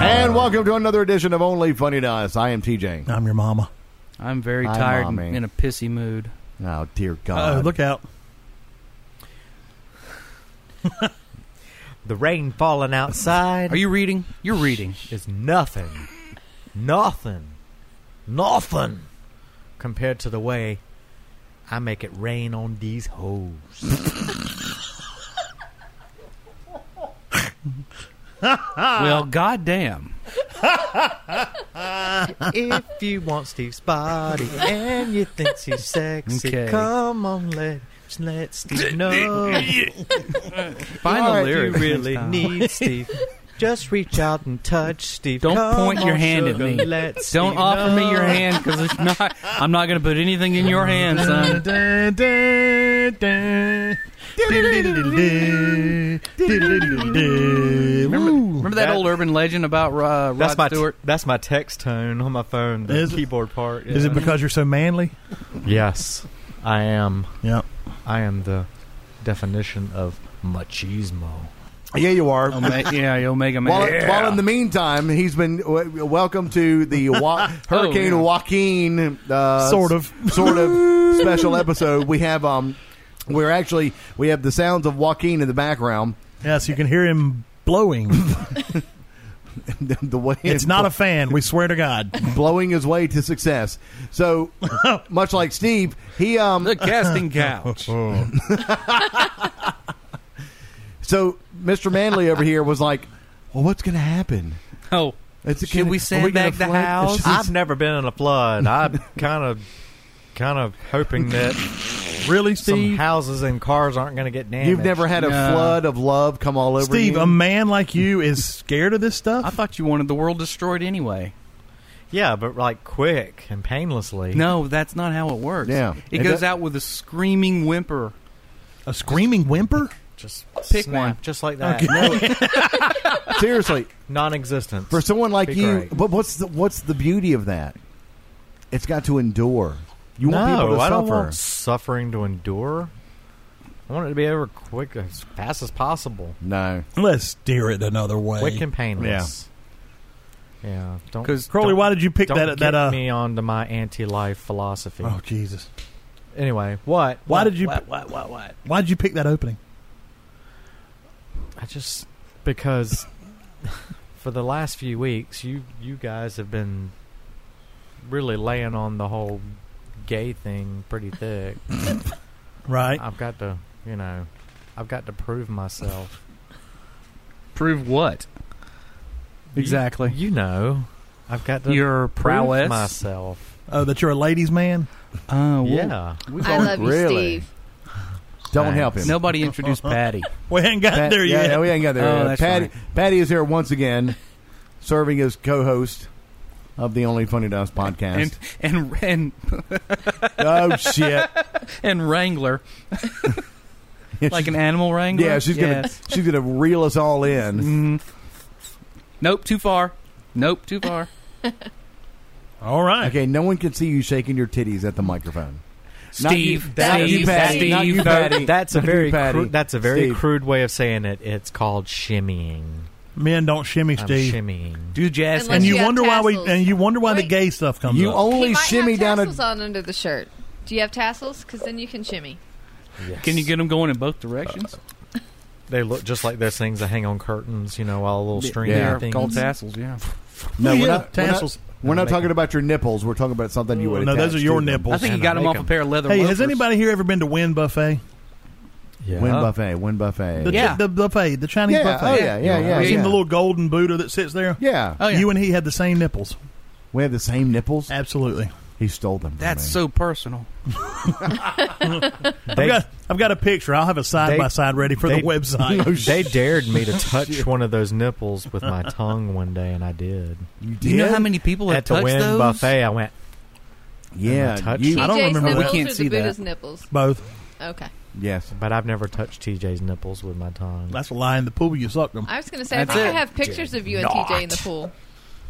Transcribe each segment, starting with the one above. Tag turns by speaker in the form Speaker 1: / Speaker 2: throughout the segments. Speaker 1: And welcome to another edition of Only Funny to Us. I am TJ.
Speaker 2: I'm your mama.
Speaker 3: I'm very
Speaker 1: Hi,
Speaker 3: tired
Speaker 1: Mommy.
Speaker 3: and in a pissy mood.
Speaker 1: Oh dear God!
Speaker 2: Uh, look out.
Speaker 4: The rain falling outside
Speaker 3: Are you reading? You're reading.
Speaker 4: is nothing, nothing, nothing compared to the way I make it rain on these hoes.
Speaker 3: well, goddamn.
Speaker 4: if you want Steve's body and you think he's sexy,
Speaker 3: Okay.
Speaker 4: come on, let let Steve know.
Speaker 3: Find the
Speaker 4: Or if
Speaker 3: lyrics.
Speaker 4: You really
Speaker 3: next time.
Speaker 4: need Steve. Just reach out and touch Steve.
Speaker 3: Don't
Speaker 4: Come
Speaker 3: point your
Speaker 4: on,
Speaker 3: hand at
Speaker 4: sugar,
Speaker 3: me.
Speaker 4: Let
Speaker 3: Don't
Speaker 4: Steve
Speaker 3: offer me your
Speaker 4: know.
Speaker 3: hand because it's not. I'm not going to put anything in your hand, son. Remember that,
Speaker 4: That-
Speaker 3: old urban legend about uh,
Speaker 4: That's
Speaker 3: Rod
Speaker 4: my
Speaker 3: Stewart?
Speaker 4: that's my text tone on my phone. The
Speaker 2: Is it?
Speaker 4: keyboard part.
Speaker 2: Is it
Speaker 4: yeah.
Speaker 2: because you're so manly?
Speaker 4: Yes, I am.
Speaker 2: Yeah.
Speaker 4: I am the definition of machismo.
Speaker 1: yeah, you are.
Speaker 3: Ome- yeah, the Omega Man.
Speaker 1: While, while in the meantime, he's been w- welcome to the wa- Hurricane
Speaker 3: yeah.
Speaker 1: Joaquin uh,
Speaker 2: Oh, Sort of.
Speaker 1: sort of special episode. We have um, we're actually we have the sounds of Joaquin in the background.
Speaker 2: Yes, you can hear him blowing.
Speaker 1: the way
Speaker 2: It's not a fan, we swear to God.
Speaker 1: blowing his way to success. So much like Steve, he um,
Speaker 3: the casting couch.
Speaker 1: so Mr. Manley over here was like, well, what's going to happen?
Speaker 3: Oh,
Speaker 1: It's,
Speaker 3: Should we
Speaker 1: are gonna
Speaker 3: sandbag the
Speaker 1: flood?
Speaker 3: house?
Speaker 1: Should we-
Speaker 4: I've never been in a flood. I'm kind of, kind of hoping that
Speaker 2: Really,
Speaker 4: some
Speaker 2: Steve?
Speaker 4: houses and cars aren't going to get damaged.
Speaker 1: You've never had a
Speaker 3: No.
Speaker 1: flood of love come all over
Speaker 2: Steve,
Speaker 1: you.
Speaker 2: a man like you is scared of this
Speaker 3: I
Speaker 2: stuff?
Speaker 3: thought you wanted the world destroyed anyway.
Speaker 4: Yeah, but like quick and painlessly.
Speaker 3: No, that's not how it works.
Speaker 1: Yeah.
Speaker 3: it
Speaker 1: It
Speaker 3: goes
Speaker 1: do-
Speaker 3: out with a screaming whimper.
Speaker 2: A screaming whimper?
Speaker 4: just
Speaker 3: Pick one.
Speaker 4: snap, just like that.
Speaker 1: seriously,
Speaker 4: Non-existent.
Speaker 1: for someone like
Speaker 4: Speak
Speaker 1: you,
Speaker 4: right.
Speaker 1: but what's the, what's the beauty of that? It's got to endure. You want people
Speaker 4: no,
Speaker 1: to
Speaker 4: I don't
Speaker 1: suffer.
Speaker 4: want suffering to endure. I want it to be ever quick, as fast as possible,
Speaker 1: no,
Speaker 2: Let's steer it another way.
Speaker 4: quick and painless. Yeah, yeah. Don't
Speaker 3: 'Cause
Speaker 2: Crowley,
Speaker 4: don't-
Speaker 2: why did you pick
Speaker 4: don't
Speaker 2: that?
Speaker 4: get
Speaker 2: that uh,
Speaker 4: me onto my anti-life philosophy.
Speaker 2: Oh, Jesus.
Speaker 4: Anyway, what?
Speaker 2: Why
Speaker 4: What?
Speaker 2: did you-
Speaker 4: What? What? What? what?
Speaker 2: Why did you pick that opening?
Speaker 4: I just because for the last few weeks, you you guys have been really laying on the whole gay thing pretty thick.
Speaker 2: Right?
Speaker 4: I've got to, you know, I've got to prove myself.
Speaker 3: Prove what? Exactly.
Speaker 4: You know, I've got to
Speaker 3: Your
Speaker 4: prove
Speaker 3: prowess.
Speaker 4: myself.
Speaker 2: Oh, that you're a ladies' man?
Speaker 3: Oh, well,
Speaker 4: Yeah,
Speaker 3: we've
Speaker 5: I
Speaker 3: already-
Speaker 5: love you,
Speaker 1: really.
Speaker 5: Steve.
Speaker 1: don't
Speaker 4: Thanks.
Speaker 1: help him.
Speaker 3: Nobody introduced Patty.
Speaker 2: We ain't got
Speaker 1: Pat-
Speaker 2: there
Speaker 1: yeah,
Speaker 2: yet.
Speaker 1: no, we ain't got there.
Speaker 3: Oh,
Speaker 1: yet.
Speaker 3: that's
Speaker 1: Patty,
Speaker 3: right.
Speaker 1: Patty is here once again, serving as co-host of the Only Funny to Us podcast.
Speaker 3: and and and
Speaker 1: oh shit!
Speaker 3: and Wrangler, like an animal Wrangler.
Speaker 1: yeah, she's gonna
Speaker 3: Yes.
Speaker 1: she's gonna reel us all in.
Speaker 3: Mhm. Nope, too far. Nope, too far.
Speaker 2: All right.
Speaker 1: Okay, no one can see you shaking your titties at the microphone. Not you-
Speaker 3: Steve,
Speaker 1: not you,
Speaker 3: Steve,
Speaker 1: Patty,
Speaker 3: Steve.
Speaker 1: not you, Patty.
Speaker 4: that's a
Speaker 1: Not you,
Speaker 4: very
Speaker 1: Patty.
Speaker 4: cru- that's a very
Speaker 1: Steve.
Speaker 4: crude way of saying it. It's called shimmying.
Speaker 2: Men don't shimmy,
Speaker 4: I'm
Speaker 2: Steve.
Speaker 4: shimmying.
Speaker 3: Do jazz
Speaker 2: and
Speaker 5: Unless
Speaker 2: you,
Speaker 5: you have
Speaker 2: wonder why we
Speaker 5: tassels.
Speaker 2: and you wonder why the
Speaker 5: Wait.
Speaker 2: gay stuff comes
Speaker 1: You
Speaker 2: up.
Speaker 1: only
Speaker 5: he might
Speaker 1: shimmy
Speaker 5: have
Speaker 1: down a
Speaker 5: tassels on under the shirt. Do you have tassels? Because then you can shimmy.
Speaker 4: Yes.
Speaker 3: Can you get them going in both directions?
Speaker 1: Uh,
Speaker 4: They look just like those things that hang on curtains. You know, all the little stringy
Speaker 1: Yeah.
Speaker 4: things.
Speaker 3: gold tassels. Yeah,
Speaker 1: No, we're not
Speaker 2: Yeah,
Speaker 1: we're not-
Speaker 2: tassels.
Speaker 1: We're not
Speaker 4: Make
Speaker 1: talking
Speaker 4: them.
Speaker 1: about your nipples. We're talking about something you would.
Speaker 2: No, those
Speaker 1: attach
Speaker 2: are your
Speaker 1: to them.
Speaker 2: nipples.
Speaker 3: I think he
Speaker 4: And
Speaker 3: got
Speaker 4: I
Speaker 3: them
Speaker 4: make
Speaker 3: off a
Speaker 4: 'em.
Speaker 3: pair of leather.
Speaker 2: Hey,
Speaker 3: loafers.
Speaker 2: has anybody here ever been to Win Buffet?
Speaker 4: Yeah.
Speaker 1: Win buffet, win buffet.
Speaker 2: The,
Speaker 3: Yeah.
Speaker 2: the buffet, the Chinese
Speaker 1: yeah,
Speaker 2: buffet.
Speaker 1: oh, yeah, yeah, yeah.
Speaker 2: You
Speaker 1: yeah.
Speaker 2: seen the Uh, little golden Buddha that sits there?
Speaker 1: yeah.
Speaker 3: Oh yeah,
Speaker 2: You and he had the same nipples.
Speaker 1: We have the same nipples.
Speaker 2: Absolutely.
Speaker 1: He stole them. From
Speaker 3: that's
Speaker 1: me.
Speaker 3: so personal.
Speaker 2: I've
Speaker 4: They-
Speaker 2: got I've got a picture. I'll have a side
Speaker 4: They-
Speaker 2: by side ready for
Speaker 4: they-
Speaker 2: the website.
Speaker 4: They dared me to touch one of those nipples with my tongue one day, and I did.
Speaker 1: You did?
Speaker 3: Do you know how many people have
Speaker 4: At the
Speaker 3: touched
Speaker 4: Win
Speaker 3: those?
Speaker 4: Buffet, I went.
Speaker 1: Yeah.
Speaker 4: I touched
Speaker 1: you-
Speaker 2: I don't
Speaker 5: TJ's
Speaker 2: remember that.
Speaker 5: nipples
Speaker 3: We can't
Speaker 5: or
Speaker 3: see
Speaker 5: the Buddha's
Speaker 3: that.
Speaker 5: nipples.
Speaker 2: Both.
Speaker 5: Okay.
Speaker 1: yes.
Speaker 4: But I've never touched TJ's nipples with my tongue.
Speaker 2: That's a lie. In the pool, you sucked them
Speaker 5: I was going to say,
Speaker 3: That's
Speaker 5: I think
Speaker 3: it.
Speaker 5: I have pictures of you and TJ in the pool.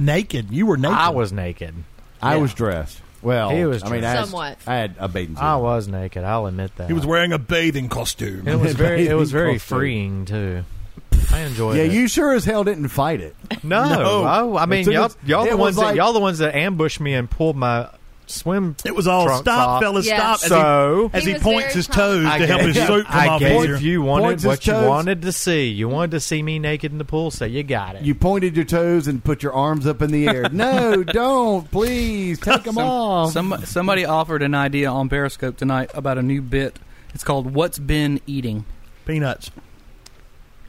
Speaker 2: naked. You were naked.
Speaker 4: I was naked.
Speaker 1: I
Speaker 4: Yeah.
Speaker 1: was dressed. Well,
Speaker 4: He was
Speaker 1: I mean,
Speaker 4: dressed.
Speaker 1: I had-
Speaker 5: Somewhat.
Speaker 1: I had a bathing suit.
Speaker 4: I was naked. I'll admit that.
Speaker 2: He was wearing a bathing costume.
Speaker 4: It was very. It was very
Speaker 1: Bathing costume.
Speaker 4: freeing too. I enjoyed
Speaker 1: yeah,
Speaker 4: it.
Speaker 1: you sure as hell didn't fight it.
Speaker 4: no,
Speaker 2: No.
Speaker 4: I- I mean
Speaker 1: took
Speaker 4: y'all,
Speaker 1: us-
Speaker 4: y'all
Speaker 1: it
Speaker 4: the
Speaker 1: was
Speaker 4: ones
Speaker 1: like-
Speaker 4: that y'all the ones that ambushed me and pulled my swim.
Speaker 2: It was all
Speaker 4: Trunks
Speaker 2: stop,
Speaker 4: off.
Speaker 2: fellas,
Speaker 5: Yeah.
Speaker 2: stop. As
Speaker 4: So
Speaker 2: he, as
Speaker 5: He
Speaker 2: he
Speaker 5: was
Speaker 2: points
Speaker 5: very
Speaker 2: his toes
Speaker 5: calm.
Speaker 2: to help his
Speaker 4: gave-
Speaker 2: soup come
Speaker 4: I
Speaker 2: off
Speaker 4: gave
Speaker 2: easier.
Speaker 4: you wanted
Speaker 1: Points his
Speaker 4: what you
Speaker 1: toes.
Speaker 4: wanted to see. You wanted to see me naked in the pool, so you got it.
Speaker 1: You pointed your toes and put your arms up in the air. no, don't, please take them
Speaker 3: Some-
Speaker 1: off.
Speaker 3: Some, somebody offered an idea on Periscope tonight about a new bit. It's called "What's Been Eating,"
Speaker 2: Peanuts.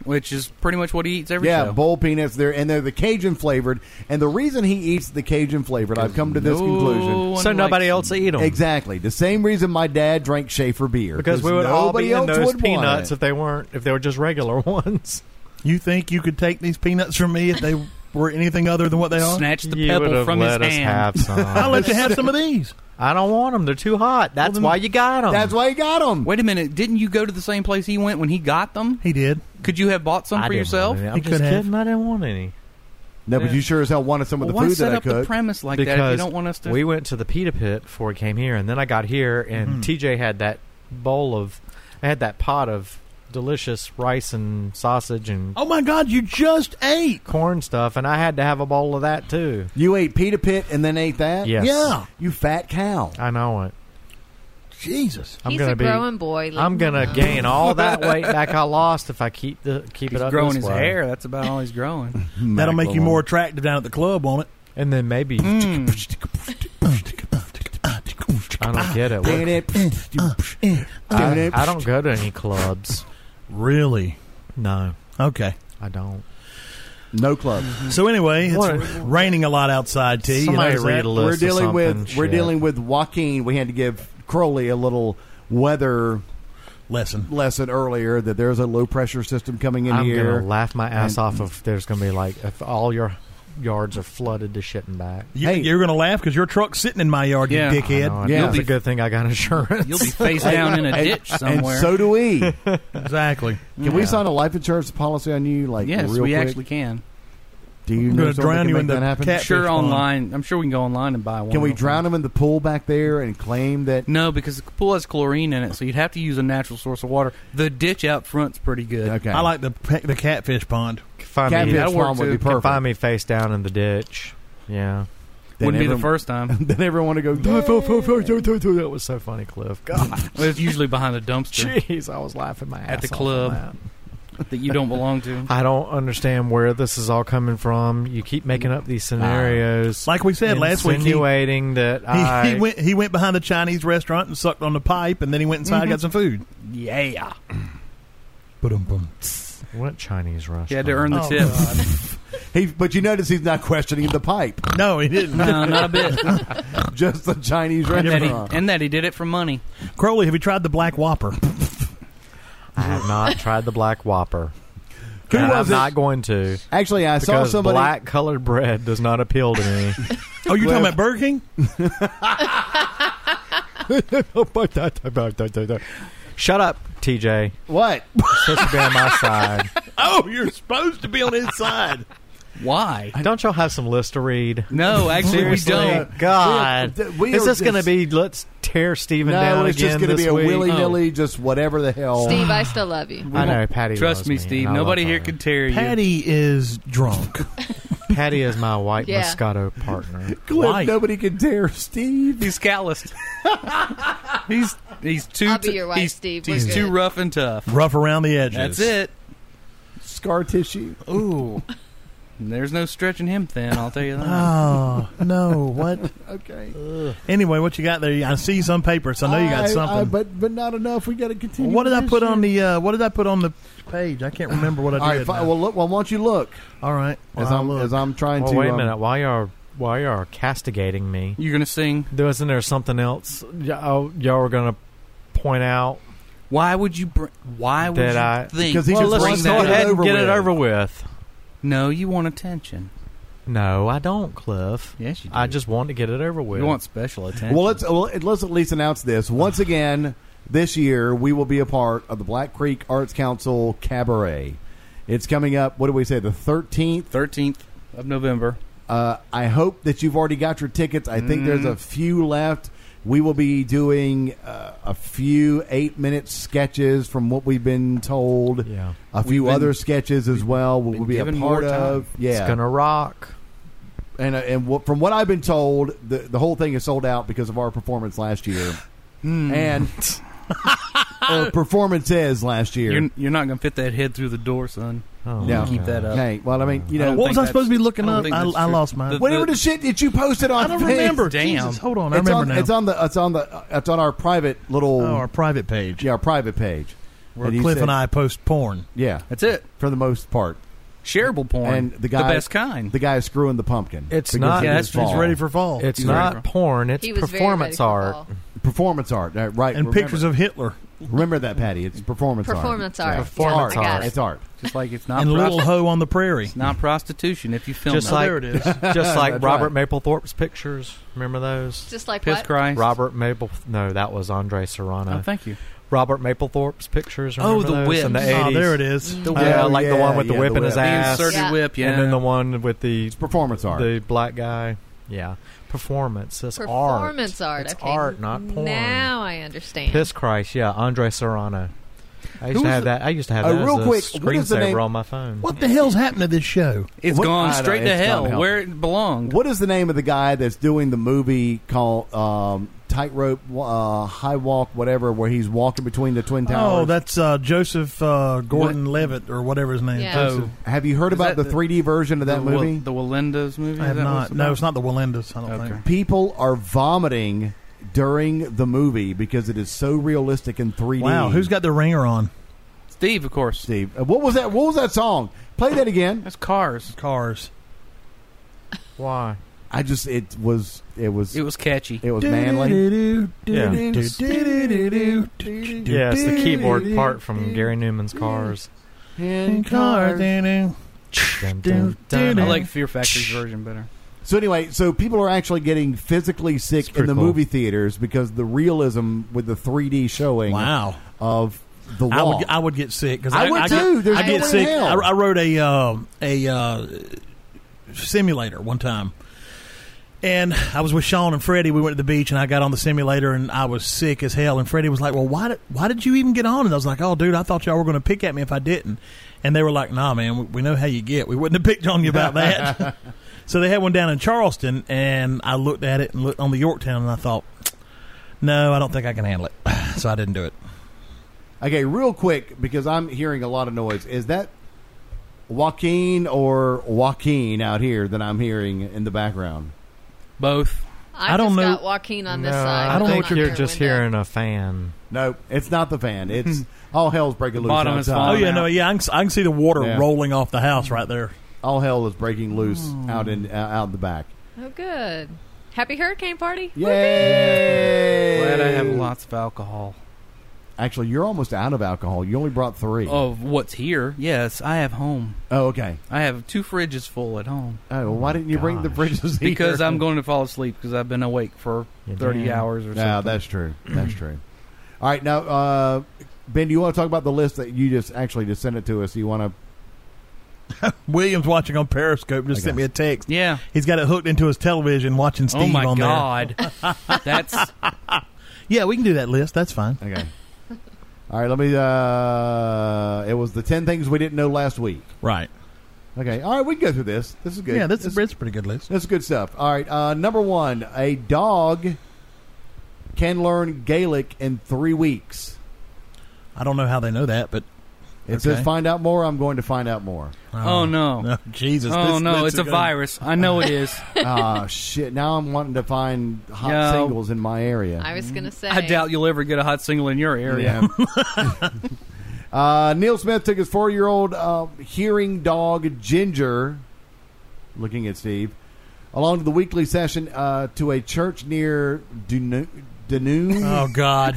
Speaker 3: which is pretty much what he eats every
Speaker 1: yeah,
Speaker 3: show.
Speaker 1: bowl peanuts there, and they're the Cajun flavored. And the reason he eats the Cajun flavored, I've come to this
Speaker 3: No
Speaker 1: conclusion.
Speaker 3: one
Speaker 4: so
Speaker 3: likes
Speaker 4: nobody
Speaker 3: him.
Speaker 4: else eat them
Speaker 1: Exactly. The same reason my dad drank Schaefer beer.
Speaker 4: because we would all be
Speaker 1: nobody
Speaker 4: in
Speaker 1: else
Speaker 4: those
Speaker 1: would want
Speaker 4: peanuts
Speaker 1: it.
Speaker 4: if they weren't if they were just regular ones.
Speaker 2: You think you could take these peanuts from me if they were anything other than what they are?
Speaker 3: snatched the
Speaker 4: you would
Speaker 3: pebble
Speaker 4: have
Speaker 3: from his
Speaker 4: let us
Speaker 3: hand.
Speaker 4: have
Speaker 2: I'll
Speaker 4: some.
Speaker 2: let you have some of these.
Speaker 4: I don't want them. They're too hot. That's why you got them.
Speaker 1: That's why he got them.
Speaker 3: Wait a minute! Didn't you go to the same place he went when he got them?
Speaker 2: He did.
Speaker 3: Could you have bought some
Speaker 4: I
Speaker 3: for
Speaker 4: didn't
Speaker 3: yourself?
Speaker 4: want any. I'm
Speaker 2: He
Speaker 4: just
Speaker 2: could have.
Speaker 4: kidding. I didn't want any.
Speaker 1: No, but you sure as hell wanted some of the
Speaker 3: Why
Speaker 1: food
Speaker 3: set
Speaker 1: that I
Speaker 3: up the
Speaker 1: cooked.
Speaker 3: premise like that if you
Speaker 4: Because
Speaker 3: don't want us to?
Speaker 4: We went to the pita pit before we came here, and then I got here,
Speaker 3: Mm-hmm.
Speaker 4: and
Speaker 2: Mhm.
Speaker 4: TJ had that bowl of, I had that pot of delicious rice and sausage and
Speaker 2: Oh my God! You just ate.
Speaker 4: corn stuff, and I had to have a bowl of that too.
Speaker 1: You ate Pita Pit and then ate that.
Speaker 4: Yes.
Speaker 2: Yeah.
Speaker 1: You fat cow.
Speaker 4: I know it.
Speaker 2: Jesus.
Speaker 4: I'm
Speaker 5: He's
Speaker 4: gonna
Speaker 5: a
Speaker 4: be.
Speaker 5: growing boy. mm-hmm. leave
Speaker 4: I'm
Speaker 5: him
Speaker 4: gonna
Speaker 5: alone.
Speaker 4: gain all that weight back I lost if I keep the keep
Speaker 3: He's
Speaker 4: it up.
Speaker 3: growing
Speaker 4: this
Speaker 3: his
Speaker 4: way.
Speaker 3: hair. That's about all he's growing.
Speaker 2: That'll make you more
Speaker 1: Mac
Speaker 2: attractive down at the club, won't it?
Speaker 4: and then maybe
Speaker 3: Mm.
Speaker 4: I don't get it.
Speaker 1: Lomond.
Speaker 4: What- Uh. I, I don't go to any clubs.
Speaker 2: Really?
Speaker 4: No,
Speaker 2: Okay.
Speaker 4: I don't.
Speaker 1: No club.
Speaker 2: So anyway, it's
Speaker 4: What?
Speaker 2: raining a lot outside. T. You
Speaker 4: Somebody
Speaker 2: notice that?
Speaker 4: read a list.
Speaker 1: We're
Speaker 4: of
Speaker 1: dealing with
Speaker 4: something,
Speaker 1: we're
Speaker 4: shit.
Speaker 1: dealing with Joaquin. We had to give Crowley a little weather
Speaker 2: lesson.
Speaker 1: lesson earlier that there's a low pressure system coming in
Speaker 4: I'm
Speaker 1: here.
Speaker 4: gonna laugh my ass
Speaker 1: And-
Speaker 4: off if there's gonna be like if all your yards are flooded to shit and back.
Speaker 2: You,
Speaker 1: Hey.
Speaker 2: You're going to laugh because your truck's sitting in my yard,
Speaker 3: Yeah.
Speaker 2: you
Speaker 4: I
Speaker 2: dickhead.
Speaker 4: know,
Speaker 1: Yeah.
Speaker 4: yeah, it's
Speaker 3: You'll
Speaker 4: a
Speaker 3: be-
Speaker 4: good thing I got insurance.
Speaker 3: You'll be face down in a ditch somewhere.
Speaker 1: And so do we. Can
Speaker 2: Exactly.
Speaker 1: we
Speaker 4: Yeah.
Speaker 1: sign a life insurance policy on you? Like
Speaker 3: yes,
Speaker 1: real
Speaker 3: we
Speaker 1: quick?
Speaker 3: actually can.
Speaker 1: Do you
Speaker 2: I'm
Speaker 1: know
Speaker 2: gonna
Speaker 1: someone that
Speaker 2: drown
Speaker 1: can
Speaker 2: you
Speaker 1: make
Speaker 2: in
Speaker 1: that
Speaker 2: the
Speaker 1: happen?
Speaker 2: cat- Catfish
Speaker 3: Sure,
Speaker 2: pond.
Speaker 3: online. I'm sure we can go online and buy one.
Speaker 1: Can we
Speaker 3: of them.
Speaker 1: drown him in the pool back there and claim that?
Speaker 3: No, because the pool has chlorine in it, so you'd have to use a natural source of water. The ditch out front's pretty good.
Speaker 1: Okay,
Speaker 2: I like the pe- the catfish pond.
Speaker 4: find
Speaker 1: catfish
Speaker 4: me,
Speaker 3: that'll work
Speaker 1: farm would
Speaker 3: too.
Speaker 1: be
Speaker 3: Can
Speaker 1: perfect.
Speaker 4: find me face down in the ditch. Yeah,
Speaker 1: Then
Speaker 3: Wouldn't be the
Speaker 1: everyone-
Speaker 3: first time.
Speaker 1: then everyone would go.
Speaker 4: that was so funny, Cliff. God,
Speaker 3: Well, it's usually behind a dumpster
Speaker 4: jeez, I was laughing my ass
Speaker 3: At the
Speaker 4: off
Speaker 3: club.
Speaker 4: on
Speaker 3: that you don't belong to.
Speaker 4: that. I don't understand where this is all coming from. You keep making up these scenarios,
Speaker 2: Like we said last week, he,
Speaker 4: insinuating that I
Speaker 2: he, he went he went behind the Chinese restaurant and sucked on the pipe, and then he went inside and got some food.
Speaker 3: Yeah.
Speaker 2: Ba-dum-bum.
Speaker 4: what Chinese restaurant.
Speaker 3: You had to earn the
Speaker 2: Oh,
Speaker 3: tip.
Speaker 1: He, but you notice he's not questioning the pipe,
Speaker 2: No, he didn't.
Speaker 3: No, not a bit.
Speaker 1: just the Chinese
Speaker 3: and, that
Speaker 1: restaurant.
Speaker 3: he, and that he did it for money.
Speaker 2: Crowley, have you tried the Black Whopper?
Speaker 4: I have not tried the Black Whopper.
Speaker 1: Who
Speaker 4: and
Speaker 1: was
Speaker 4: I'm
Speaker 1: it?
Speaker 4: not going to.
Speaker 1: Actually, I saw
Speaker 4: because
Speaker 1: somebody.
Speaker 4: black colored bread does not appeal to me.
Speaker 2: Oh, you're
Speaker 1: Well-
Speaker 2: talking about Burger King?
Speaker 4: Shut up, TJ.
Speaker 1: What?
Speaker 4: You're supposed to be on my side.
Speaker 2: Oh, you're supposed to be on his side.
Speaker 3: Why?
Speaker 4: Don't y'all have some list to read?
Speaker 3: No, actually, we
Speaker 4: Seriously,
Speaker 3: don't.
Speaker 4: God,
Speaker 1: We are- we
Speaker 4: is
Speaker 1: are
Speaker 4: this going to
Speaker 1: just-
Speaker 4: be? Let's tear Steven
Speaker 1: No,
Speaker 4: down
Speaker 1: it's
Speaker 4: again
Speaker 1: just gonna
Speaker 4: this
Speaker 1: be a
Speaker 4: week? Oh.
Speaker 1: willy nilly, just whatever the hell.
Speaker 5: Steve, I still love you.
Speaker 4: I know Patty.
Speaker 3: Trust
Speaker 4: loves
Speaker 3: me,
Speaker 4: and
Speaker 3: Steve.
Speaker 4: I love
Speaker 3: Nobody here
Speaker 4: her.
Speaker 3: could tear you.
Speaker 2: Patty is drunk.
Speaker 4: Patty is my white
Speaker 5: Yeah.
Speaker 4: Moscato partner.
Speaker 1: Cliff,
Speaker 2: Why?
Speaker 1: nobody can dare Steve.
Speaker 3: He's calloused. he's he's too.
Speaker 5: I'll be your wife,
Speaker 3: he's,
Speaker 5: Steve. We're
Speaker 3: He's too
Speaker 5: good.
Speaker 3: rough and tough.
Speaker 2: Rough around the edges.
Speaker 3: That's it.
Speaker 1: Scar tissue.
Speaker 3: Ooh. There's no stretching him thin, I'll tell you that.
Speaker 2: Oh no! What?
Speaker 1: Okay.
Speaker 2: Anyway, what you got there? I see some papers. I know you got something.
Speaker 1: but but not enough. We got to continue.
Speaker 2: what did I
Speaker 1: with
Speaker 2: put
Speaker 1: this
Speaker 2: on
Speaker 1: shit.
Speaker 2: the uh, What did I put on the page? I can't remember what I did.
Speaker 1: All right. Fine,
Speaker 2: now.
Speaker 1: well, look. Well, why don't you look
Speaker 2: All right.
Speaker 1: as
Speaker 2: Well,
Speaker 1: I'm
Speaker 2: look.
Speaker 1: as I'm trying
Speaker 4: Well,
Speaker 1: to.
Speaker 4: Oh, wait a
Speaker 1: um,
Speaker 4: minute. Why y'all? Why y'all castigating me?
Speaker 3: You're going to sing.
Speaker 4: There Isn't there something else y'all, y'all were going to point out?
Speaker 3: Why would you br- Why would
Speaker 4: That
Speaker 3: you
Speaker 4: I-
Speaker 3: think?
Speaker 1: Because he
Speaker 4: well,
Speaker 1: just
Speaker 4: let's
Speaker 1: wants
Speaker 4: just
Speaker 1: to
Speaker 4: go
Speaker 1: get it
Speaker 4: ahead and
Speaker 1: over
Speaker 4: get it
Speaker 1: with.
Speaker 4: over with.
Speaker 3: No, you want attention.
Speaker 4: No, I don't, Cliff.
Speaker 3: Yes, you do.
Speaker 4: I just want to get it over with.
Speaker 3: You want special attention.
Speaker 1: Well, let's well, let's at least announce this once again. This year, we will be a part of the Black Creek Arts Council Cabaret. It's coming up. What do we say? The thirteenth.
Speaker 3: 13th of November.
Speaker 1: Uh, I hope that you've already got your tickets. I think there's a few left. We will be doing uh, a few eight minute sketches from what we've been told.
Speaker 4: Yeah.
Speaker 1: A few
Speaker 3: We've been-
Speaker 1: other sketches as well. We'll,
Speaker 3: been
Speaker 1: be a
Speaker 3: given
Speaker 1: part
Speaker 3: more time.
Speaker 1: of. Yeah,
Speaker 4: It's gonna rock.
Speaker 1: and uh, and what, from what I've been told, the the whole thing is sold out because of our performance last year
Speaker 2: Mm.
Speaker 1: and or performances last year.
Speaker 3: You're, you're not going to fit that head through the door, son.
Speaker 4: Oh,
Speaker 1: Yeah.
Speaker 4: my
Speaker 3: Keep that
Speaker 4: God.
Speaker 3: up.
Speaker 1: Hey, well, I mean, you
Speaker 3: I
Speaker 1: know,
Speaker 3: don't
Speaker 2: What was I
Speaker 3: think
Speaker 2: supposed to be
Speaker 3: that's-
Speaker 2: looking
Speaker 3: I don't
Speaker 2: up?
Speaker 3: think
Speaker 2: I,
Speaker 3: that's
Speaker 2: I
Speaker 3: true.
Speaker 2: lost mine.
Speaker 3: The-
Speaker 1: whatever the shit that you posted on.
Speaker 2: I don't
Speaker 1: Facebook.
Speaker 2: remember.
Speaker 3: Damn.
Speaker 2: Jesus, hold on. I
Speaker 1: It's
Speaker 2: remember
Speaker 1: on,
Speaker 2: now.
Speaker 1: it's on the it's on the uh, it's on our private little
Speaker 2: oh, our private page
Speaker 1: yeah our private page.
Speaker 2: where
Speaker 1: And you
Speaker 2: Cliff
Speaker 1: said-
Speaker 2: and I post porn.
Speaker 1: Yeah,
Speaker 3: That's it.
Speaker 1: for the most part,
Speaker 3: Shareable porn.
Speaker 1: And the guy-
Speaker 3: best kind.
Speaker 1: the guy is screwing the pumpkin.
Speaker 4: It's
Speaker 1: Because
Speaker 4: not-
Speaker 1: it
Speaker 3: Yeah,
Speaker 1: is
Speaker 3: that's- it's
Speaker 1: fall.
Speaker 2: ready for fall.
Speaker 4: It's
Speaker 3: He's
Speaker 4: not
Speaker 3: ready for-
Speaker 4: porn. It's
Speaker 5: He was
Speaker 4: performance
Speaker 5: very ready
Speaker 4: art.
Speaker 5: for fall.
Speaker 1: performance art. Right, right.
Speaker 2: and
Speaker 1: remember.
Speaker 2: pictures of Hitler
Speaker 1: Remember that, Patty. It's performance,
Speaker 5: Performance
Speaker 1: art.
Speaker 5: art.
Speaker 1: Yeah.
Speaker 4: Performance
Speaker 1: It's art.
Speaker 5: I got it.
Speaker 1: It's art.
Speaker 3: just like it's not
Speaker 2: and
Speaker 3: prosti-
Speaker 2: Little Ho on the Prairie.
Speaker 3: it's not prostitution if you film
Speaker 4: Just
Speaker 3: it.
Speaker 4: like-
Speaker 2: there it is.
Speaker 4: Just like
Speaker 1: That's
Speaker 4: Robert
Speaker 1: right.
Speaker 4: Mapplethorpe's pictures. Remember those?
Speaker 5: Just like
Speaker 3: Piss
Speaker 5: what?
Speaker 3: Christ.
Speaker 4: Robert uh, Maple. No, that was Andre
Speaker 3: Oh,
Speaker 4: Serrano.
Speaker 3: thank you.
Speaker 4: Robert Mapplethorpe's pictures.
Speaker 3: Oh,
Speaker 4: remember
Speaker 3: the
Speaker 4: those in the
Speaker 3: whips.
Speaker 2: Ah,
Speaker 4: eighties.
Speaker 2: there it is.
Speaker 4: The
Speaker 5: Oh,
Speaker 4: whip,
Speaker 1: yeah,
Speaker 4: like the one with the
Speaker 1: yeah,
Speaker 4: whip
Speaker 1: the
Speaker 4: in his
Speaker 1: whip.
Speaker 3: The
Speaker 4: ass,
Speaker 3: inserted
Speaker 5: Yeah.
Speaker 3: whip, yeah.
Speaker 4: and then the one with the
Speaker 1: It's performance art.
Speaker 4: the black guy. Yeah, performance. It's
Speaker 5: Performance art.
Speaker 4: It's
Speaker 5: okay.
Speaker 4: art, not porn.
Speaker 5: Now I understand.
Speaker 4: Piss Christ, yeah, Andre Serrano. I used
Speaker 3: Who's
Speaker 4: to have
Speaker 3: the-
Speaker 4: that. I used to have
Speaker 1: Uh,
Speaker 4: that
Speaker 1: real
Speaker 4: as a
Speaker 1: quick, what is the name-
Speaker 4: screensaver on my phone.
Speaker 2: What the hell's happened to this show?
Speaker 3: It's
Speaker 1: What- I
Speaker 3: gone
Speaker 1: don't-
Speaker 3: straight to
Speaker 1: it's not
Speaker 3: hell
Speaker 1: helping.
Speaker 3: where it belonged.
Speaker 1: What is the name of the guy that's doing the movie called um, Tightrope uh, High Walk, whatever, where he's walking between the twin towers?
Speaker 2: Oh, that's uh, Joseph uh, Gordon-Levitt or whatever his name.
Speaker 5: Yeah.
Speaker 2: is.
Speaker 3: Oh,
Speaker 1: Have you heard
Speaker 3: Is
Speaker 1: about
Speaker 3: that
Speaker 1: the
Speaker 3: the-
Speaker 1: 3D version of that
Speaker 3: the, Wa-
Speaker 1: movie?
Speaker 3: the Walendas movie.
Speaker 2: I
Speaker 3: Is
Speaker 2: have
Speaker 3: that what
Speaker 2: not.
Speaker 3: it's
Speaker 2: No,
Speaker 3: about?
Speaker 2: it's not the Willendas. I don't
Speaker 3: Okay.
Speaker 2: think.
Speaker 1: People are vomiting during the movie because it is so realistic in 3D.
Speaker 2: Wow, who's got the ringer on?
Speaker 3: Steve, of course.
Speaker 1: Steve? Uh, What was that? What was that song? Play that again.
Speaker 3: That's Cars.
Speaker 2: Cars.
Speaker 4: Why?
Speaker 1: I just it was it was
Speaker 3: It
Speaker 1: it,
Speaker 3: was catchy.
Speaker 1: was manly.
Speaker 4: Yeah. Yeah, it's the keyboard part from Gary Newman's Cars. Dun, dun, dun.
Speaker 3: I like Fear Factory's version better.
Speaker 1: So anyway, so people are actually getting physically
Speaker 4: It's
Speaker 1: sick in
Speaker 4: pretty
Speaker 1: the
Speaker 4: cool.
Speaker 1: movie theaters because the realism with the 3D showing
Speaker 2: Wow,
Speaker 1: of the
Speaker 2: I
Speaker 1: law.
Speaker 2: would I would get sick because
Speaker 1: I
Speaker 2: I,
Speaker 1: would
Speaker 2: I
Speaker 1: too.
Speaker 2: Get,
Speaker 1: There's
Speaker 2: I
Speaker 5: no
Speaker 2: get
Speaker 5: way in
Speaker 2: sick. I,
Speaker 1: hell.
Speaker 2: I wrote a uh, a uh, simulator one time, and I was with Sean and Freddie. We went to the beach, and I got on the simulator, and I was sick as hell. And Freddie was like, "Well, why did why did you even get on?" And I was like, "Oh, dude, I thought y'all were going to pick at me if I didn't." And they were like, "Nah, man, we, we know how you get. We wouldn't have picked on you about that." so they had one down in Charleston, and I looked at it and looked on the Yorktown, and I thought. No, I don't think I can handle it, so I didn't do it.
Speaker 1: okay, real quick because I'm hearing a lot of noise. Is that Joaquin or Joaquin out here that I'm hearing in the background?
Speaker 3: Both.
Speaker 5: I,
Speaker 2: I don't
Speaker 5: just
Speaker 2: know-
Speaker 5: got Joaquin on
Speaker 4: no,
Speaker 5: this side.
Speaker 4: I
Speaker 5: with
Speaker 4: don't
Speaker 5: the
Speaker 4: think
Speaker 5: one
Speaker 4: you're
Speaker 5: on
Speaker 4: just
Speaker 5: their window.
Speaker 4: hearing a fan.
Speaker 1: No, it's not the fan. It's all hell's breaking loose
Speaker 3: Bottom is
Speaker 1: outside.
Speaker 2: Oh
Speaker 3: falling.
Speaker 2: yeah,
Speaker 3: out.
Speaker 2: no, yeah, I can, I can see the water
Speaker 1: Yeah.
Speaker 2: rolling off the house right there.
Speaker 1: All hell is breaking loose out in uh, out the back.
Speaker 5: Oh, good. Happy hurricane party.
Speaker 1: Yay!
Speaker 3: Glad I have lots of alcohol.
Speaker 1: Actually, you're almost out of alcohol. You only brought three.
Speaker 3: Of what's here? Yes, I have home.
Speaker 1: Oh, okay.
Speaker 3: I have two fridges full at home
Speaker 1: Oh, well, why didn't you bring the
Speaker 4: Gosh.
Speaker 1: bridges? here?
Speaker 3: because I'm going to fall asleep because I've been awake for
Speaker 4: You
Speaker 3: 30
Speaker 4: damn-
Speaker 3: hours or something.
Speaker 1: No, that's true. That's true. All right, now uh, Ben, do you want to talk about the list that you just actually just sent it to us? Do you want to?
Speaker 2: William's watching on Periscope. Just
Speaker 1: Okay.
Speaker 2: sent me a text.
Speaker 3: yeah.
Speaker 2: He's got it hooked into his television, watching Steve
Speaker 3: oh my
Speaker 2: on
Speaker 3: God. that's
Speaker 2: there. Yeah, we can do that list. That's fine.
Speaker 1: Okay. All right, let me. Uh, it was the ten things we didn't know last week.
Speaker 2: Right.
Speaker 1: Okay. All right, we can go through this. This is good.
Speaker 2: Yeah, that's,
Speaker 1: this,
Speaker 2: that's a pretty good list.
Speaker 1: that's good stuff. All right, uh, number one, a dog can learn Gaelic in three weeks.
Speaker 2: I don't know how they know that, but
Speaker 1: It says
Speaker 2: Okay.
Speaker 1: find out more. I'm going to find out more.
Speaker 3: Oh, no.
Speaker 2: Jesus.
Speaker 3: oh
Speaker 2: this list
Speaker 3: no, it's
Speaker 2: is
Speaker 3: a
Speaker 2: gonna-
Speaker 3: virus. I know it is.
Speaker 1: Ah, shit! Now I'm wanting to find hot
Speaker 3: Yeah.
Speaker 1: singles in my area.
Speaker 5: I was gonna
Speaker 1: Mm.
Speaker 5: say.
Speaker 3: I doubt you'll ever get a hot single in your area.
Speaker 1: Yeah. uh, Neil Smith took his four year old uh, hearing dog, Ginger, looking at Steve, along to the weekly session uh, to a church near Dunu. Danoon.
Speaker 2: Oh God!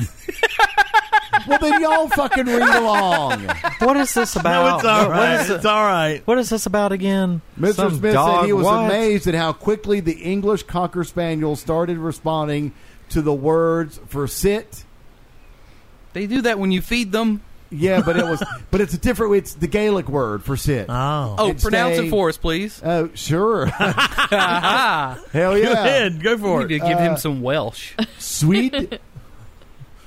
Speaker 1: well, then y'all fucking read along.
Speaker 4: What is this about?
Speaker 2: no, it's all
Speaker 4: What is
Speaker 2: right.
Speaker 4: it-
Speaker 2: It's all right.
Speaker 4: What is this about again?
Speaker 1: Mr.
Speaker 4: Some
Speaker 1: Smith
Speaker 4: dog,
Speaker 1: said he was
Speaker 4: what?
Speaker 1: amazed at how quickly the English Cocker Spaniel started responding to the words for sit,
Speaker 3: They do that when you feed them.
Speaker 1: Yeah, but it was, but it's a different. It's the Gaelic word for sit.
Speaker 2: Oh.
Speaker 3: Oh,
Speaker 1: It's
Speaker 3: pronounce
Speaker 1: a-
Speaker 3: it for us, please.
Speaker 1: Oh, sure,
Speaker 3: Ha
Speaker 1: hell
Speaker 2: Go
Speaker 1: yeah,
Speaker 2: ahead. Go
Speaker 3: We
Speaker 2: for
Speaker 3: need to
Speaker 2: it.
Speaker 3: give
Speaker 1: Uh,
Speaker 3: him some Welsh.
Speaker 1: sweet.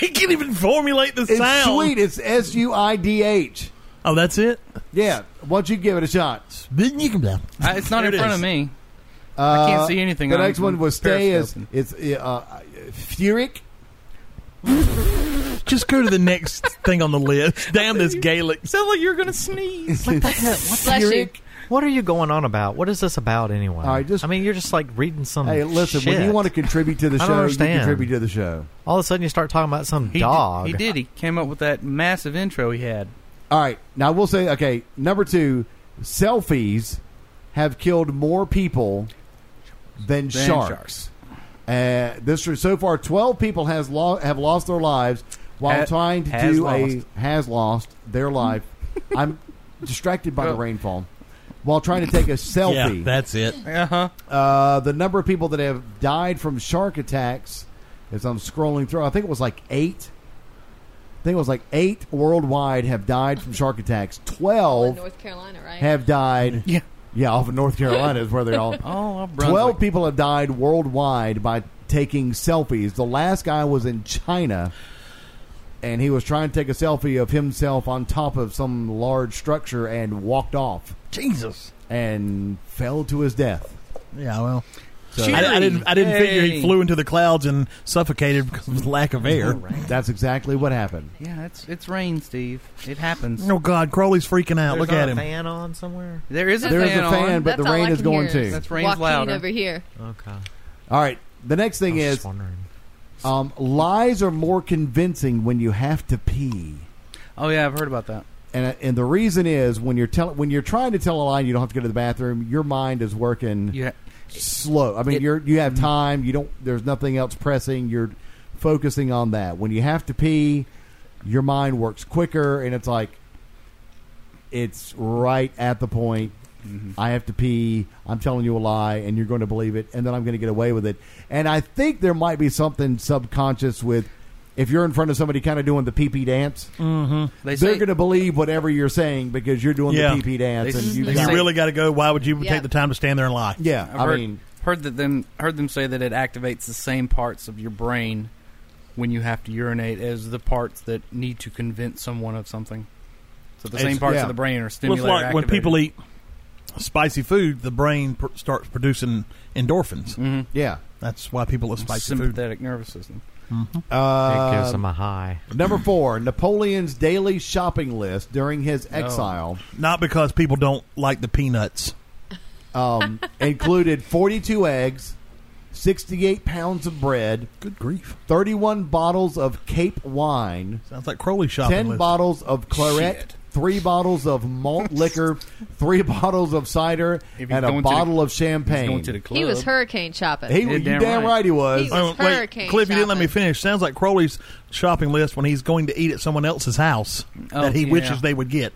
Speaker 2: He can't even formulate the
Speaker 1: It's
Speaker 2: sound.
Speaker 1: sweet. It's S U I D H.
Speaker 2: Oh, that's it?
Speaker 1: Yeah, why don't you give it a shot?
Speaker 2: I
Speaker 3: I, it's not
Speaker 2: There
Speaker 3: in
Speaker 2: it
Speaker 3: front
Speaker 2: is.
Speaker 3: of me.
Speaker 1: Uh,
Speaker 3: I can't see anything.
Speaker 1: The
Speaker 3: I'm-
Speaker 1: next one was
Speaker 3: I'm
Speaker 1: stay is
Speaker 3: periscoping.
Speaker 1: it's uh, Furic.
Speaker 2: Just go to the next thing on the list. Damn this Gaelic.
Speaker 3: Sound like you're gonna sneeze.
Speaker 4: What the heck? What,
Speaker 5: Bless you.
Speaker 4: what are you going on about? What is this about anyway?
Speaker 1: All right, just-
Speaker 4: I mean, you're just like reading some.
Speaker 1: Hey, listen,
Speaker 4: shit.
Speaker 1: when you want to contribute to the
Speaker 4: I don't
Speaker 1: show, you
Speaker 4: understand.
Speaker 1: contribute to the show.
Speaker 4: all of a sudden you start talking about some
Speaker 3: He
Speaker 4: dog.
Speaker 3: Did, he did. He came up with that massive intro he had.
Speaker 1: All right. Now we'll say okay. Number two, selfies have killed more people than,
Speaker 3: Than
Speaker 1: sharks. Uh, this year so far, twelve people has lo- have lost their lives while
Speaker 3: Ha-
Speaker 1: trying to
Speaker 3: has
Speaker 1: do
Speaker 3: lost.
Speaker 1: a has lost their life. I'm distracted by the
Speaker 3: Oh.
Speaker 1: rainfall while trying to take a selfie.
Speaker 2: Yeah, that's it.
Speaker 3: Uh huh.
Speaker 1: uh, the number of people that have died from shark attacks, as I'm scrolling through, I think it was like eight. I think it was like eight worldwide have died from shark attacks.
Speaker 5: Well, in
Speaker 1: Twelve
Speaker 5: North Carolina, right?
Speaker 1: have died.
Speaker 3: Yeah.
Speaker 1: Yeah, off of North Carolina is where they all.
Speaker 3: Oh, I'll
Speaker 1: Twelve people have died worldwide by taking selfies. The last guy was in China, and he was trying to take a selfie of himself on top of some large structure and walked off
Speaker 2: Jesus.
Speaker 1: and fell to his death.
Speaker 2: Yeah, well.
Speaker 1: So
Speaker 2: I, I didn't, I didn't figure he
Speaker 3: Hey.
Speaker 2: flew into the clouds and suffocated because of lack of air.
Speaker 1: that's exactly what happened.
Speaker 3: Yeah, it's it's rain, Steve. It happens.
Speaker 2: Oh, God. Crowley's freaking out.
Speaker 4: There's
Speaker 2: Look
Speaker 4: not
Speaker 2: at
Speaker 4: a
Speaker 2: him.
Speaker 4: Fan on somewhere.
Speaker 3: There is a
Speaker 1: There is
Speaker 3: fan
Speaker 1: a fan,
Speaker 3: on.
Speaker 1: but
Speaker 5: That's
Speaker 1: the rain
Speaker 5: all I
Speaker 1: is
Speaker 5: can
Speaker 1: going
Speaker 5: hear is
Speaker 1: too.
Speaker 3: That's rain's
Speaker 5: Joaquin
Speaker 3: louder.
Speaker 5: over here.
Speaker 4: Okay.
Speaker 1: All right. The next
Speaker 4: I
Speaker 1: thing
Speaker 4: was
Speaker 1: is
Speaker 4: just wondering.
Speaker 1: um, lies are more convincing when you have to pee.
Speaker 3: Oh yeah, I've heard about that.
Speaker 1: And, and the reason is when you're tell, when you're trying to tell a lie and you don't have to go to the bathroom, your mind is working
Speaker 3: Yeah.
Speaker 1: slow. I mean,
Speaker 3: It-
Speaker 1: you're you have time. You don't. There's nothing else pressing. You're focusing on that. When you have to pee, your mind works quicker, and it's like it's right at the point. I have to pee. I'm telling you a lie, and you're going to believe it, and then I'm going to get away with it. And I think there might be something subconscious with if you're in front of somebody, kind of doing the pee pee dance.
Speaker 2: Mm-hmm.
Speaker 3: They
Speaker 1: They're
Speaker 3: say
Speaker 1: going to believe whatever you're saying because you're doing
Speaker 2: Yeah.
Speaker 1: the pee pee dance,
Speaker 3: They-
Speaker 1: and you
Speaker 3: they
Speaker 2: You
Speaker 3: say-
Speaker 1: really,
Speaker 2: really got to go. Why would you
Speaker 5: Yeah.
Speaker 2: take the time to stand there and lie?
Speaker 1: yeah.
Speaker 3: I've
Speaker 1: I
Speaker 3: heard-
Speaker 1: mean,
Speaker 3: heard that them heard them say that it activates the same parts of your brain when you have to urinate as the parts that need to convince someone of something. So the
Speaker 2: It's-
Speaker 3: same parts
Speaker 1: yeah.
Speaker 3: of the brain are
Speaker 2: Well, it's
Speaker 3: stimulated.
Speaker 2: like when people eat spicy food, the brain pr- starts producing endorphins.
Speaker 3: hmm
Speaker 1: yeah.
Speaker 2: That's why people love spicy food. Mm-hmm.
Speaker 3: sympathetic nervous system.
Speaker 1: Uh,
Speaker 4: it gives them a high.
Speaker 1: Number four, Napoleon's daily shopping list during his
Speaker 3: No.
Speaker 1: exile
Speaker 2: Not because people don't like the peanuts.
Speaker 1: um, included 42 eggs, 68 pounds of bread,
Speaker 2: Good grief.
Speaker 1: 31 bottles of Cape wine,
Speaker 2: Sounds like Crowley shopping
Speaker 1: 10
Speaker 2: list.
Speaker 1: bottles of claret,
Speaker 3: Shit.
Speaker 1: three bottles of malt liquor, three bottles of cider,
Speaker 3: If he's
Speaker 1: and a
Speaker 3: going to
Speaker 1: bottle
Speaker 3: the-
Speaker 1: of champagne.
Speaker 3: He's going to the club.
Speaker 5: He was hurricane shopping.
Speaker 1: He-
Speaker 3: You're
Speaker 1: you damn,
Speaker 3: damn
Speaker 1: right.
Speaker 3: right.
Speaker 1: he was.
Speaker 5: He was-
Speaker 2: Oh, wait,
Speaker 5: hurricane
Speaker 2: Cliff, you didn't let me
Speaker 5: shopping.
Speaker 2: finish. Sounds like Crowley's shopping list when he's going to eat at someone else's house
Speaker 3: Oh,
Speaker 2: that he
Speaker 3: yeah.
Speaker 2: wishes they would get.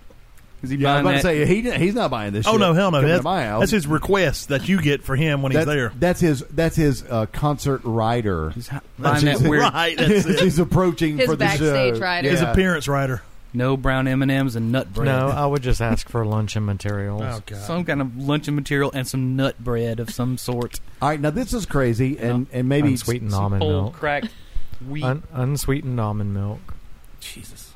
Speaker 3: Is he
Speaker 1: yeah, I'm
Speaker 3: buying
Speaker 1: about to
Speaker 3: that?
Speaker 1: say he didn't- he's not buying this.
Speaker 2: Oh
Speaker 1: shit.
Speaker 2: no, hell no!
Speaker 1: Coming to
Speaker 2: That's,
Speaker 1: my house.
Speaker 2: that's his request that you get for him when
Speaker 1: That's,
Speaker 2: he's there.
Speaker 1: that's his. That's his uh, concert rider.
Speaker 3: He's ha- buying
Speaker 1: That's
Speaker 3: that weird
Speaker 2: Right, that's it.
Speaker 1: He's approaching
Speaker 5: His
Speaker 1: for the
Speaker 5: backstage
Speaker 1: show.
Speaker 5: rider.
Speaker 2: His
Speaker 1: Yeah.
Speaker 2: appearance writer.
Speaker 3: no brown M and M's and nut bread.
Speaker 4: No, I would just ask for luncheon materials.
Speaker 2: Oh,
Speaker 3: some kind of luncheon material and some nut bread of some sort.
Speaker 1: All right, now this is crazy, and and maybe
Speaker 4: unsweetened
Speaker 3: some
Speaker 4: almond
Speaker 3: whole
Speaker 4: milk.
Speaker 3: cracked wheat.
Speaker 4: Un- unsweetened almond milk.
Speaker 3: Jesus.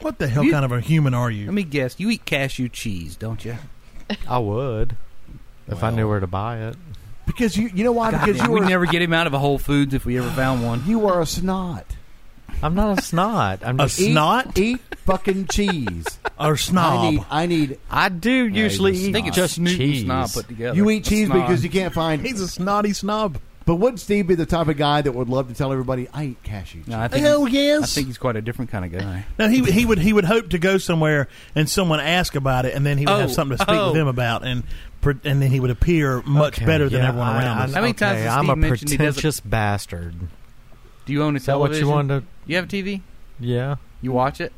Speaker 2: What the hell
Speaker 3: You-
Speaker 2: kind of a human are
Speaker 3: Let
Speaker 2: you?
Speaker 3: me guess. You eat cashew cheese, don't you?
Speaker 4: I would if I knew where to buy it.
Speaker 1: because you you know why because you
Speaker 3: we
Speaker 1: were
Speaker 3: never get him out of a Whole Foods if we ever found one.
Speaker 1: you are a snot.
Speaker 4: I'm not a snot. I'm
Speaker 2: A
Speaker 4: just.
Speaker 1: Eat-
Speaker 2: snot
Speaker 1: Eat fucking cheese.
Speaker 2: or
Speaker 1: I need
Speaker 2: snob?
Speaker 1: I need.
Speaker 4: I do usually
Speaker 1: he's a
Speaker 4: eat
Speaker 1: snot. I think it's
Speaker 4: just
Speaker 3: Snoot
Speaker 4: cheese.
Speaker 3: and snob put together.
Speaker 1: You eat cheese
Speaker 3: Snob.
Speaker 1: because you can't find.
Speaker 2: He's a snotty snob.
Speaker 1: But would Steve be the type of guy that would love to tell everybody I eat cashew cheese?
Speaker 3: No, I think.
Speaker 2: Hell
Speaker 3: I
Speaker 2: yes.
Speaker 3: think he's quite a different kind of guy.
Speaker 2: No, he he would he would hope to go somewhere and someone ask about it, and then he would have
Speaker 3: Oh,
Speaker 2: something to speak
Speaker 3: oh.
Speaker 2: with him about, and pr- and then he would appear much
Speaker 4: Okay,
Speaker 2: better than
Speaker 4: yeah,
Speaker 2: everyone
Speaker 4: I-
Speaker 2: around
Speaker 4: I-
Speaker 2: us.
Speaker 3: How many times
Speaker 4: okay,
Speaker 3: has
Speaker 4: I'm a
Speaker 3: Steve mentioned he doesn't-
Speaker 4: pretentious bastard.
Speaker 3: Do you own a
Speaker 4: Is that what
Speaker 3: television?
Speaker 4: you wanted? To,
Speaker 3: You have a TV?
Speaker 4: yeah.
Speaker 3: You watch it?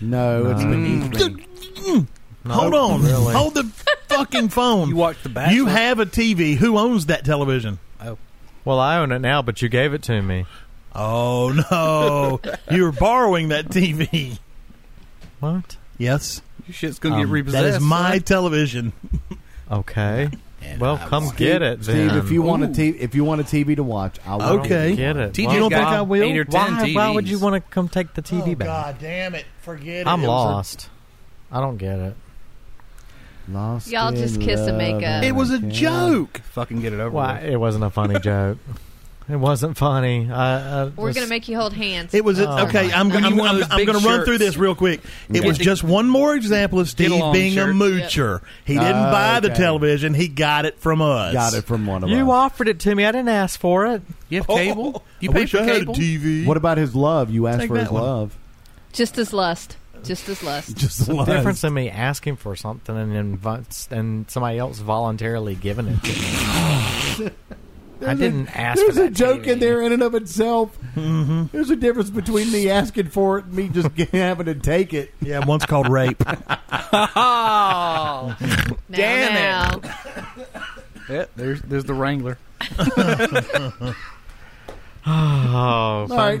Speaker 1: No, it's
Speaker 4: No.
Speaker 1: been
Speaker 3: Mm.
Speaker 1: evening.
Speaker 4: No,
Speaker 2: Hold on,
Speaker 4: Really?
Speaker 2: hold the fucking phone.
Speaker 3: You
Speaker 2: You,
Speaker 3: watch the Bachelor?
Speaker 2: have a TV. Who owns that television?
Speaker 4: Well, I own it now, but you gave it to me.
Speaker 2: Oh no! You're borrowing that TV.
Speaker 4: What?
Speaker 2: Yes,
Speaker 3: Your shit's gonna
Speaker 4: Um,
Speaker 3: get
Speaker 4: that
Speaker 3: repossessed.
Speaker 2: that is my
Speaker 3: son.
Speaker 2: television.
Speaker 4: Okay.
Speaker 2: And
Speaker 4: Well,
Speaker 2: I
Speaker 4: come
Speaker 2: want-
Speaker 4: get it,
Speaker 1: Steve.
Speaker 4: then.
Speaker 1: If you want a
Speaker 3: Ooh.
Speaker 1: t- if you want a TV to watch, I will.
Speaker 2: Okay.
Speaker 4: Get it.
Speaker 2: T-
Speaker 4: Well,
Speaker 2: you don't
Speaker 4: why-
Speaker 2: think I will?
Speaker 3: Eight or ten
Speaker 4: Why, why would you
Speaker 3: TVs.
Speaker 4: want to come take the TV
Speaker 2: oh,
Speaker 4: back?
Speaker 2: God damn it! Forget it.
Speaker 4: I'm
Speaker 2: It was a-
Speaker 4: lost. I don't get it.
Speaker 1: Lost
Speaker 5: Y'all just
Speaker 1: in
Speaker 5: kiss and
Speaker 1: love
Speaker 5: make up.
Speaker 1: and
Speaker 2: It was a
Speaker 1: can't-
Speaker 2: joke.
Speaker 3: Fucking get it over.
Speaker 4: Why?
Speaker 3: with.
Speaker 4: It wasn't a funny joke. It wasn't funny. I, I
Speaker 5: We're
Speaker 4: just-
Speaker 5: gonna make you hold hands.
Speaker 2: It was a,
Speaker 4: Oh,
Speaker 2: okay.
Speaker 4: my.
Speaker 2: I'm,
Speaker 3: When
Speaker 2: I'm,
Speaker 3: you
Speaker 2: I'm,
Speaker 3: want those
Speaker 2: I'm
Speaker 3: big
Speaker 2: going to run through
Speaker 3: shirts.
Speaker 2: this real quick. It
Speaker 3: Yeah.
Speaker 2: was just one more example of Steve
Speaker 3: along
Speaker 2: being a
Speaker 3: shirt.
Speaker 2: moocher. He didn't
Speaker 1: Oh,
Speaker 2: buy the
Speaker 1: okay.
Speaker 2: television. He got it from us.
Speaker 1: Got it from one of
Speaker 4: You
Speaker 1: us.
Speaker 4: offered it to me. I didn't ask for it.
Speaker 3: You have
Speaker 2: Oh,
Speaker 3: cable? You
Speaker 2: I
Speaker 3: pay
Speaker 2: wish
Speaker 3: for
Speaker 2: I had a
Speaker 3: cable?
Speaker 2: TV.
Speaker 1: What about his love? You asked
Speaker 2: Take
Speaker 1: for his
Speaker 2: that one.
Speaker 1: love.
Speaker 5: just as lust. Just as lust.
Speaker 1: Just
Speaker 4: The difference in me asking for something and invites and somebody else voluntarily giving it. to me. I didn't ask.
Speaker 1: There's
Speaker 4: for
Speaker 1: a
Speaker 4: that
Speaker 1: joke in
Speaker 4: TV.
Speaker 1: there in and of itself. There's a difference between me asking for it and me just having to take it.
Speaker 2: Yeah, one's called rape.
Speaker 3: Oh,
Speaker 5: Now,
Speaker 3: Damn
Speaker 5: now.
Speaker 3: yeah, there's there's the Wrangler.
Speaker 4: Oh, fun
Speaker 1: All right,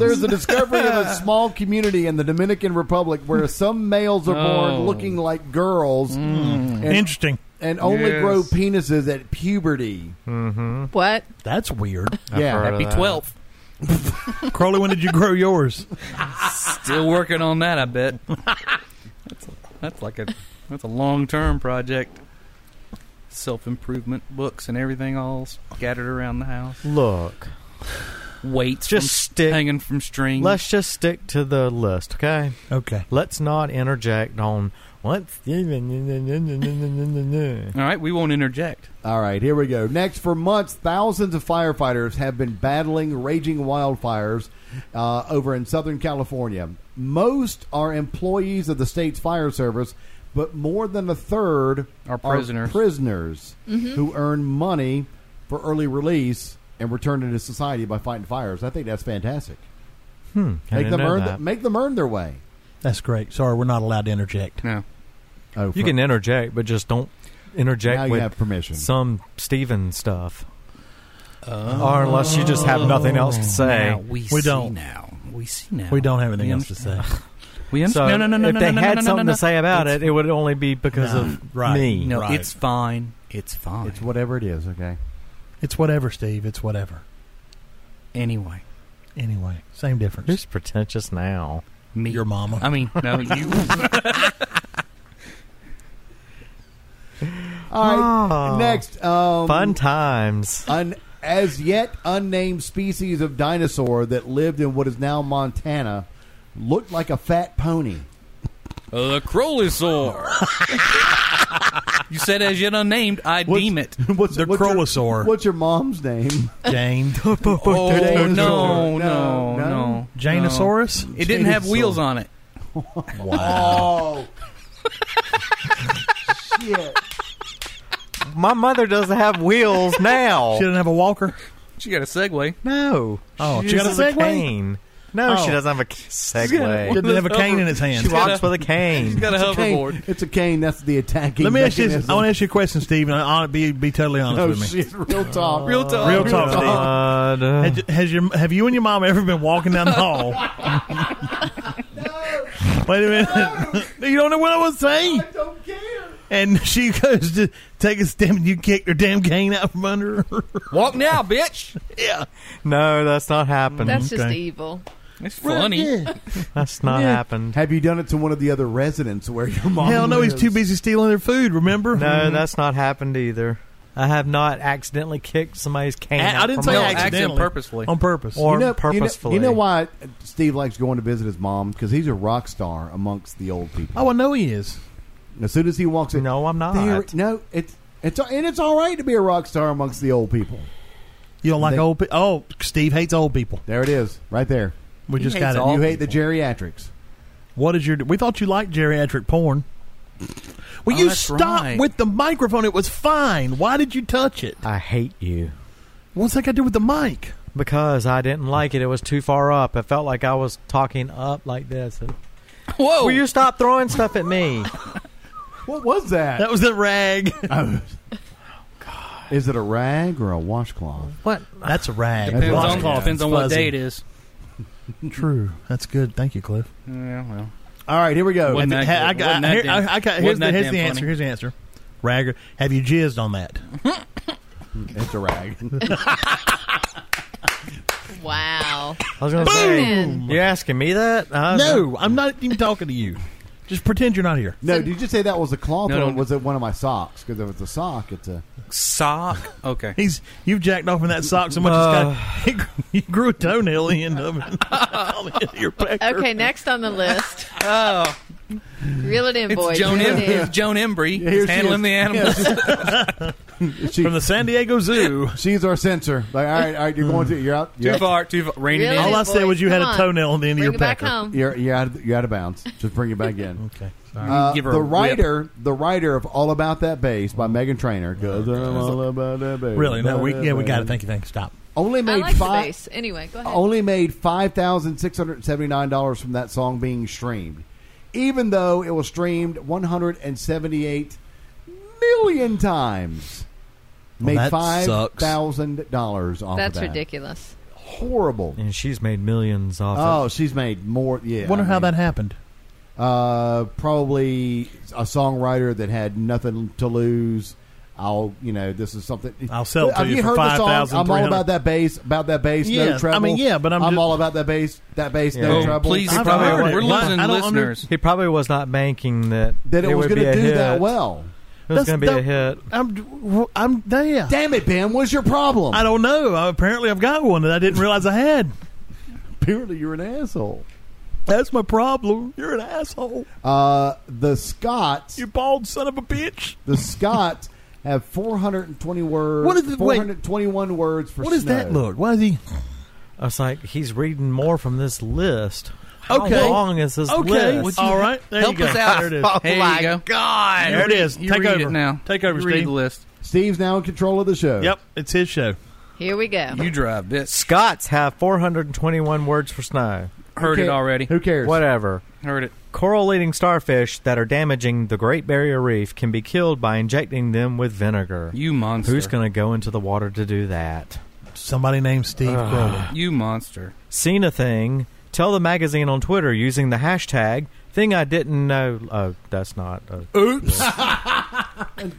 Speaker 1: next. There's the discovery of a small community in the Dominican Republic where some males are born
Speaker 3: Oh.
Speaker 1: looking like girls and,
Speaker 2: Interesting.
Speaker 1: and only
Speaker 3: Yes.
Speaker 1: grow penises at puberty.
Speaker 4: mm-hmm.
Speaker 5: What?
Speaker 2: That's weird.
Speaker 4: I've
Speaker 1: Yeah.
Speaker 4: heard of
Speaker 3: Happy
Speaker 4: that.
Speaker 3: twelfth.
Speaker 2: Crowley, when did you grow yours?
Speaker 3: Still working on that, I bet. that's, a, that's like a that's a long term project. Self improvement books and everything all scattered around the house.
Speaker 4: Look,
Speaker 3: Weights
Speaker 4: just
Speaker 3: from-
Speaker 4: stick.
Speaker 3: hanging from strings.
Speaker 4: Let's just stick to the list, okay?
Speaker 2: Okay.
Speaker 4: Let's not interject on what's.
Speaker 3: all right, we won't interject.
Speaker 1: All right, here we go. Next, for months, thousands of firefighters have been battling raging wildfires uh, over in Southern California. Most are employees of the state's fire service, but more than a third
Speaker 3: Are prisoners.
Speaker 1: prisoners who earn money for early release and return into society by fighting fires. I think that's fantastic.
Speaker 4: Hmm, I
Speaker 1: Make
Speaker 4: didn't
Speaker 1: them
Speaker 4: know
Speaker 1: earn.
Speaker 4: that.
Speaker 1: th- make them earn their way.
Speaker 2: That's great. Sorry, we're not allowed to interject.
Speaker 3: No,
Speaker 1: Oh,
Speaker 4: You
Speaker 1: for-
Speaker 4: can interject, but just don't
Speaker 1: now
Speaker 4: interject
Speaker 1: you
Speaker 4: with
Speaker 1: have permission.
Speaker 4: some Steven stuff. Or unless you just have nothing else to Oh, say.
Speaker 3: Oh. Now
Speaker 2: We
Speaker 3: we, see
Speaker 2: don't.
Speaker 3: now. We see now.
Speaker 2: We don't have anything
Speaker 3: We
Speaker 2: else to say.
Speaker 3: We
Speaker 4: So
Speaker 3: understand. no, no, no, no,
Speaker 4: if
Speaker 3: no,
Speaker 4: they
Speaker 3: no, no,
Speaker 4: had
Speaker 3: no, no,
Speaker 4: something
Speaker 3: no,
Speaker 4: to say about
Speaker 2: It's-
Speaker 4: it, it would only be because
Speaker 2: No,
Speaker 4: of
Speaker 2: right.
Speaker 4: me.
Speaker 3: No,
Speaker 2: Right.
Speaker 3: it's fine. It's fine.
Speaker 1: it's whatever it is. Okay.
Speaker 2: It's whatever, Steve. It's whatever.
Speaker 3: anyway.
Speaker 2: Anyway, same difference.
Speaker 4: Who's pretentious now?
Speaker 3: Me.
Speaker 2: Your mama.
Speaker 3: I mean, no, you.
Speaker 1: All right.
Speaker 4: Oh.
Speaker 1: Next, um,
Speaker 4: Fun times.
Speaker 1: an as yet unnamed species of dinosaur that lived in what is now Montana looked like a fat pony.
Speaker 3: The Crolosaur. you said as yet unnamed. I
Speaker 1: What's-
Speaker 3: deem it.
Speaker 1: What's
Speaker 2: The
Speaker 1: what's your-
Speaker 2: Crolosaur.
Speaker 1: what's your mom's name?
Speaker 2: Jane.
Speaker 3: Oh no,
Speaker 1: Dinosaur.
Speaker 3: no,
Speaker 1: No,
Speaker 3: no,
Speaker 1: no.
Speaker 2: Janosaurus?
Speaker 3: It didn't have wheels on it.
Speaker 1: Wow. Shit.
Speaker 4: My mother doesn't have wheels now.
Speaker 2: She didn't have a walker.
Speaker 3: She got a Segway.
Speaker 4: no.
Speaker 2: Oh, she got a
Speaker 4: uses
Speaker 2: Segway?
Speaker 4: cane. No,
Speaker 2: Oh.
Speaker 4: she doesn't have a c- Segway.
Speaker 2: Didn't have a cane in his hand.
Speaker 4: She walks
Speaker 3: got a-
Speaker 4: with a cane.
Speaker 3: She's got a
Speaker 1: Cane.
Speaker 3: hoverboard.
Speaker 1: It's a cane. That's the attacking.
Speaker 2: Let me ask you. This. I
Speaker 1: mechanism.
Speaker 2: want to ask you a question, Steve. And I'll be be totally honest
Speaker 1: Oh
Speaker 2: with me.
Speaker 1: shit! Real talk.
Speaker 3: Real talk.
Speaker 2: Real talk, Steve.
Speaker 4: Oh, God.
Speaker 2: Has, y- has your have you and your mom ever been walking down the hall? Wait a minent. you don't know what I was saying.
Speaker 1: don't care.
Speaker 2: And she goes to take a step, and you kick her damn cane out from under her.
Speaker 3: Walk now, bitch.
Speaker 2: yeah,
Speaker 4: No, that's not happened.
Speaker 5: That's
Speaker 4: That's,
Speaker 5: just
Speaker 2: Okay.
Speaker 5: evil.
Speaker 3: It's funny.
Speaker 4: not
Speaker 2: Yeah.
Speaker 4: happened.
Speaker 1: Have you done it to one of the other residents where your mom?
Speaker 2: Hell no, he's too busy stealing their food. Remember? Mm-hmm.
Speaker 4: No, that's not happened either. I have not accidentally kicked somebody's cane.
Speaker 2: I- I
Speaker 4: out
Speaker 2: didn't
Speaker 4: from
Speaker 2: say
Speaker 3: No,
Speaker 4: under-
Speaker 2: accident.
Speaker 3: accident purposely.
Speaker 2: on purpose.
Speaker 4: Or
Speaker 1: You know- you know-
Speaker 4: purposefully.
Speaker 1: You know, why Steve likes going to visit his mom because he's a rock star amongst the old people.
Speaker 2: oh, I know he is.
Speaker 1: As soon as he walks in,
Speaker 4: No, I'm not.
Speaker 1: There- no, it's it's and it's all right to be a rock star amongst the old people.
Speaker 2: You don't like
Speaker 1: They-
Speaker 2: old people. Oh, Steve hates old people.
Speaker 1: There it is, right there.
Speaker 2: We
Speaker 3: He
Speaker 2: just
Speaker 3: hates
Speaker 2: got it.
Speaker 3: all-
Speaker 1: you hate the geriatrics.
Speaker 2: What is your? We thought you liked geriatric porn. Well,
Speaker 3: Oh,
Speaker 2: you
Speaker 3: that's
Speaker 2: stopped
Speaker 3: right.
Speaker 2: with the microphone. It was fine. Why did you touch it?
Speaker 4: I hate you.
Speaker 2: What's that got to do with the mic?
Speaker 4: Because I didn't like it. It was too far up. It felt like I was talking up like this.
Speaker 3: Whoa.
Speaker 4: Will you stop throwing stuff at me?
Speaker 1: What was that?
Speaker 2: That was the rag.
Speaker 1: Oh, Is it a rag or a washcloth?
Speaker 4: What?
Speaker 2: That's a rag.
Speaker 3: Depends
Speaker 2: That's
Speaker 3: on,
Speaker 2: washcloth.
Speaker 3: depends on
Speaker 2: It's
Speaker 3: what
Speaker 2: fuzzy.
Speaker 3: day it is.
Speaker 2: True. That's good. Thank you, Cliff.
Speaker 3: Yeah, well,
Speaker 1: All right, here we go.
Speaker 3: Wasn't
Speaker 2: Hey,
Speaker 3: that good?
Speaker 2: I got,
Speaker 3: Wasn't that
Speaker 2: here-
Speaker 3: damn-
Speaker 2: I- I got- here's
Speaker 3: wasn't
Speaker 2: the,
Speaker 3: that
Speaker 2: here's the
Speaker 3: damn
Speaker 2: answer.
Speaker 3: funny?
Speaker 2: Here's the answer. Ragger, have you jizzed on that?
Speaker 1: It's a rag.
Speaker 5: Wow.
Speaker 4: I was going to say. You're asking me that? I
Speaker 1: Uh,
Speaker 4: was-
Speaker 2: no, I'm not even talking to you. Just pretend you're not here.
Speaker 1: No, did you say that was a cloth
Speaker 3: No,
Speaker 1: or
Speaker 3: no.
Speaker 1: was it one of my socks? Because if it's a sock, it's a.
Speaker 3: sock. Okay.
Speaker 2: He's you've jacked off in that sock so much.
Speaker 4: Uh.
Speaker 2: it's got, he, grew a toenail in of it. on the end of your pecker.
Speaker 5: Okay, next on the list.
Speaker 3: Oh,
Speaker 5: Reel it in,
Speaker 3: it's
Speaker 5: boys.
Speaker 3: Joan.
Speaker 5: Reel
Speaker 3: Em-
Speaker 5: it in.
Speaker 3: it's Joan Embry
Speaker 1: Yeah, here she is.
Speaker 3: handling the animals.
Speaker 1: Yeah, she-
Speaker 2: from the San Diego Zoo.
Speaker 1: she's our censor. Like, all right, all right, you're going to. You're out. You're
Speaker 3: Too
Speaker 1: out,
Speaker 3: far. Too far. Raining
Speaker 5: Really?
Speaker 2: All I said was you had
Speaker 5: Come
Speaker 2: a
Speaker 5: on.
Speaker 2: toenail on the end
Speaker 5: Bring
Speaker 2: of your
Speaker 5: it back
Speaker 2: pecker.
Speaker 5: home.
Speaker 1: you're, you're, out of, you're out of bounds. Just bring it back in.
Speaker 2: Okay.
Speaker 1: Uh,
Speaker 3: Give her
Speaker 1: the
Speaker 3: a whip.
Speaker 1: writer, the writer of All About That Bass by Megan Trainor. Cause I'm all about that bass.
Speaker 2: Really? No,
Speaker 1: about
Speaker 2: we
Speaker 1: that
Speaker 2: yeah, we
Speaker 1: bass.
Speaker 2: got it. Thank you. Thank you. Stop.
Speaker 1: Only
Speaker 5: I
Speaker 1: made
Speaker 5: like the
Speaker 1: five.
Speaker 5: bass. Anyway, go ahead.
Speaker 1: Only made five thousand six hundred seventy nine dollars from that song being streamed, even though it was streamed one hundred and seventy eight million times.
Speaker 2: Well,
Speaker 1: Made
Speaker 2: that
Speaker 1: five
Speaker 2: sucks.
Speaker 1: thousand dollars off
Speaker 5: That's
Speaker 1: of that.
Speaker 5: ridiculous.
Speaker 1: Horrible.
Speaker 4: And she's made millions off
Speaker 1: Oh,
Speaker 4: it.
Speaker 1: she's made more. Yeah.
Speaker 2: Wonder
Speaker 1: I
Speaker 2: how
Speaker 1: mean-
Speaker 2: that happened.
Speaker 1: Uh, probably a songwriter that had nothing to lose. I'll, you know, this is something.
Speaker 2: I'll sell it to
Speaker 1: Have
Speaker 2: you
Speaker 1: you
Speaker 2: for
Speaker 1: heard the song? I'm all
Speaker 2: 5,300.
Speaker 1: about that bass, about that bass,
Speaker 2: Yeah,
Speaker 1: no treble.
Speaker 2: I mean, yeah, but I'm just-
Speaker 1: all about that bass, that bass, no
Speaker 4: Yeah.
Speaker 3: Oh,
Speaker 1: treble.
Speaker 3: please,
Speaker 2: I've
Speaker 3: probably
Speaker 2: heard it.
Speaker 3: we're
Speaker 2: Why-
Speaker 3: losing
Speaker 2: I don't under-
Speaker 3: listeners.
Speaker 4: He probably was not banking that
Speaker 1: that it was
Speaker 4: would
Speaker 1: going to
Speaker 4: be a
Speaker 1: do that
Speaker 4: hit.
Speaker 1: well.
Speaker 4: It was
Speaker 2: That's
Speaker 4: going to be
Speaker 2: the-
Speaker 4: a hit.
Speaker 2: I'm I'm yeah.
Speaker 1: Damn it, Ben! What's your problem?
Speaker 2: I don't know. Uh, apparently, I've got one that I didn't realize I had.
Speaker 1: Apparently, you're an asshole.
Speaker 2: That's my problem. You're an asshole.
Speaker 1: Uh, the Scots,
Speaker 2: You bald son of a bitch.
Speaker 1: the Scots have 420 words.
Speaker 2: What is the- wait.
Speaker 1: 421 words for
Speaker 2: What is
Speaker 1: snow.
Speaker 2: that look? Why is he?
Speaker 4: I was like, he's reading more from this list. How
Speaker 2: Okay.
Speaker 4: long is this
Speaker 2: Okay.
Speaker 4: list?
Speaker 2: All right. There
Speaker 3: Help
Speaker 2: you go.
Speaker 3: us out.
Speaker 2: There it is.
Speaker 3: Oh Here you my go.
Speaker 2: God. There it is.
Speaker 3: You
Speaker 2: Take
Speaker 3: read
Speaker 2: over
Speaker 3: it now.
Speaker 2: Take over,
Speaker 3: you
Speaker 2: Steve.
Speaker 3: Read the list.
Speaker 1: Steve's now in control of the show.
Speaker 2: Yep. It's his show.
Speaker 5: Here we go.
Speaker 3: You drive, bitch.
Speaker 4: Scots have 421 words for snow.
Speaker 3: Heard it
Speaker 1: Okay.
Speaker 3: already.
Speaker 1: Who cares?
Speaker 4: Whatever.
Speaker 3: Heard it.
Speaker 4: Coral-eating starfish that are damaging the Great Barrier Reef can be killed by injecting them with vinegar.
Speaker 3: You monster.
Speaker 4: Who's going to go into the water to do that?
Speaker 2: Somebody named Steve Crowley.
Speaker 3: You monster.
Speaker 4: Seen a thing? Tell the magazine on Twitter using the hashtag thing I didn't know. Oh, that's not. uh,
Speaker 3: Oops.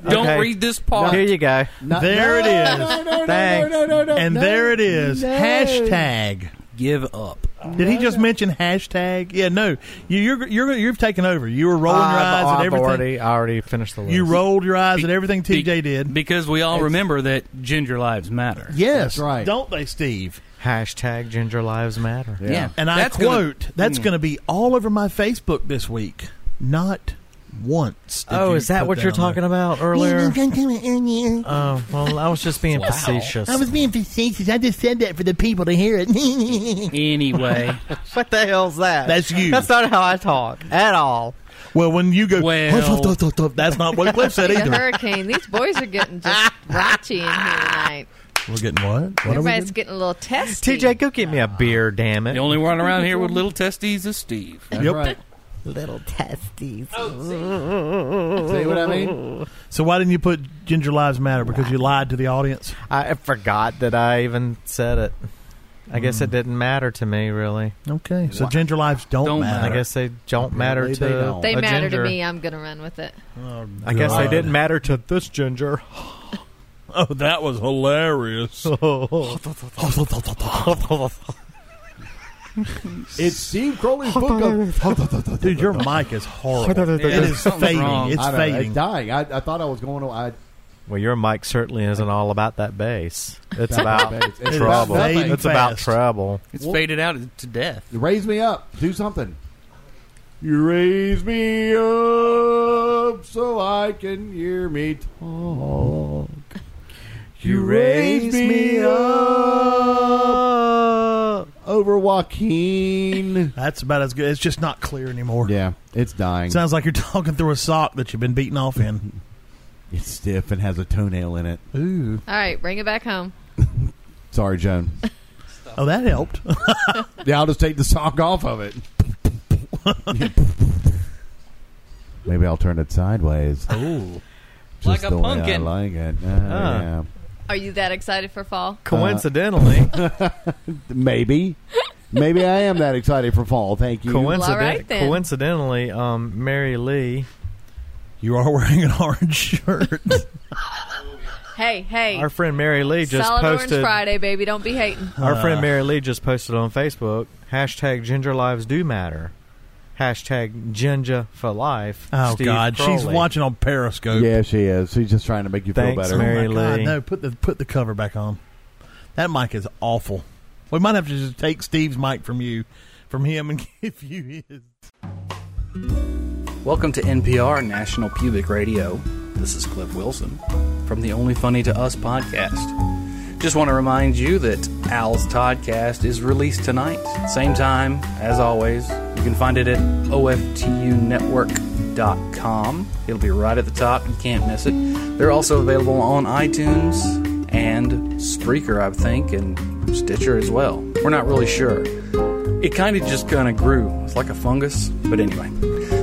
Speaker 3: Don't
Speaker 4: Okay.
Speaker 3: read this part.
Speaker 4: here you go.
Speaker 1: Not-
Speaker 2: There it
Speaker 1: No,
Speaker 2: is.
Speaker 1: no, no, no,
Speaker 4: Thanks.
Speaker 1: no, no, no,
Speaker 2: And
Speaker 1: no.
Speaker 2: there it is.
Speaker 1: No.
Speaker 2: Hashtag.
Speaker 3: Give up.
Speaker 2: Did he just mention hashtag? Yeah, no. You, you're you're you've taken over. You were rolling your eyes
Speaker 4: I've,
Speaker 2: at
Speaker 4: I've
Speaker 2: everything.
Speaker 4: already, I already finished the list.
Speaker 2: You rolled your eyes at everything
Speaker 3: Be-
Speaker 2: TJ did.
Speaker 3: Because we all remember that ginger lives matter.
Speaker 2: yes,
Speaker 1: That's right.
Speaker 2: Don't they, Steve?
Speaker 4: hashtag Ginger Lives Matter.
Speaker 1: Yeah.
Speaker 2: And I
Speaker 3: That's gonna-
Speaker 2: quote, "That's
Speaker 4: Hmm.
Speaker 3: Mm.
Speaker 2: going to be all over my Facebook this week." Not once. did
Speaker 4: Oh,
Speaker 2: you
Speaker 4: is that
Speaker 2: put
Speaker 4: what you're
Speaker 2: on there.
Speaker 4: talking about earlier? Oh, well, I was just being
Speaker 3: Wow.
Speaker 4: facetious.
Speaker 2: being facetious. I just said that for the people to hear it.
Speaker 3: Anyway,
Speaker 4: what the hell's that?
Speaker 2: That's you. That's
Speaker 4: not how I talk at all.
Speaker 2: well, when you go,
Speaker 3: Well-
Speaker 2: "Huff, huff, huff, huff, huff," that's not what Cliff said
Speaker 5: See the
Speaker 2: either.
Speaker 5: hurricane. These boys are getting just raunchy in here tonight.
Speaker 2: We're getting what? What are we
Speaker 5: Everybody's
Speaker 2: getting?
Speaker 5: getting a little testy.
Speaker 4: TJ, go get me a beer, damn it.
Speaker 3: the only one around here with little testes is Steve.
Speaker 1: That's
Speaker 2: Yep.
Speaker 1: right.
Speaker 6: little testes.
Speaker 1: See what I mean?
Speaker 2: So why didn't you put Ginger Lives Matter? Because you lied to the audience.
Speaker 4: I forgot that I even said it. I guess it didn't matter to me, really.
Speaker 2: Okay. So Ginger Lives don't,
Speaker 3: Don't
Speaker 2: matter.
Speaker 4: I guess they don't matter
Speaker 1: Apparently
Speaker 4: to
Speaker 1: they don't.
Speaker 5: They
Speaker 4: a
Speaker 5: matter
Speaker 4: ginger.
Speaker 5: to me. I'm gonna run with it.
Speaker 2: Oh,
Speaker 4: I guess they
Speaker 2: God.
Speaker 4: didn't matter to this ginger.
Speaker 2: Oh, that was hilarious.
Speaker 1: It's Steve Crowley's book of.
Speaker 2: Dude, your mic is horrible. It is
Speaker 3: Something's
Speaker 2: fading.
Speaker 3: wrong.
Speaker 2: It's
Speaker 1: I don't know,
Speaker 2: fading.
Speaker 1: dying. I, I thought I was going to. I,
Speaker 4: well, your mic certainly isn't all about that bass. It's
Speaker 1: about
Speaker 4: about
Speaker 1: that bass. It's about
Speaker 4: trouble.
Speaker 1: nothing.
Speaker 4: It's about
Speaker 2: Fast.
Speaker 4: trouble.
Speaker 3: It's faded out to death.
Speaker 1: raise me up. Do something. You raise me up so I can hear me talk. You raise me up over Joaquin.
Speaker 2: That's about as good. It's just not clear anymore.
Speaker 1: yeah, it's dying.
Speaker 2: Sounds like you're talking through a sock that you've been beaten off in.
Speaker 1: It's stiff and has a toenail in it.
Speaker 2: Ooh.
Speaker 5: All right, bring it back home.
Speaker 1: Sorry, Joan.
Speaker 2: Oh, that helped.
Speaker 1: Yeah, I'll just take the sock off of it. Maybe I'll turn it sideways.
Speaker 2: Ooh.
Speaker 3: Like a
Speaker 1: the way I
Speaker 3: pumpkin.
Speaker 1: like it. Uh,
Speaker 4: Ah.
Speaker 1: yeah.
Speaker 5: Are you that excited for fall?
Speaker 4: Coincidentally,
Speaker 7: Maybe. Maybe I am that excited for fall. Thank you.
Speaker 5: all
Speaker 4: coincidentally,
Speaker 5: right then.
Speaker 4: coincidentally, um, Mary Lee,
Speaker 2: You are wearing an orange shirt.
Speaker 5: Hey, hey.
Speaker 4: our friend Mary Lee just
Speaker 5: Solid
Speaker 4: posted.
Speaker 5: Orange Friday, baby. Don't be hating.
Speaker 4: Our
Speaker 2: Uh,
Speaker 4: friend Mary Lee just posted on Facebook hashtag Ginger Lives Do Matter, hashtag Ginger for Life.
Speaker 2: Oh
Speaker 4: Steve
Speaker 2: God, she's
Speaker 4: Crowley.
Speaker 2: watching on Periscope.
Speaker 7: Yeah, she is. She's just trying to make you feel
Speaker 4: Thanks,
Speaker 7: better.
Speaker 2: Oh, my
Speaker 4: Mary
Speaker 2: God,
Speaker 4: Lee.
Speaker 2: no, put the put the cover back on. That mic is awful. We might have to just take Steve's mic from you, from him, and give you his.
Speaker 3: Welcome to NPR National Pubic Radio. This is Cliff Wilson from the Only Funny to Us podcast. Just want to remind you that Al's Toddcast is released tonight, same time, as always. You can find it at OFTUnetwork.com. It'll be right at the top, you can't miss it. They're also available on iTunes and Spreaker, I think, and Stitcher as well. We're not really sure. It kind of just kind of grew. It's like a fungus. But anyway,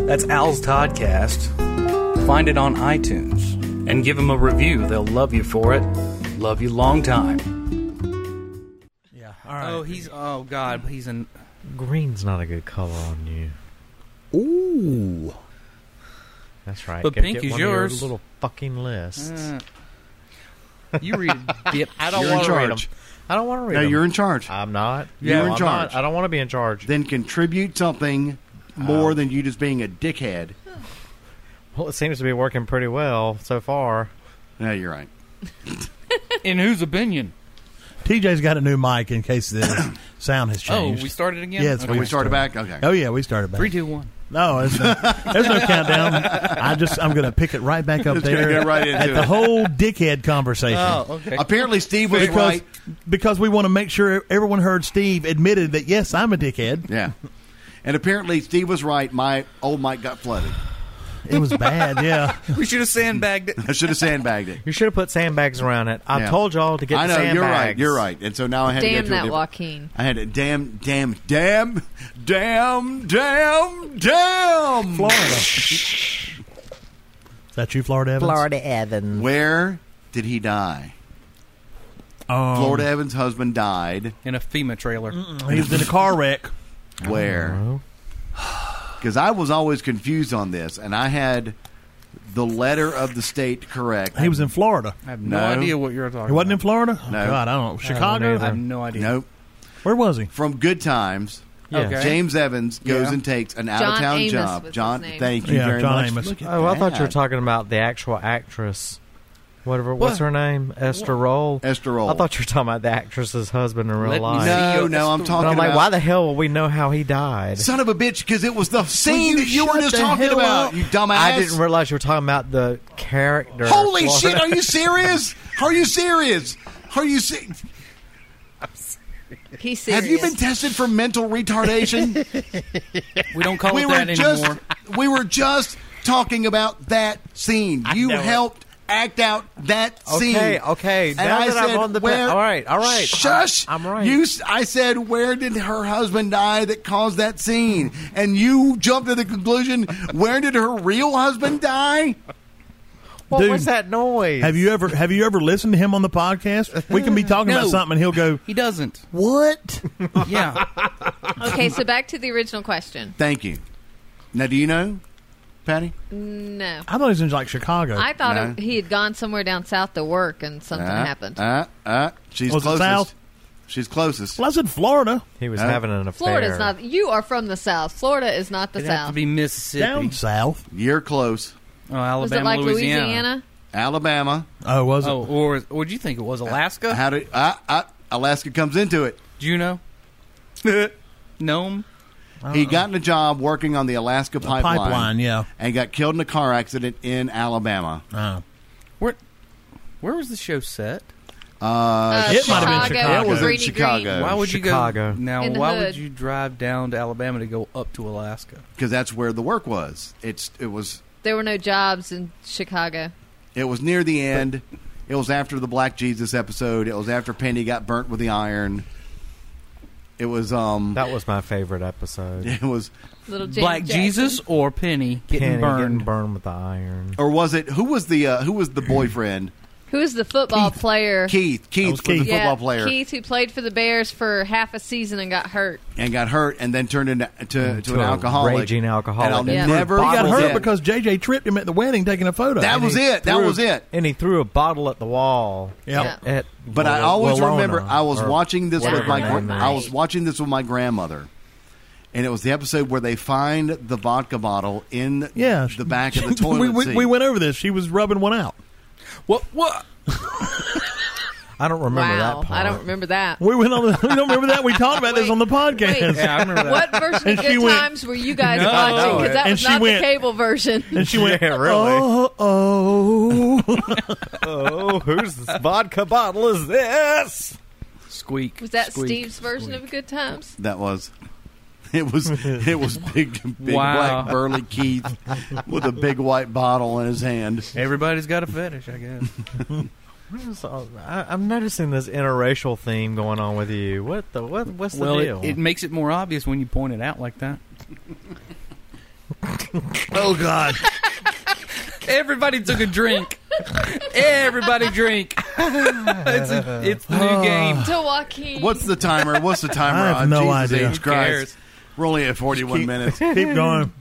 Speaker 3: that's Al's Toddcast. Find it on iTunes and give them a review. They'll love you for it. Love you long time.
Speaker 2: Yeah. All right.
Speaker 3: Oh, he's oh god, he's an
Speaker 4: Green's not a good color on you.
Speaker 2: Ooh.
Speaker 4: That's right.
Speaker 3: But
Speaker 4: Gotta
Speaker 3: pink is
Speaker 4: get one of your
Speaker 3: yours.
Speaker 4: little fucking lists.
Speaker 1: Mm.
Speaker 3: uh, you read dip.
Speaker 4: I don't
Speaker 1: You're in
Speaker 4: want to read them.
Speaker 1: charge.
Speaker 4: I don't want to read
Speaker 1: No,
Speaker 4: them.
Speaker 1: you're in charge.
Speaker 4: I'm not.
Speaker 1: You're in
Speaker 4: I'm
Speaker 1: charge.
Speaker 4: Not. I don't want to be in charge.
Speaker 1: Then contribute something more than you just being a dickhead.
Speaker 4: Well, it seems to be working pretty well so far.
Speaker 1: No, you're right.
Speaker 3: In whose opinion?
Speaker 2: TJ's got a new mic in case the sound has
Speaker 3: Oh,
Speaker 2: changed.
Speaker 3: we started again.
Speaker 2: Yeah, it's
Speaker 1: Can
Speaker 2: We've
Speaker 1: we started
Speaker 2: started.
Speaker 1: back? Okay.
Speaker 2: Oh, yeah, we started back.
Speaker 3: Three, two, one.
Speaker 2: No, there's no, there's no countdown. I just I'm going to pick it right back up
Speaker 1: Just gonna
Speaker 2: there
Speaker 1: get right into
Speaker 2: at the
Speaker 1: it.
Speaker 2: whole dickhead conversation.
Speaker 1: Oh,
Speaker 3: okay.
Speaker 1: Apparently, Steve was
Speaker 2: Because
Speaker 1: right.
Speaker 2: because we want to make sure e-, everyone heard Steve admitted that yes, I'm a dickhead.
Speaker 1: Yeah. And apparently, Steve was right. My old mic got flooded.
Speaker 2: It was bad. Yeah.
Speaker 3: We should have sandbagged it.
Speaker 1: I should have sandbagged it.
Speaker 4: You should have put sandbags around it. I
Speaker 1: Yeah.
Speaker 4: told y'all to get
Speaker 1: I know
Speaker 4: the
Speaker 1: you're right.
Speaker 4: sandbags.
Speaker 1: You're right. And so now I had to go
Speaker 5: Damn
Speaker 1: to a
Speaker 5: that
Speaker 1: different-
Speaker 5: Joaquin.
Speaker 1: I had a damn, damn, damn, damn, damn, damn. Florida.
Speaker 2: Is that you, Florida Evans?
Speaker 8: Florida Evans.
Speaker 1: Where did he die?
Speaker 2: Um,
Speaker 1: Florida Evans' husband died.
Speaker 3: In a FEMA trailer.
Speaker 2: He was in a car wreck.
Speaker 1: Where?
Speaker 4: Well,
Speaker 1: Because I was always confused on this, and I had the letter of the state correct.
Speaker 2: He was in Florida.
Speaker 3: I have no,
Speaker 1: No.
Speaker 3: idea what you're talking.
Speaker 2: He wasn't E in
Speaker 3: about.
Speaker 2: Florida. Oh,
Speaker 1: No.
Speaker 2: God, I don't know. Chicago.
Speaker 4: either.
Speaker 3: I have no idea.
Speaker 1: Nope.
Speaker 2: Where was he?
Speaker 1: From Good Times,
Speaker 4: Yeah.
Speaker 3: Okay.
Speaker 1: James Evans goes
Speaker 3: Yeah.
Speaker 1: and takes an out
Speaker 5: John
Speaker 1: of town
Speaker 5: Amos was
Speaker 1: job.
Speaker 5: his
Speaker 1: John,
Speaker 5: name.
Speaker 1: thank you
Speaker 2: Yeah,
Speaker 1: very
Speaker 2: John
Speaker 1: much.
Speaker 2: Amos.
Speaker 1: Look at
Speaker 4: Oh, I thought you were
Speaker 1: that.
Speaker 4: talking about the actual actress. Whatever. What's
Speaker 3: What?
Speaker 4: her name? Esther Roll.
Speaker 1: Esther Roll.
Speaker 4: I thought you were talking about the actress's husband in real
Speaker 3: Let me
Speaker 4: life.
Speaker 3: see
Speaker 1: No,
Speaker 3: your
Speaker 1: no, I'm
Speaker 3: Esther-
Speaker 1: talking
Speaker 4: But I'm like,
Speaker 1: about
Speaker 4: why the hell will we know how he died?
Speaker 1: son of a bitch because it was the scene
Speaker 2: you
Speaker 1: that you were
Speaker 2: shut
Speaker 1: just
Speaker 2: the
Speaker 1: talking
Speaker 2: hell
Speaker 1: about.
Speaker 2: up?
Speaker 1: You dumbass.
Speaker 4: I didn't realize you were talking about the character.
Speaker 1: Holy
Speaker 4: Florida.
Speaker 1: shit! Are you serious? Are you serious? Are you se-
Speaker 5: He's serious.
Speaker 1: Have you been tested for mental retardation?
Speaker 3: We don't call
Speaker 1: we
Speaker 3: it
Speaker 1: were
Speaker 3: that
Speaker 1: just
Speaker 3: anymore.
Speaker 1: we were just talking about that scene. You
Speaker 4: know it.
Speaker 1: helped act out that scene.
Speaker 4: Okay, okay.
Speaker 1: And
Speaker 4: now
Speaker 1: I
Speaker 4: that
Speaker 1: said,
Speaker 4: I'm on the pa-
Speaker 1: where,
Speaker 4: all right, all right.
Speaker 1: Shush.
Speaker 4: I'm right.
Speaker 1: You, s- I said, where did her husband die that caused that scene? And you jumped to the conclusion, where did her real husband die?
Speaker 4: what
Speaker 2: Dude,
Speaker 4: was that noise?
Speaker 2: Have you ever have you ever listened to him on the podcast? We can be talking about
Speaker 3: No.
Speaker 2: something and he'll go,
Speaker 3: He doesn't.
Speaker 2: "What?"
Speaker 3: Yeah.
Speaker 5: Okay, so back to the original question.
Speaker 1: Thank you. Now, do you know, Patty?
Speaker 5: No.
Speaker 2: I thought he was in like Chicago.
Speaker 5: I thought
Speaker 1: No.
Speaker 5: it- he had gone somewhere down south to work and something
Speaker 1: Uh,
Speaker 5: happened.
Speaker 1: Uh, uh, she's
Speaker 2: Was it
Speaker 1: closest.
Speaker 2: South?
Speaker 1: She's closest.
Speaker 2: well, I said Florida,
Speaker 4: He was
Speaker 1: Huh?
Speaker 4: having an affair.
Speaker 5: Florida's not. You are from the south. Florida is not the
Speaker 3: It'd have to
Speaker 5: south.
Speaker 3: be Mississippi.
Speaker 2: down south.
Speaker 1: You're close.
Speaker 3: Oh,
Speaker 5: was
Speaker 3: Alabama,
Speaker 5: it like
Speaker 3: Louisiana.
Speaker 5: Louisiana?
Speaker 1: Alabama.
Speaker 2: Oh, was it?
Speaker 3: Oh, or would you think it was Alaska?
Speaker 1: How do uh, uh, Alaska comes into it?
Speaker 3: Juneau, Nome.
Speaker 1: He got in a job working on the Alaska
Speaker 2: pipeline.
Speaker 1: pipeline,
Speaker 2: yeah.
Speaker 1: and got killed in a car accident in Alabama.
Speaker 2: Oh.
Speaker 3: Where, where was the show set?
Speaker 1: Uh,
Speaker 2: It might have been Chicago. It was in
Speaker 5: Greeny
Speaker 1: Oh, Chicago.
Speaker 3: why would
Speaker 4: Chicago.
Speaker 3: you go now?
Speaker 5: In the
Speaker 3: Why
Speaker 5: hood.
Speaker 3: would you drive down to Alabama to go up to Alaska?
Speaker 1: because that's where the work was. It's it was
Speaker 5: Green. There were no jobs in Chicago.
Speaker 1: it was near the end. It was after the Black Jesus episode. It was after Penny got burnt with the iron. It was um.
Speaker 4: That was my favorite episode.
Speaker 1: it was
Speaker 5: Little James
Speaker 3: Black
Speaker 5: Jackson.
Speaker 3: Jesus or Penny getting
Speaker 4: Kenny
Speaker 3: burned?
Speaker 4: getting burned with the iron.
Speaker 1: or was it who was the uh, who was the boyfriend
Speaker 5: Who is the football player?
Speaker 1: Keith, Keith was,
Speaker 2: was
Speaker 1: the
Speaker 2: Keith.
Speaker 5: Yeah,
Speaker 1: football player,
Speaker 5: Keith, who played for the Bears for half a season and got hurt.
Speaker 1: and got hurt, and then turned into to, to
Speaker 4: To
Speaker 1: an
Speaker 4: a
Speaker 1: alcoholic,
Speaker 4: raging alcoholic.
Speaker 1: And I'll
Speaker 5: Yeah.
Speaker 1: never
Speaker 2: He got
Speaker 1: forget-
Speaker 2: hurt because JJ tripped him at the wedding taking a photo.
Speaker 1: that
Speaker 2: And
Speaker 1: was
Speaker 2: he-
Speaker 1: it. That
Speaker 4: threw-
Speaker 1: was it.
Speaker 4: And he threw a bottle at the wall.
Speaker 2: Yeah.
Speaker 5: Yeah.
Speaker 4: At
Speaker 1: But I
Speaker 4: Wal-
Speaker 1: always
Speaker 4: Walona,
Speaker 1: remember I was
Speaker 4: or
Speaker 1: watching this with
Speaker 4: whatever
Speaker 1: my
Speaker 4: her
Speaker 1: gra-
Speaker 4: name
Speaker 5: Walona.
Speaker 4: is.
Speaker 1: I was watching this with my grandmother, and it was the episode where they find the vodka bottle in
Speaker 2: Yeah.
Speaker 1: the back of the toilet
Speaker 2: we, we,
Speaker 1: seat.
Speaker 2: we went over this. She was rubbing one out.
Speaker 3: What? What?
Speaker 4: I don't remember
Speaker 5: wow,
Speaker 4: that part.
Speaker 5: I don't remember that.
Speaker 2: We went on. The, you don't remember that? We talked about this
Speaker 5: Wait,
Speaker 2: on the podcast.
Speaker 5: wait.
Speaker 3: Yeah, I remember that.
Speaker 5: What version
Speaker 2: And
Speaker 5: of
Speaker 2: she
Speaker 5: Good
Speaker 2: went-
Speaker 5: Times were you guys
Speaker 3: No,
Speaker 5: watching? Because that
Speaker 2: and
Speaker 5: was
Speaker 2: she
Speaker 5: not
Speaker 2: went-
Speaker 5: the cable version.
Speaker 2: And she went,
Speaker 4: Yeah, really.
Speaker 2: "Oh, oh."
Speaker 4: oh, whose vodka bottle is this?
Speaker 3: Squeak.
Speaker 5: Was that
Speaker 3: squeak,
Speaker 5: Steve's version
Speaker 3: squeak.
Speaker 5: of Good Times?
Speaker 1: That was. It was it was big big
Speaker 3: Wow.
Speaker 1: black burly Keith with a big white bottle in his hand.
Speaker 3: Everybody's got a fetish, I guess.
Speaker 4: So, I, I'm noticing this interracial theme going on with you. What the what? What's the
Speaker 3: well,
Speaker 4: deal?
Speaker 3: it, it makes it more obvious when you point it out like that.
Speaker 2: oh God!
Speaker 3: Everybody took a drink. Everybody drink. it's, a, it's the new game.
Speaker 5: To Joaquin.
Speaker 1: What's the timer? What's the timer?
Speaker 2: I have
Speaker 1: on?
Speaker 2: no
Speaker 1: Jesus
Speaker 2: idea.
Speaker 1: H.
Speaker 3: Who cares?
Speaker 1: Christ. We're only at 41 minutes.
Speaker 2: Keep going.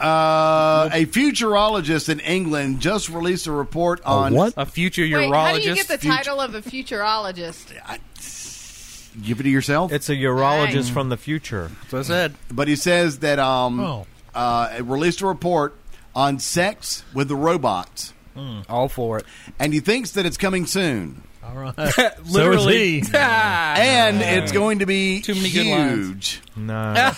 Speaker 1: Uh, a futurologist in England just released a report on
Speaker 2: what?
Speaker 3: A future
Speaker 5: Wait,
Speaker 3: urologist.
Speaker 5: how do you get the
Speaker 1: future-
Speaker 5: title of a futurologist?
Speaker 1: Give it to yourself.
Speaker 4: it's a urologist
Speaker 5: Dang.
Speaker 4: from the future.
Speaker 3: That's what I said.
Speaker 1: but he says that um,
Speaker 2: Oh.
Speaker 1: uh, it released a report on sex with the robots,
Speaker 3: All for it.
Speaker 1: and he thinks that it's coming soon,
Speaker 2: All right.
Speaker 3: Literally.
Speaker 2: So is he.
Speaker 1: and it's going to be
Speaker 3: Uh, Too many good lines.
Speaker 1: huge.
Speaker 4: No,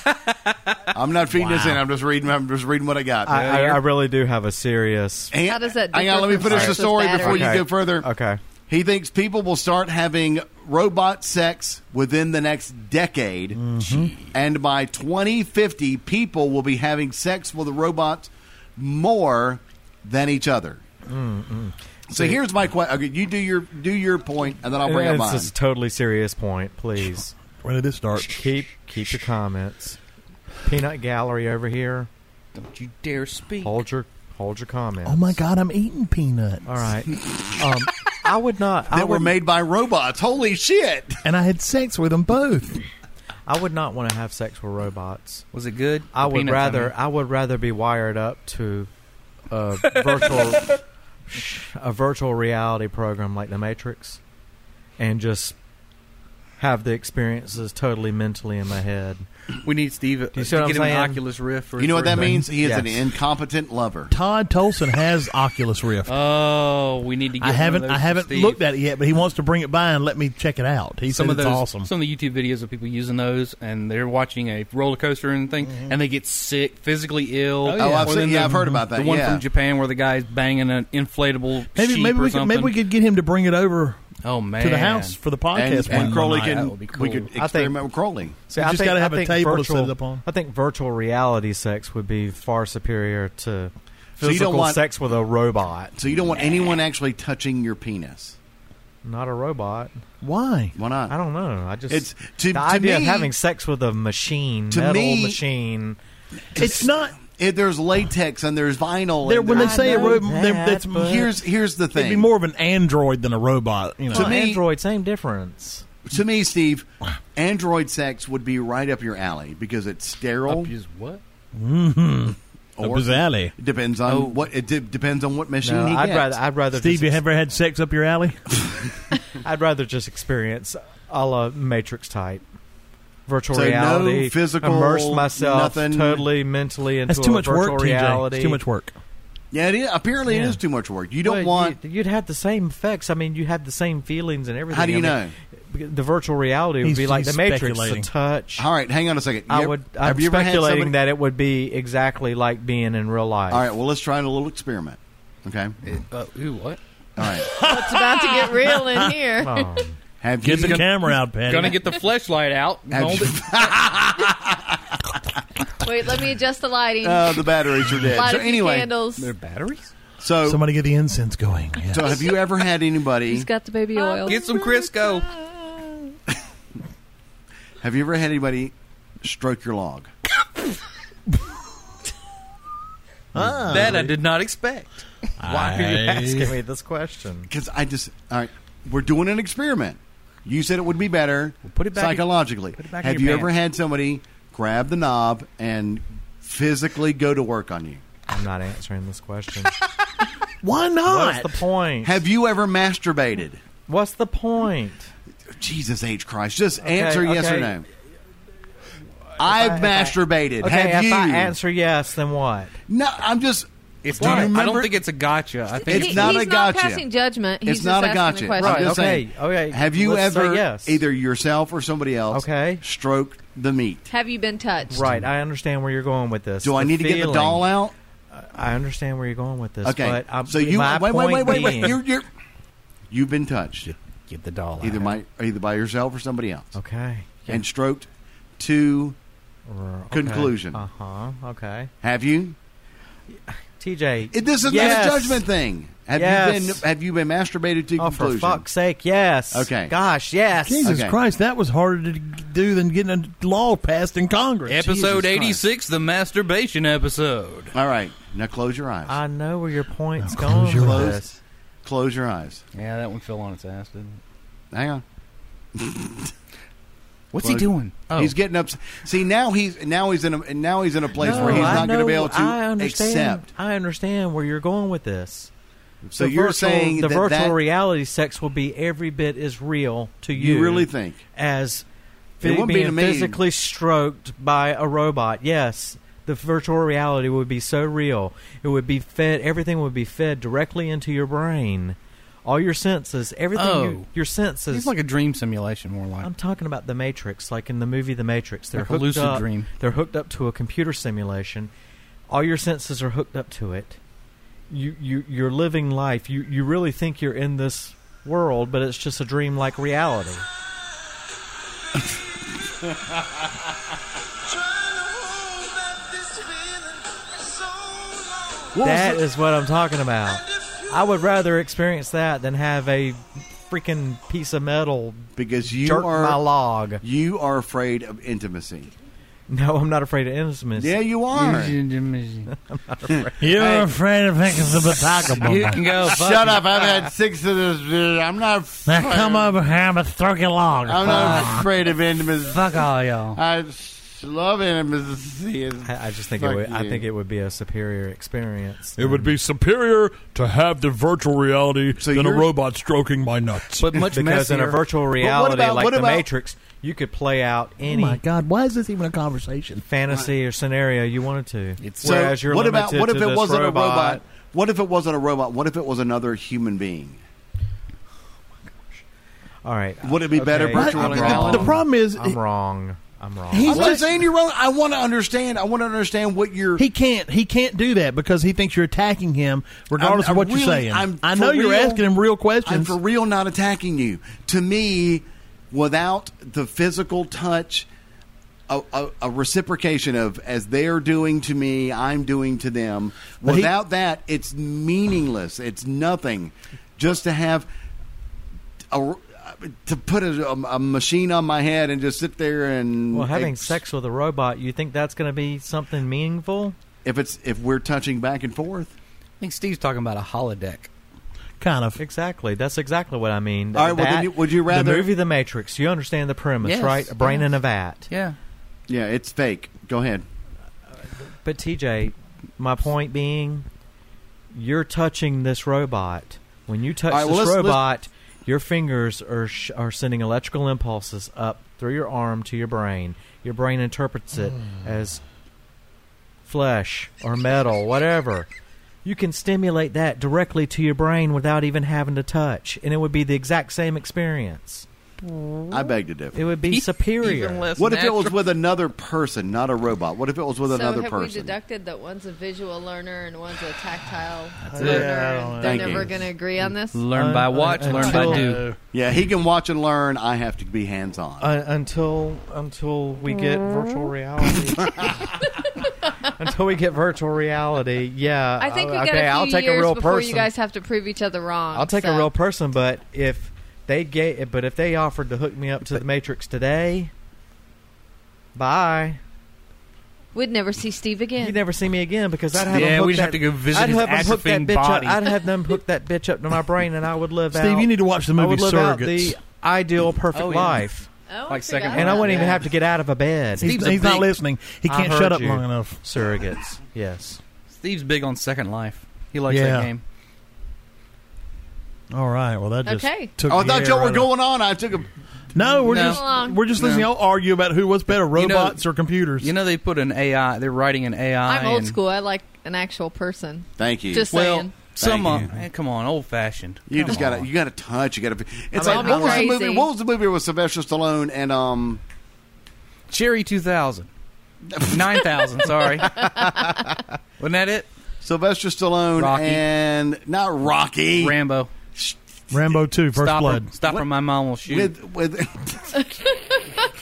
Speaker 1: I'm not feeding this in. I'm just reading. I'm just reading what I got.
Speaker 4: I, I, I really do have a serious.
Speaker 1: And-
Speaker 5: How does that
Speaker 1: Hang on,
Speaker 5: differ
Speaker 1: let me
Speaker 5: from
Speaker 1: finish the
Speaker 5: sex with
Speaker 1: story before you
Speaker 4: batteries?
Speaker 1: go further.
Speaker 4: Okay,
Speaker 1: He thinks people will start having robot sex within the next decade. And by 2050, people will be having sex with robots more than each other. So here's my question. Okay, you do your do your point, and then I'll bring up
Speaker 4: it's
Speaker 1: mine.
Speaker 4: a totally serious point. Please
Speaker 2: When did this start?
Speaker 4: keep keep your comments. Peanut Gallery over here.
Speaker 3: Don't you dare speak.
Speaker 4: Hold your hold your comments.
Speaker 2: Oh my God! I'm eating peanut,
Speaker 4: All right. Um, I would not. I
Speaker 1: That were
Speaker 4: would,
Speaker 1: made by robots. Holy shit!
Speaker 2: and I had sex with them both.
Speaker 4: I would not want to have sex with robots.
Speaker 3: Was it good?
Speaker 4: I
Speaker 3: The
Speaker 4: would
Speaker 3: peanuts,
Speaker 4: rather.
Speaker 3: mean.
Speaker 4: I would rather be wired up to a virtual a virtual reality program like the Matrix, and just have the experiences totally mentally in my head.
Speaker 3: we need Steve uh,
Speaker 4: You see
Speaker 3: to
Speaker 4: what I'm
Speaker 3: get him
Speaker 4: saying?
Speaker 3: an Oculus Rift. For
Speaker 1: You know what
Speaker 3: his
Speaker 1: that
Speaker 3: birthday.
Speaker 1: means? He is an
Speaker 4: Yes.
Speaker 1: incompetent lover.
Speaker 2: Todd Tolson has Oculus Rift.
Speaker 3: Oh, we need to. Get
Speaker 2: I haven't.
Speaker 3: One of
Speaker 2: I
Speaker 3: those
Speaker 2: haven't
Speaker 3: for Steve.
Speaker 2: looked at it yet, but he wants to bring it by and let me check it out. He
Speaker 3: some
Speaker 2: said
Speaker 3: of those
Speaker 2: it's awesome.
Speaker 3: some of the YouTube videos of people using those, and they're watching a roller coaster and thing, and they get sick, physically ill.
Speaker 2: Oh,
Speaker 1: Mm-hmm. Oh,
Speaker 2: yeah.
Speaker 1: I've,
Speaker 3: Or
Speaker 1: seen,
Speaker 3: then
Speaker 1: yeah,
Speaker 3: the-
Speaker 1: I've heard about that.
Speaker 3: The one
Speaker 1: yeah.
Speaker 3: from Japan where the guy's banging an inflatable
Speaker 2: maybe
Speaker 3: sheep
Speaker 2: maybe
Speaker 3: or
Speaker 2: we could
Speaker 3: something.
Speaker 2: maybe we could get him to bring it over
Speaker 3: oh man
Speaker 2: to the house for the
Speaker 1: and,
Speaker 2: podcast.
Speaker 1: and
Speaker 2: one
Speaker 1: Crowley
Speaker 2: night.
Speaker 3: that
Speaker 1: can
Speaker 3: would be
Speaker 1: we
Speaker 3: cool.
Speaker 1: could
Speaker 4: think-
Speaker 1: experiment with Crowley.
Speaker 4: See,
Speaker 2: You
Speaker 4: I
Speaker 2: just
Speaker 4: think-
Speaker 2: gotta
Speaker 4: I
Speaker 2: have a
Speaker 4: think
Speaker 2: table to
Speaker 4: virtual-
Speaker 2: set it up on.
Speaker 4: I think virtual reality sex would be far superior to
Speaker 1: So you don't
Speaker 4: physical
Speaker 1: want-
Speaker 4: sex with a robot.
Speaker 1: So you don't want anyone actually touching your penis.
Speaker 4: Not a robot.
Speaker 2: Why?
Speaker 1: Why not?
Speaker 4: I don't know. I just
Speaker 1: It's- to-
Speaker 4: the
Speaker 1: to
Speaker 4: idea of
Speaker 1: me-
Speaker 4: having sex with a machine,
Speaker 1: To
Speaker 4: metal
Speaker 1: me-
Speaker 4: machine.
Speaker 2: It's not.
Speaker 1: It, Eh, there's latex and there's vinyl.
Speaker 2: They're,
Speaker 1: and
Speaker 2: when they
Speaker 1: there's-
Speaker 2: say a
Speaker 4: know
Speaker 2: robot,
Speaker 4: that,
Speaker 2: that's
Speaker 4: but-
Speaker 1: here's here's the
Speaker 2: it'd
Speaker 1: thing.
Speaker 2: be more of an android than a robot. You know,
Speaker 1: To
Speaker 4: Well,
Speaker 1: me-
Speaker 4: Android, same difference.
Speaker 1: to me, Steve. Android sex would be right up your alley because it's sterile.
Speaker 3: Up his what?
Speaker 2: Up
Speaker 1: or
Speaker 2: his alley.
Speaker 1: it depends on what it de- depends on what machine.
Speaker 4: No,
Speaker 1: he
Speaker 4: I'd
Speaker 1: gets.
Speaker 4: rather. I'd rather.
Speaker 2: Steve,
Speaker 4: just,
Speaker 2: you ever had sex up your alley?
Speaker 4: I'd rather just experience a la Matrix type virtual
Speaker 1: So no
Speaker 4: reality.
Speaker 1: physical,
Speaker 4: immerse myself
Speaker 1: nothing?
Speaker 4: totally mentally into
Speaker 2: That's too
Speaker 4: a
Speaker 2: much
Speaker 4: virtual
Speaker 2: work, TJ.
Speaker 4: reality.
Speaker 2: It's too much work.
Speaker 1: yeah, it is, apparently it
Speaker 4: Yeah.
Speaker 1: is too much work. You don't
Speaker 4: Well,
Speaker 1: want.
Speaker 4: You, would have the same effects. I mean, you had the same feelings and everything.
Speaker 1: how do you
Speaker 4: I mean,
Speaker 1: know?
Speaker 4: The virtual reality would
Speaker 2: He's-
Speaker 4: be like
Speaker 2: he's
Speaker 4: the Matrix, the
Speaker 2: speculating.
Speaker 4: touch.
Speaker 1: All right, hang on a second. You
Speaker 4: I
Speaker 1: ever-
Speaker 4: would.
Speaker 1: have
Speaker 4: I'm
Speaker 1: you ever had
Speaker 4: speculating
Speaker 1: somebody-
Speaker 4: that it would be exactly like being in real life.
Speaker 1: All right, well, let's try a little experiment. Okay. All
Speaker 3: Uh, who what?
Speaker 1: right.
Speaker 5: It's about to get real in here.
Speaker 4: Oh.
Speaker 1: Have
Speaker 2: Get
Speaker 1: you
Speaker 2: the camera out, Patty.
Speaker 3: Gonna get the fleshlight out.
Speaker 1: have
Speaker 3: Hold
Speaker 1: you-
Speaker 3: it.
Speaker 5: Wait, let me adjust the lighting.
Speaker 1: Uh, the batteries are dead.
Speaker 5: Light
Speaker 1: so
Speaker 5: a few
Speaker 1: anyway,
Speaker 5: candles.
Speaker 3: Their batteries.
Speaker 1: so
Speaker 2: Somebody get the incense going. Yeah.
Speaker 1: so have you ever had anybody?
Speaker 5: He's got the baby oil.
Speaker 3: Get some Crisco.
Speaker 1: Have you ever had anybody stroke your log?
Speaker 3: That I did not expect.
Speaker 4: Why are you
Speaker 2: I-
Speaker 4: asking me this question?
Speaker 1: Because I just all right. We're doing an experiment. You said it would be better
Speaker 3: put it back in-
Speaker 1: psychologically.
Speaker 3: put it back in
Speaker 1: Have
Speaker 3: your
Speaker 1: you ever
Speaker 3: pants.
Speaker 1: had somebody grab the knob and physically go to work on you?
Speaker 4: I'm not answering this question.
Speaker 2: Why not?
Speaker 4: What's the point?
Speaker 1: Have you ever masturbated?
Speaker 4: What's the point?
Speaker 1: Jesus H Christ, just answer yes or
Speaker 4: okay.
Speaker 1: no. I've
Speaker 4: if I-
Speaker 1: masturbated.
Speaker 4: Okay,
Speaker 1: Have
Speaker 4: if
Speaker 1: you?
Speaker 4: I answer yes, then what?
Speaker 1: no, I'm just.
Speaker 3: It's
Speaker 1: Do you
Speaker 3: not. I
Speaker 1: remember-
Speaker 3: don't think it's a gotcha. I think
Speaker 1: It's
Speaker 5: He-
Speaker 1: not
Speaker 5: he's
Speaker 1: a
Speaker 5: not
Speaker 1: gotcha.
Speaker 5: passing judgment. He's
Speaker 1: it's not a
Speaker 5: just
Speaker 1: gotcha.
Speaker 5: asking the
Speaker 1: I'm
Speaker 5: question.
Speaker 1: just
Speaker 4: okay,
Speaker 1: saying.
Speaker 4: okay,
Speaker 1: Have you
Speaker 4: let's say
Speaker 1: ever,
Speaker 4: yes.
Speaker 1: either yourself or somebody else,
Speaker 4: Okay.
Speaker 1: stroked the meat?
Speaker 5: Have you been touched?
Speaker 4: Right, I understand where you're going with this.
Speaker 1: Do I
Speaker 4: The
Speaker 1: need to get the
Speaker 4: feeling-
Speaker 1: doll out?
Speaker 4: I understand where you're going with this.
Speaker 1: Okay.
Speaker 4: but I'm,
Speaker 1: so you
Speaker 4: my
Speaker 1: wait, wait,
Speaker 4: point
Speaker 1: wait, wait, wait.
Speaker 4: being-
Speaker 1: You're, you're, you've been touched
Speaker 3: get the doll.
Speaker 1: either by either by yourself or somebody else,
Speaker 4: okay.
Speaker 1: and stroked to Conclusion.
Speaker 4: Uh huh. Okay.
Speaker 1: have you?
Speaker 4: TJ,
Speaker 1: It, this is not
Speaker 4: yes.
Speaker 1: a judgment thing. Have you
Speaker 4: Yes.
Speaker 1: been have you been masturbated to
Speaker 4: Oh, for
Speaker 1: conclusion?
Speaker 4: fuck's sake, yes.
Speaker 1: Okay.
Speaker 4: Gosh, yes.
Speaker 2: Jesus
Speaker 1: Okay.
Speaker 2: Christ, that was harder to do than getting a law passed in Congress.
Speaker 1: Jesus
Speaker 3: Episode
Speaker 1: Christ.
Speaker 3: eighty six, the masturbation episode.
Speaker 1: All right, now close your eyes.
Speaker 4: I know where your point's
Speaker 2: Now
Speaker 4: going.
Speaker 2: close your
Speaker 4: with
Speaker 1: eyes.
Speaker 4: this.
Speaker 1: close your eyes.
Speaker 3: Yeah, that one fell on its ass, didn't it?
Speaker 1: Hang on.
Speaker 3: What's
Speaker 1: Plug.
Speaker 3: he doing? Oh,
Speaker 1: He's getting up. See now he's now he's in a now he's in a place
Speaker 4: No,
Speaker 1: where he's
Speaker 4: I
Speaker 1: not going to be
Speaker 4: know-
Speaker 1: able to
Speaker 4: I understand,
Speaker 1: accept.
Speaker 4: I understand where you're going with this.
Speaker 1: So
Speaker 4: The
Speaker 1: you're
Speaker 4: virtual-
Speaker 1: saying
Speaker 4: the
Speaker 1: that
Speaker 4: virtual
Speaker 1: that-
Speaker 4: reality sex will be every bit as real to
Speaker 1: you,
Speaker 4: you,
Speaker 1: really think?
Speaker 4: as
Speaker 1: It wouldn't be
Speaker 4: being
Speaker 1: to me.
Speaker 4: physically stroked by a robot. Yes, the virtual reality would be so real. It would be fed. Everything would be fed directly into your brain. All your senses, everything.
Speaker 3: Oh.
Speaker 4: You, your senses.
Speaker 3: It's like a dream simulation, more like.
Speaker 4: I'm talking about the Matrix, like in the movie The Matrix. They're
Speaker 3: Like a
Speaker 4: hooked
Speaker 3: lucid
Speaker 4: up,
Speaker 3: dream.
Speaker 4: They're hooked up to a computer simulation. All your senses are hooked up to it. You you you're living life. You you really think you're in this world, but it's just a dream like reality.
Speaker 1: What was
Speaker 4: That
Speaker 1: the-
Speaker 4: is what I'm talking about. I would rather experience that than have a freaking piece of metal
Speaker 1: because you
Speaker 4: jerk my
Speaker 1: are
Speaker 4: log.
Speaker 1: you are afraid of intimacy.
Speaker 4: No, I'm not afraid of intimacy.
Speaker 1: Yeah, you are.
Speaker 2: You're
Speaker 1: Hey.
Speaker 2: afraid of thinking it's a potato
Speaker 3: you
Speaker 2: bomb.
Speaker 3: can go. Fuck
Speaker 1: Shut up! I've had six of this. I'm not.
Speaker 2: Now come over here, I'm a turkey log.
Speaker 1: I'm not afraid of intimacy.
Speaker 2: Fuck all y'all.
Speaker 1: I love intimacy.
Speaker 4: I, I just think it
Speaker 1: Fuck
Speaker 4: would, I
Speaker 1: you.
Speaker 4: think it would be a superior experience.
Speaker 9: It would be superior to have the virtual reality
Speaker 1: So
Speaker 9: than a
Speaker 1: you're-
Speaker 9: robot stroking my nuts.
Speaker 3: But much
Speaker 4: because in a
Speaker 3: messier.
Speaker 4: virtual reality
Speaker 1: about-
Speaker 4: like
Speaker 1: what
Speaker 4: the
Speaker 1: about-
Speaker 4: Matrix, you could play out
Speaker 2: Oh
Speaker 4: any
Speaker 2: my God, why is this even a conversation?
Speaker 4: fantasy or scenario you wanted to.
Speaker 3: It's-
Speaker 4: Whereas you're
Speaker 1: what about
Speaker 4: limited
Speaker 1: what
Speaker 4: to
Speaker 1: if it
Speaker 4: this
Speaker 1: wasn't a robot? What if it wasn't a robot? What if it was another human being?
Speaker 4: All right,
Speaker 1: Would it be better
Speaker 4: Okay.
Speaker 2: What?
Speaker 1: virtual
Speaker 4: I'm
Speaker 2: The-
Speaker 1: reality?
Speaker 2: The, problem is,
Speaker 4: I'm wrong. I'm wrong.
Speaker 2: He's
Speaker 1: I'm not
Speaker 2: like-
Speaker 1: saying you're wrong. I want to understand. I want to understand what you're.
Speaker 2: he can't. He can't do that because he thinks you're attacking him, regardless
Speaker 1: I'm-
Speaker 2: of what
Speaker 1: I'm
Speaker 2: you're
Speaker 1: really-
Speaker 2: saying.
Speaker 1: I'm
Speaker 2: I know
Speaker 1: for
Speaker 2: you're
Speaker 1: real-
Speaker 2: asking him real
Speaker 1: I'm
Speaker 2: questions.
Speaker 1: for real not attacking you. To me, without the physical touch, a, a, a reciprocation of as they're doing to me, I'm doing to them.
Speaker 2: But he-
Speaker 1: Without that, it's meaningless. It's nothing. Just to have a. To put a, a machine on my head and just sit there and
Speaker 4: well, having
Speaker 1: ex-
Speaker 4: sex with a robot, you think that's going to be something meaningful?
Speaker 1: if it's if we're touching back and forth.
Speaker 3: I think Steve's talking about a holodeck.
Speaker 2: kind of.
Speaker 4: Exactly. That's exactly what I mean.
Speaker 1: All right, well,
Speaker 4: That-
Speaker 1: then you- would you rather-
Speaker 4: the movie The Matrix? You understand the premise,
Speaker 3: Yes,
Speaker 4: right? A brain
Speaker 3: yes.
Speaker 4: in a vat.
Speaker 3: Yeah.
Speaker 1: Yeah, it's fake. Go ahead.
Speaker 4: But TJ, my point being, you're touching this robot. When you touch
Speaker 1: All right,
Speaker 4: this
Speaker 1: well, let's- let's-
Speaker 4: robot, your fingers are sh- are sending electrical impulses up through your arm to your brain. Your brain interprets it
Speaker 1: Hmm.
Speaker 4: as flesh or metal, whatever. You can stimulate that directly to your brain without even having to touch, and it would be the exact same experience.
Speaker 1: I beg to differ.
Speaker 4: It would be superior.
Speaker 3: Even less
Speaker 1: What if it
Speaker 3: natural.
Speaker 1: was with another person, not a robot? What if it was with
Speaker 5: So
Speaker 1: another
Speaker 5: have we
Speaker 1: person?
Speaker 5: deducted that one's a visual learner and one's a tactile
Speaker 3: That's
Speaker 5: learner?
Speaker 3: it.
Speaker 2: Yeah, I don't
Speaker 5: and
Speaker 1: know.
Speaker 5: they're
Speaker 1: Thank
Speaker 5: never
Speaker 1: you.
Speaker 5: going to agree on this.
Speaker 3: Learn by
Speaker 4: Uh,
Speaker 3: watch,
Speaker 4: uh,
Speaker 3: learn by
Speaker 4: until-
Speaker 3: do.
Speaker 1: yeah, he can watch and learn. I have to be hands on.
Speaker 4: uh, until until we get virtual reality. until we get virtual reality, yeah.
Speaker 5: I think we
Speaker 4: uh,
Speaker 5: got
Speaker 4: okay,
Speaker 5: a few
Speaker 4: I'll take
Speaker 5: years
Speaker 4: a real
Speaker 5: before
Speaker 4: person.
Speaker 5: you guys have to prove each other wrong.
Speaker 4: I'll take
Speaker 5: so.
Speaker 4: a real person, but if they gave, but if they offered to hook me up to the Matrix today, bye.
Speaker 5: We'd never see Steve again.
Speaker 4: You'd never see me again because I'd have
Speaker 3: yeah,
Speaker 4: them
Speaker 3: we
Speaker 4: hook
Speaker 3: just
Speaker 4: that,
Speaker 3: have to go visit
Speaker 4: I'd
Speaker 3: his
Speaker 4: have them hook that
Speaker 3: atrophying
Speaker 4: bitch
Speaker 3: body.
Speaker 4: Up, I'd have them hook that bitch up to my brain, and I would live out.
Speaker 2: Steve, you need to watch the
Speaker 4: I
Speaker 2: movie
Speaker 4: would live out
Speaker 2: Surrogates.
Speaker 4: the ideal perfect
Speaker 3: Oh, yeah.
Speaker 4: life,
Speaker 5: oh,
Speaker 3: Like
Speaker 5: I
Speaker 3: second
Speaker 5: forgot
Speaker 4: and I
Speaker 5: about
Speaker 4: wouldn't even
Speaker 5: that.
Speaker 4: have to get out of a bed.
Speaker 2: He's,
Speaker 3: Steve's a
Speaker 2: he's not
Speaker 3: big-
Speaker 2: listening. He
Speaker 4: I
Speaker 2: can't
Speaker 4: heard
Speaker 2: shut up
Speaker 4: you.
Speaker 2: long enough.
Speaker 4: Surrogates, yes.
Speaker 3: Steve's big on Second Life. He likes
Speaker 2: Yeah.
Speaker 3: that game.
Speaker 2: All right. Well, that just
Speaker 5: Okay.
Speaker 2: took.
Speaker 1: Oh, I
Speaker 2: the
Speaker 1: thought
Speaker 2: air
Speaker 1: y'all were
Speaker 2: right out.
Speaker 1: going on. I took a.
Speaker 2: No, we're
Speaker 3: No.
Speaker 2: just we're just listening.
Speaker 3: No.
Speaker 2: to Y'all argue about who was better,
Speaker 3: You know-
Speaker 2: robots or computers.
Speaker 3: You know they put an AI. They're writing an AI.
Speaker 5: I'm old
Speaker 3: and-
Speaker 5: school. I like an actual person.
Speaker 1: Thank you.
Speaker 5: Just
Speaker 3: Well,
Speaker 5: saying.
Speaker 3: some
Speaker 1: Thank
Speaker 3: eh, come on, old fashioned.
Speaker 1: you just gotta you gotta touch. You gotta. It's
Speaker 5: I
Speaker 1: like
Speaker 5: mean,
Speaker 1: what was
Speaker 5: crazy.
Speaker 1: the movie? What was the movie with Sylvester Stallone and um?
Speaker 3: Cherry 2000. 9000, sorry. Wasn't that it?
Speaker 1: Sylvester Stallone
Speaker 3: Rocky.
Speaker 1: and not Rocky.
Speaker 3: Rambo.
Speaker 2: Rambo two, First
Speaker 3: Stop
Speaker 2: Blood,
Speaker 3: her. Stop her, my mom will shoot.
Speaker 1: with with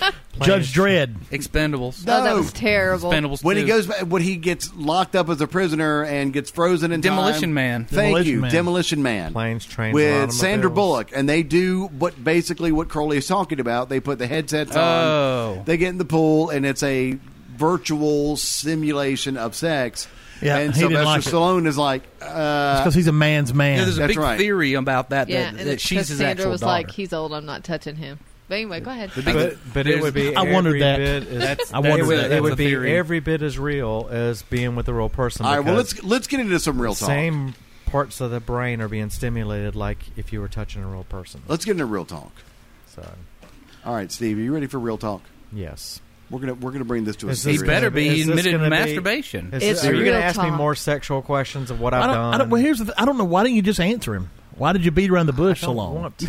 Speaker 2: Judge Dredd.
Speaker 3: Expendables.
Speaker 5: Oh, that
Speaker 1: no.
Speaker 5: was terrible.
Speaker 3: Expendables
Speaker 1: When
Speaker 3: 2.
Speaker 1: he goes, back, when he gets locked up as a prisoner and gets frozen in
Speaker 3: Demolition
Speaker 1: time.
Speaker 3: Man.
Speaker 1: Thank
Speaker 2: Demolition
Speaker 1: you,
Speaker 2: Man.
Speaker 1: Demolition Man.
Speaker 4: Planes, trains, and
Speaker 1: with
Speaker 4: automobiles.
Speaker 1: Sandra Bullock, and they do what basically what Crowley is talking about. They put the headsets
Speaker 3: Oh.
Speaker 1: on, they get in the pool, and it's a virtual simulation of sex.
Speaker 2: Yeah,
Speaker 1: and
Speaker 2: he didn't
Speaker 1: Sylvester
Speaker 2: like it.
Speaker 1: Stallone is like, uh,
Speaker 2: Because he's a man's man.
Speaker 3: Yeah, there's a
Speaker 1: That's
Speaker 3: big
Speaker 1: right.
Speaker 3: theory about that.
Speaker 5: yeah,
Speaker 3: that,
Speaker 5: and
Speaker 3: that she's his
Speaker 5: Cassandra
Speaker 3: actual
Speaker 5: was
Speaker 3: daughter.
Speaker 5: like, "He's old. I'm not touching him." But anyway, go ahead.
Speaker 4: But, but it
Speaker 3: There's-
Speaker 4: would be.
Speaker 2: I wondered
Speaker 4: every
Speaker 2: that.
Speaker 4: Bit as,
Speaker 2: I wondered
Speaker 4: it would,
Speaker 2: that.
Speaker 4: It
Speaker 3: That's
Speaker 4: would
Speaker 3: a
Speaker 4: be
Speaker 3: theory.
Speaker 4: every bit as real as being with a real person.
Speaker 1: all right, well,
Speaker 4: because
Speaker 1: let's let's get into some real
Speaker 4: the
Speaker 1: talk.
Speaker 4: same parts of the brain are being stimulated like if you were touching a real person.
Speaker 1: Let's get into real talk.
Speaker 4: So,
Speaker 1: All right, Steve, are you ready for real talk?
Speaker 4: yes.
Speaker 1: We're gonna we're gonna bring this to a
Speaker 4: Is this
Speaker 3: he
Speaker 1: serious.
Speaker 4: Is
Speaker 3: better be
Speaker 4: this
Speaker 3: he admitted
Speaker 4: gonna
Speaker 3: to
Speaker 4: be-
Speaker 3: masturbation.
Speaker 4: Is
Speaker 5: It's
Speaker 4: this- are you going
Speaker 5: real
Speaker 4: to ask me
Speaker 5: talk.
Speaker 4: more sexual questions of what I've
Speaker 2: I don't,
Speaker 4: done?
Speaker 2: I don't, well, here's the th- I don't know. Why didn't you just answer him? Why did you beat around the bush so
Speaker 4: I don't
Speaker 2: long?
Speaker 4: want to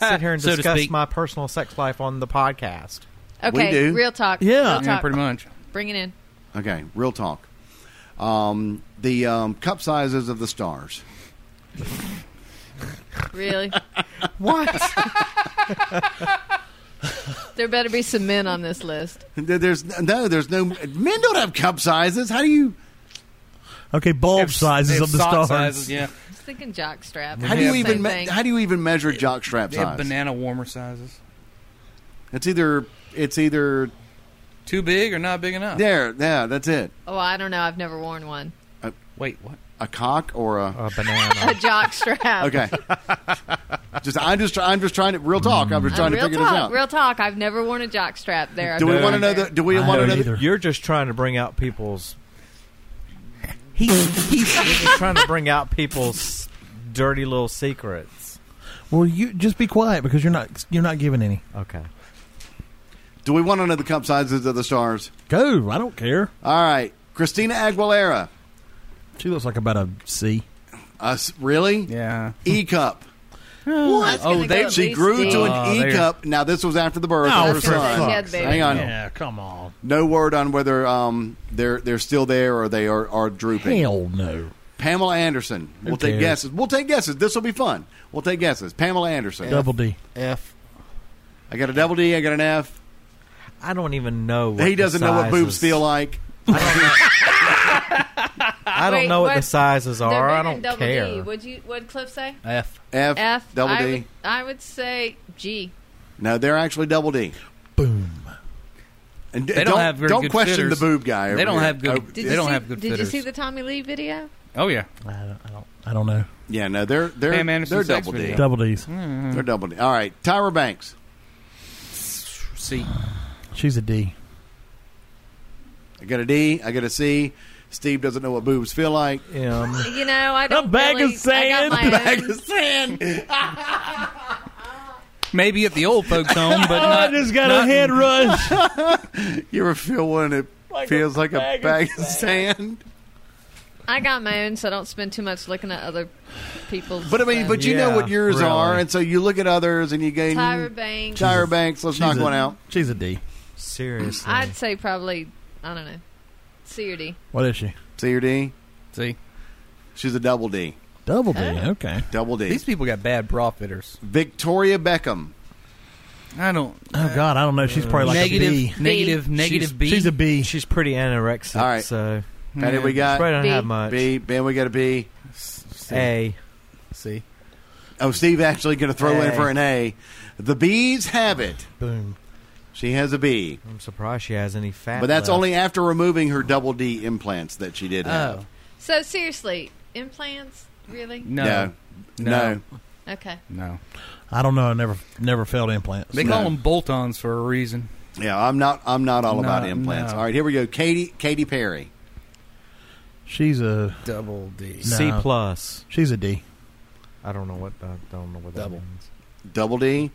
Speaker 4: sit here and
Speaker 3: So to
Speaker 4: discuss
Speaker 3: speak.
Speaker 4: my personal sex life on the podcast.
Speaker 5: Okay,
Speaker 1: do.
Speaker 5: real talk.
Speaker 2: Yeah.
Speaker 5: real talk.
Speaker 3: yeah, pretty much.
Speaker 5: Bring it in.
Speaker 1: okay, real talk. Um, the um, cup sizes of the stars.
Speaker 5: Really,
Speaker 4: What?
Speaker 5: there better be some men on this list.
Speaker 1: There- There's no, there's no men don't have cup sizes. How do you?
Speaker 2: Okay, bulb
Speaker 3: If-
Speaker 2: sizes
Speaker 3: if
Speaker 2: of the
Speaker 3: sock
Speaker 2: stars.
Speaker 3: Sizes, yeah.
Speaker 5: I was thinking jock strap.
Speaker 1: How do you
Speaker 3: Yeah.
Speaker 1: even
Speaker 5: Same
Speaker 1: me-
Speaker 5: thing.
Speaker 1: how do you even measure jock strap
Speaker 3: They have
Speaker 1: size?
Speaker 3: banana warmer sizes.
Speaker 1: It's either it's either
Speaker 3: Too big or not big enough?
Speaker 1: there, yeah, that's it.
Speaker 5: oh, I don't know. I've never worn one.
Speaker 3: Wait, what?
Speaker 1: A cock or a
Speaker 4: A
Speaker 5: A
Speaker 4: banana.
Speaker 5: jock strap.
Speaker 1: okay. just I'm just I'm just trying to real talk. I'm just
Speaker 5: Uh,
Speaker 1: trying to
Speaker 5: real
Speaker 1: figure
Speaker 5: talk.
Speaker 1: this out.
Speaker 5: Real talk. I've never worn a jock strap. There.
Speaker 1: do
Speaker 5: I've
Speaker 1: we
Speaker 5: never
Speaker 1: want to know
Speaker 5: worn
Speaker 1: the?
Speaker 5: there.
Speaker 1: Do we
Speaker 2: I
Speaker 1: want to
Speaker 2: don't
Speaker 1: know?
Speaker 2: either.
Speaker 1: The,
Speaker 4: You're just trying to bring out people's.
Speaker 8: He,
Speaker 4: You're just trying to bring out people's dirty little secrets.
Speaker 2: Well, you just be quiet because you're not you're not giving any.
Speaker 4: Okay.
Speaker 1: do we want to know the cup sizes of the stars?
Speaker 2: Go. I don't care.
Speaker 1: All right, Christina Aguilera.
Speaker 2: She looks like about a C.
Speaker 1: Us really?
Speaker 3: Yeah.
Speaker 1: E cup.
Speaker 5: That's gonna
Speaker 3: Oh,
Speaker 5: go
Speaker 3: they-
Speaker 5: at
Speaker 1: She
Speaker 5: least
Speaker 1: grew
Speaker 5: D.
Speaker 1: to
Speaker 3: Oh,
Speaker 1: an E
Speaker 3: there.
Speaker 1: cup. Now this was after the birth
Speaker 2: Oh,
Speaker 1: of her
Speaker 2: for
Speaker 1: son.
Speaker 5: fuck's Yeah, baby.
Speaker 1: Hang on.
Speaker 2: Yeah, come on.
Speaker 1: No word on whether um they're they're still there or they are are drooping.
Speaker 2: Hell no.
Speaker 1: Pamela Anderson. we'll take
Speaker 2: cares?
Speaker 1: guesses. We'll take guesses. This will be fun. We'll take guesses. Pamela Anderson.
Speaker 2: Double D.
Speaker 7: F.
Speaker 1: I got a double D. I got an F.
Speaker 4: I don't even know. What
Speaker 1: he
Speaker 4: the
Speaker 1: doesn't know what
Speaker 4: sizes-
Speaker 1: boobs feel like.
Speaker 4: I don't
Speaker 5: Wait,
Speaker 4: know what, the
Speaker 5: what-
Speaker 4: sizes
Speaker 5: They're
Speaker 4: are. I
Speaker 5: big and
Speaker 4: don't
Speaker 5: double
Speaker 4: care.
Speaker 5: D. Would you? Would Cliff say?
Speaker 3: F.
Speaker 1: F.
Speaker 5: F.
Speaker 1: Double
Speaker 5: I
Speaker 1: D.
Speaker 5: Would, I would say G.
Speaker 1: No, they're actually double D.
Speaker 2: Boom.
Speaker 1: And
Speaker 3: They don't have very
Speaker 1: don't
Speaker 3: good
Speaker 1: question
Speaker 3: fitters.
Speaker 1: the boob guy.
Speaker 3: They
Speaker 1: over
Speaker 3: don't
Speaker 1: here.
Speaker 3: have good-
Speaker 1: Oh,
Speaker 5: Did
Speaker 3: They
Speaker 5: you
Speaker 3: don't
Speaker 5: see,
Speaker 3: have good
Speaker 5: Did
Speaker 3: fitters.
Speaker 5: you see the Tommy Lee video?
Speaker 3: Oh, yeah.
Speaker 2: I don't. I don't, I don't know.
Speaker 1: Oh, yeah, no, they're they're
Speaker 3: Pam Anderson
Speaker 1: they're
Speaker 3: sex
Speaker 1: double D.
Speaker 3: video.
Speaker 2: Double D's.
Speaker 1: They're double D. All right, Tyra Banks.
Speaker 3: C.
Speaker 2: She's a D.
Speaker 1: I got a D. I got a C. Steve doesn't know what boobs feel like.
Speaker 4: Um,
Speaker 5: You know, I don't.
Speaker 2: bag of
Speaker 5: really,
Speaker 2: sand.
Speaker 5: I got my
Speaker 1: Bag
Speaker 5: own.
Speaker 1: of sand.
Speaker 3: Maybe at the old folks' home, but not,
Speaker 2: Oh, got
Speaker 3: not-
Speaker 2: rush.
Speaker 1: You ever feel one that feels like a bag, of sand?
Speaker 5: I got my own, so I don't spend too much looking at other people's.
Speaker 1: But I mean,
Speaker 5: uh,
Speaker 1: but you know
Speaker 4: Yeah,
Speaker 1: what yours are,
Speaker 4: really.
Speaker 1: and so you look at others and you gain
Speaker 5: Tyra Banks.
Speaker 1: Tyra Banks. Let's knock one out.
Speaker 2: She's a D.
Speaker 4: seriously.
Speaker 5: I'd say probably I don't know, C or D.
Speaker 2: What is she?
Speaker 1: C or D?
Speaker 3: See,
Speaker 1: She's a double D.
Speaker 2: Double D. Okay.
Speaker 1: Double D.
Speaker 3: these people got bad bra fitters.
Speaker 1: Victoria Beckham.
Speaker 3: I don't.
Speaker 2: Oh God, I don't know. She's probably like
Speaker 3: negative,
Speaker 2: a B.
Speaker 3: negative, negative
Speaker 2: she's,
Speaker 3: B.
Speaker 2: She's a B.
Speaker 4: She's pretty anorexic,
Speaker 1: All right.
Speaker 4: so
Speaker 1: How did we
Speaker 4: she
Speaker 1: got?
Speaker 4: probably don't
Speaker 5: B.
Speaker 4: have much.
Speaker 1: B. Ben, we got a B.
Speaker 4: A.
Speaker 3: C.
Speaker 1: Oh, Steve actually going to throw in
Speaker 4: A.
Speaker 1: for an A. The bees have it.
Speaker 2: Boom.
Speaker 1: She has a B,
Speaker 4: I'm surprised she has any fat.
Speaker 1: but that's
Speaker 4: left.
Speaker 1: only after removing her double D implants that she did have.
Speaker 3: Oh.
Speaker 5: So seriously, implants? Really?
Speaker 3: No.
Speaker 1: No. No.
Speaker 3: No.
Speaker 5: Okay.
Speaker 3: No.
Speaker 2: I don't know. I never never felt implants.
Speaker 3: They call
Speaker 1: No.
Speaker 3: them bolt-ons for a reason.
Speaker 1: Yeah, I'm not. I'm not all
Speaker 3: No,
Speaker 1: about implants.
Speaker 3: no.
Speaker 1: All right, here we go. Katie. Katy Perry.
Speaker 2: She's a
Speaker 3: Double D.
Speaker 4: C
Speaker 2: No.
Speaker 4: plus.
Speaker 2: she's a D.
Speaker 4: I don't know what I don't know what that
Speaker 3: Double.
Speaker 4: means.
Speaker 1: Double D.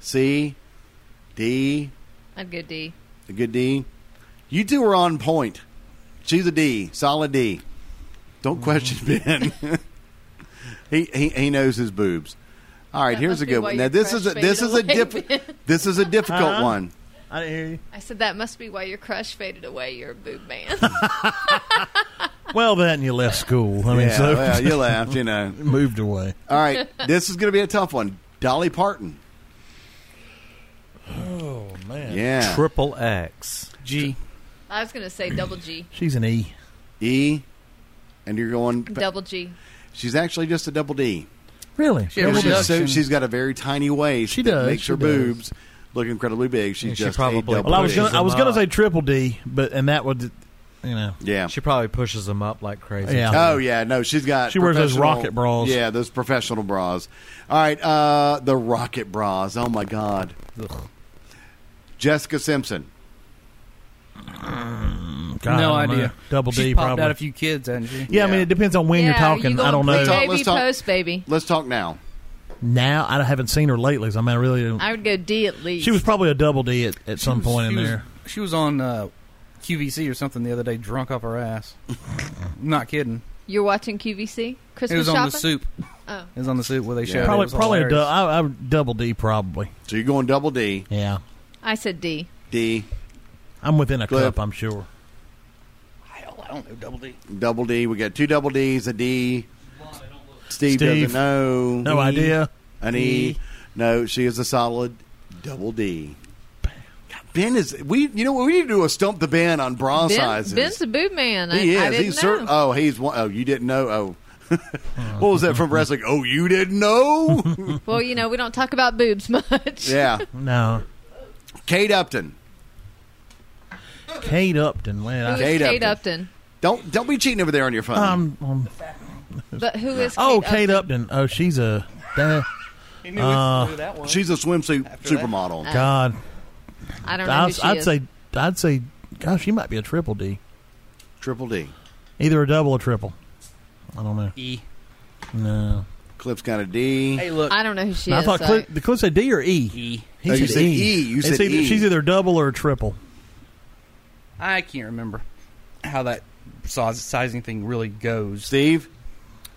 Speaker 1: C. D.
Speaker 5: I'd go D.
Speaker 1: A good D. You two are on point. She's a D. Solid D.
Speaker 5: Mm-hmm.
Speaker 1: Don't question Ben. he, he he knows his boobs. All right,
Speaker 5: That
Speaker 1: here's
Speaker 5: must
Speaker 1: a
Speaker 5: be
Speaker 1: good
Speaker 5: why
Speaker 1: one.
Speaker 5: you
Speaker 1: Now this is a
Speaker 5: crushed
Speaker 1: this
Speaker 5: faded
Speaker 1: is a
Speaker 5: away,
Speaker 1: diff-
Speaker 5: Ben.
Speaker 1: this is a difficult
Speaker 2: Huh?
Speaker 1: one.
Speaker 2: I didn't hear you.
Speaker 5: I said that must be why your crush faded away. You're a boob man.
Speaker 2: Well, that and you left school. I mean,
Speaker 1: yeah,
Speaker 2: so
Speaker 1: well, you laughed, you know.
Speaker 2: moved away.
Speaker 1: All right, this is going to be a tough one. Dolly Parton.
Speaker 2: Oh man,
Speaker 1: Yeah.
Speaker 4: Triple X.
Speaker 3: G.
Speaker 5: I was gonna say double G.
Speaker 2: she's an E.
Speaker 1: E. And you're going.
Speaker 5: Double G.
Speaker 1: She's actually just a double D.
Speaker 2: Really?
Speaker 3: Yeah,
Speaker 1: It's just so-
Speaker 3: reduction.
Speaker 1: she's got a very tiny waist.
Speaker 2: She
Speaker 1: that
Speaker 2: does,
Speaker 1: Makes
Speaker 2: she
Speaker 1: her
Speaker 2: does.
Speaker 1: boobs look incredibly big. She's
Speaker 4: Yeah, she
Speaker 1: just
Speaker 4: probably-
Speaker 1: a double
Speaker 2: Well, I was
Speaker 1: D.
Speaker 2: gonna I was
Speaker 4: She's a
Speaker 2: gonna
Speaker 4: mod.
Speaker 2: say triple D, but and that would, you know,
Speaker 1: Yeah.
Speaker 4: She probably pushes them up like crazy.
Speaker 2: Yeah.
Speaker 1: Oh yeah, no, she's got.
Speaker 2: She wears those
Speaker 1: professional-
Speaker 2: rocket bras.
Speaker 1: Yeah, those professional bras. All right, uh, the rocket bras. Oh my god. Jessica Simpson.
Speaker 2: God,
Speaker 3: no
Speaker 2: I don't
Speaker 3: idea.
Speaker 2: know. Double
Speaker 3: She's
Speaker 2: D
Speaker 3: popped
Speaker 2: probably.
Speaker 3: out a few kids, hasn't she?
Speaker 2: yeah, I mean,
Speaker 1: Yeah.
Speaker 2: it depends on when
Speaker 5: yeah,
Speaker 2: you're talking.
Speaker 5: You going
Speaker 2: I don't know.
Speaker 1: Let's talk-
Speaker 5: Pre-baby,
Speaker 1: let's talk.
Speaker 5: post baby.
Speaker 1: Let's talk now.
Speaker 2: now I haven't seen her lately, so I mean, I really. don't-
Speaker 5: I would go D at least.
Speaker 2: she was probably a double D at, at
Speaker 3: She
Speaker 2: some
Speaker 3: was-
Speaker 2: point
Speaker 3: she
Speaker 2: in
Speaker 3: was-
Speaker 2: there.
Speaker 3: She was on uh, QVC or something the other day, drunk off her ass. Not kidding.
Speaker 5: You're watching QVC Christmas
Speaker 3: It was
Speaker 5: shopping.
Speaker 3: on the soup.
Speaker 5: Oh,
Speaker 3: It was on the soup where they
Speaker 1: Yeah.
Speaker 3: showed. it.
Speaker 2: Probably,
Speaker 3: It was
Speaker 2: probably a du-
Speaker 3: hilarious.
Speaker 2: I, I would double D, probably.
Speaker 1: So you're going double D,
Speaker 2: Yeah,
Speaker 5: I said D.
Speaker 1: D,
Speaker 2: I'm within a
Speaker 1: Clip.
Speaker 2: cup. I'm sure.
Speaker 3: Hell, I don't know. Double D.
Speaker 1: double D. We got two double D's, a D. Steve,
Speaker 2: Steve.
Speaker 1: doesn't know.
Speaker 2: No
Speaker 1: E,
Speaker 2: idea.
Speaker 1: An e. No, she is a solid double D. God, Ben is we. You know what? We need to do a stump the Ben on bra
Speaker 5: Ben,
Speaker 1: sizes.
Speaker 5: Ben's a boob man. I,
Speaker 1: He is.
Speaker 5: I didn't
Speaker 1: he's
Speaker 5: know.
Speaker 1: certain. Oh, he's one. Oh, you didn't know. Oh, what was that from wrestling? Oh, you didn't know?
Speaker 5: Well, you know we don't talk about boobs much.
Speaker 1: yeah.
Speaker 2: No,
Speaker 1: Kate Upton.
Speaker 2: Kate Upton. Well, I-
Speaker 5: Who's
Speaker 1: Kate
Speaker 5: Kate,
Speaker 1: Upton.
Speaker 5: Upton?
Speaker 1: Don't don't be cheating over there on your phone.
Speaker 2: um, um,
Speaker 5: But who is? Kate
Speaker 2: oh, Kate Upton. Oh, she's a. da-
Speaker 3: He knew,
Speaker 2: Uh,
Speaker 3: knew that one.
Speaker 1: She's a swimsuit
Speaker 3: After that.
Speaker 1: supermodel.
Speaker 2: God,
Speaker 5: I don't know who
Speaker 2: I'd,
Speaker 5: she
Speaker 2: I'd
Speaker 5: is.
Speaker 2: say I'd say gosh, she might be a triple D,
Speaker 1: Triple D.
Speaker 2: either a double or triple. I don't know.
Speaker 3: E.
Speaker 2: No,
Speaker 1: Cliff's got a D.
Speaker 3: Hey, look.
Speaker 5: I don't know who she
Speaker 2: I
Speaker 5: is.
Speaker 2: thought
Speaker 5: so-
Speaker 2: Cliff, the Cliff said D or E.
Speaker 3: E.
Speaker 2: He
Speaker 1: Oh, you
Speaker 2: said
Speaker 1: said
Speaker 2: E.
Speaker 1: E. You
Speaker 2: It's
Speaker 1: said
Speaker 2: either-
Speaker 1: E.
Speaker 2: She's either double or a triple.
Speaker 3: I can't remember how that size, sizing thing really goes.
Speaker 1: Steve.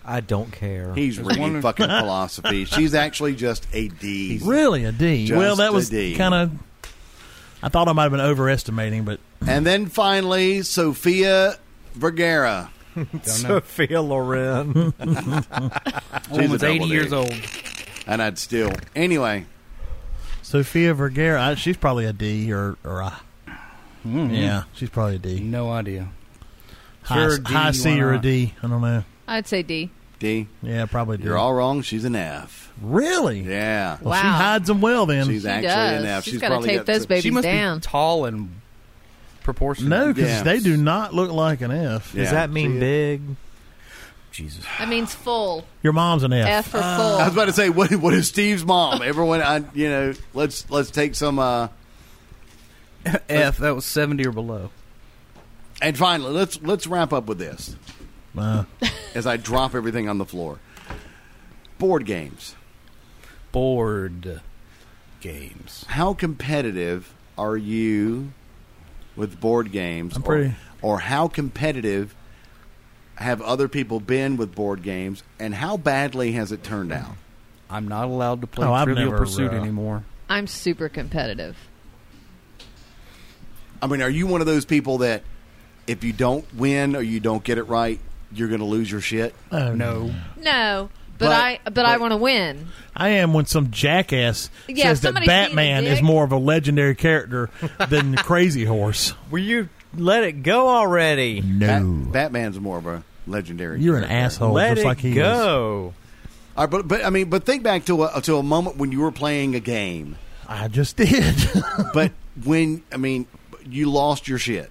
Speaker 4: I don't care.
Speaker 1: He's
Speaker 3: There's
Speaker 1: reading
Speaker 3: one-
Speaker 1: fucking philosophy. She's actually just a D.
Speaker 2: Really, a D.
Speaker 1: Just
Speaker 2: well,
Speaker 1: a
Speaker 2: that was
Speaker 1: D.
Speaker 2: kind of. I thought I might have been overestimating, but
Speaker 1: And then finally, Sophia Vergara.
Speaker 3: Don't know.
Speaker 4: Sophia Loren.
Speaker 3: That woman's
Speaker 1: double
Speaker 3: 80
Speaker 1: D.
Speaker 3: years old.
Speaker 1: And I'd still. Anyway,
Speaker 2: Sophia Vergara, I, she's probably a D or or a.
Speaker 1: Hmm.
Speaker 2: Yeah, she's probably a D.
Speaker 3: No idea.
Speaker 2: High,
Speaker 3: Sure, D,
Speaker 2: high
Speaker 3: why
Speaker 2: C or a
Speaker 3: not?
Speaker 2: D. I don't know.
Speaker 5: I'd say D.
Speaker 1: D,
Speaker 2: Yeah, probably D.
Speaker 1: you're all wrong. She's an F.
Speaker 2: really.
Speaker 1: Yeah.
Speaker 2: Well, she
Speaker 5: Wow.
Speaker 2: hides them well. Then
Speaker 1: She's
Speaker 5: She
Speaker 1: actually
Speaker 5: does.
Speaker 1: an F.
Speaker 5: She's gotta
Speaker 1: probably
Speaker 5: tape
Speaker 1: got
Speaker 5: those
Speaker 1: some-
Speaker 5: babies
Speaker 3: She must
Speaker 5: down.
Speaker 3: be tall and proportionate.
Speaker 2: no, because
Speaker 1: Yeah.
Speaker 2: they do not look like an F.
Speaker 1: Yeah.
Speaker 4: Does that mean big?
Speaker 3: Jesus.
Speaker 5: That means full.
Speaker 2: Your mom's an F.
Speaker 5: F for
Speaker 1: I was
Speaker 5: full.
Speaker 1: about to say, what, what is Steve's mom? Everyone, I, you know, let's let's take some. Uh,
Speaker 3: F, that was 70 or below.
Speaker 1: and finally, let's let's wrap up with this
Speaker 2: Uh,
Speaker 1: as I drop everything on the floor. Board games.
Speaker 3: Board games.
Speaker 1: How competitive are you with board games?
Speaker 2: I'm pretty-
Speaker 1: Or, or how competitive have other people been with board games? And how badly has it turned out?
Speaker 3: I'm not allowed to play
Speaker 2: Oh, I've
Speaker 3: Trivial
Speaker 2: never,
Speaker 3: Pursuit
Speaker 2: uh,
Speaker 3: anymore.
Speaker 5: I'm super competitive.
Speaker 1: I mean, are you one of those people that if you don't win or you don't get it right, you're going to lose your shit?
Speaker 2: oh,
Speaker 3: No.
Speaker 5: No, but,
Speaker 1: But-
Speaker 5: I but, I
Speaker 1: but-
Speaker 5: want to win.
Speaker 2: I am when some jackass
Speaker 5: Yeah,
Speaker 2: says that
Speaker 5: somebody's being a
Speaker 2: Batman
Speaker 5: dick.
Speaker 2: is more of a legendary character than Crazy Horse.
Speaker 4: Will you let it go already?
Speaker 2: No,
Speaker 1: Bat- Batman's more of a legendary.
Speaker 2: you're an
Speaker 1: character.
Speaker 2: asshole.
Speaker 4: let
Speaker 2: just
Speaker 4: it
Speaker 2: like he
Speaker 4: go.
Speaker 1: All right, but but I mean, but think back to a to a moment when you were playing a game.
Speaker 2: is. I just did.
Speaker 1: But when I mean, you lost your shit.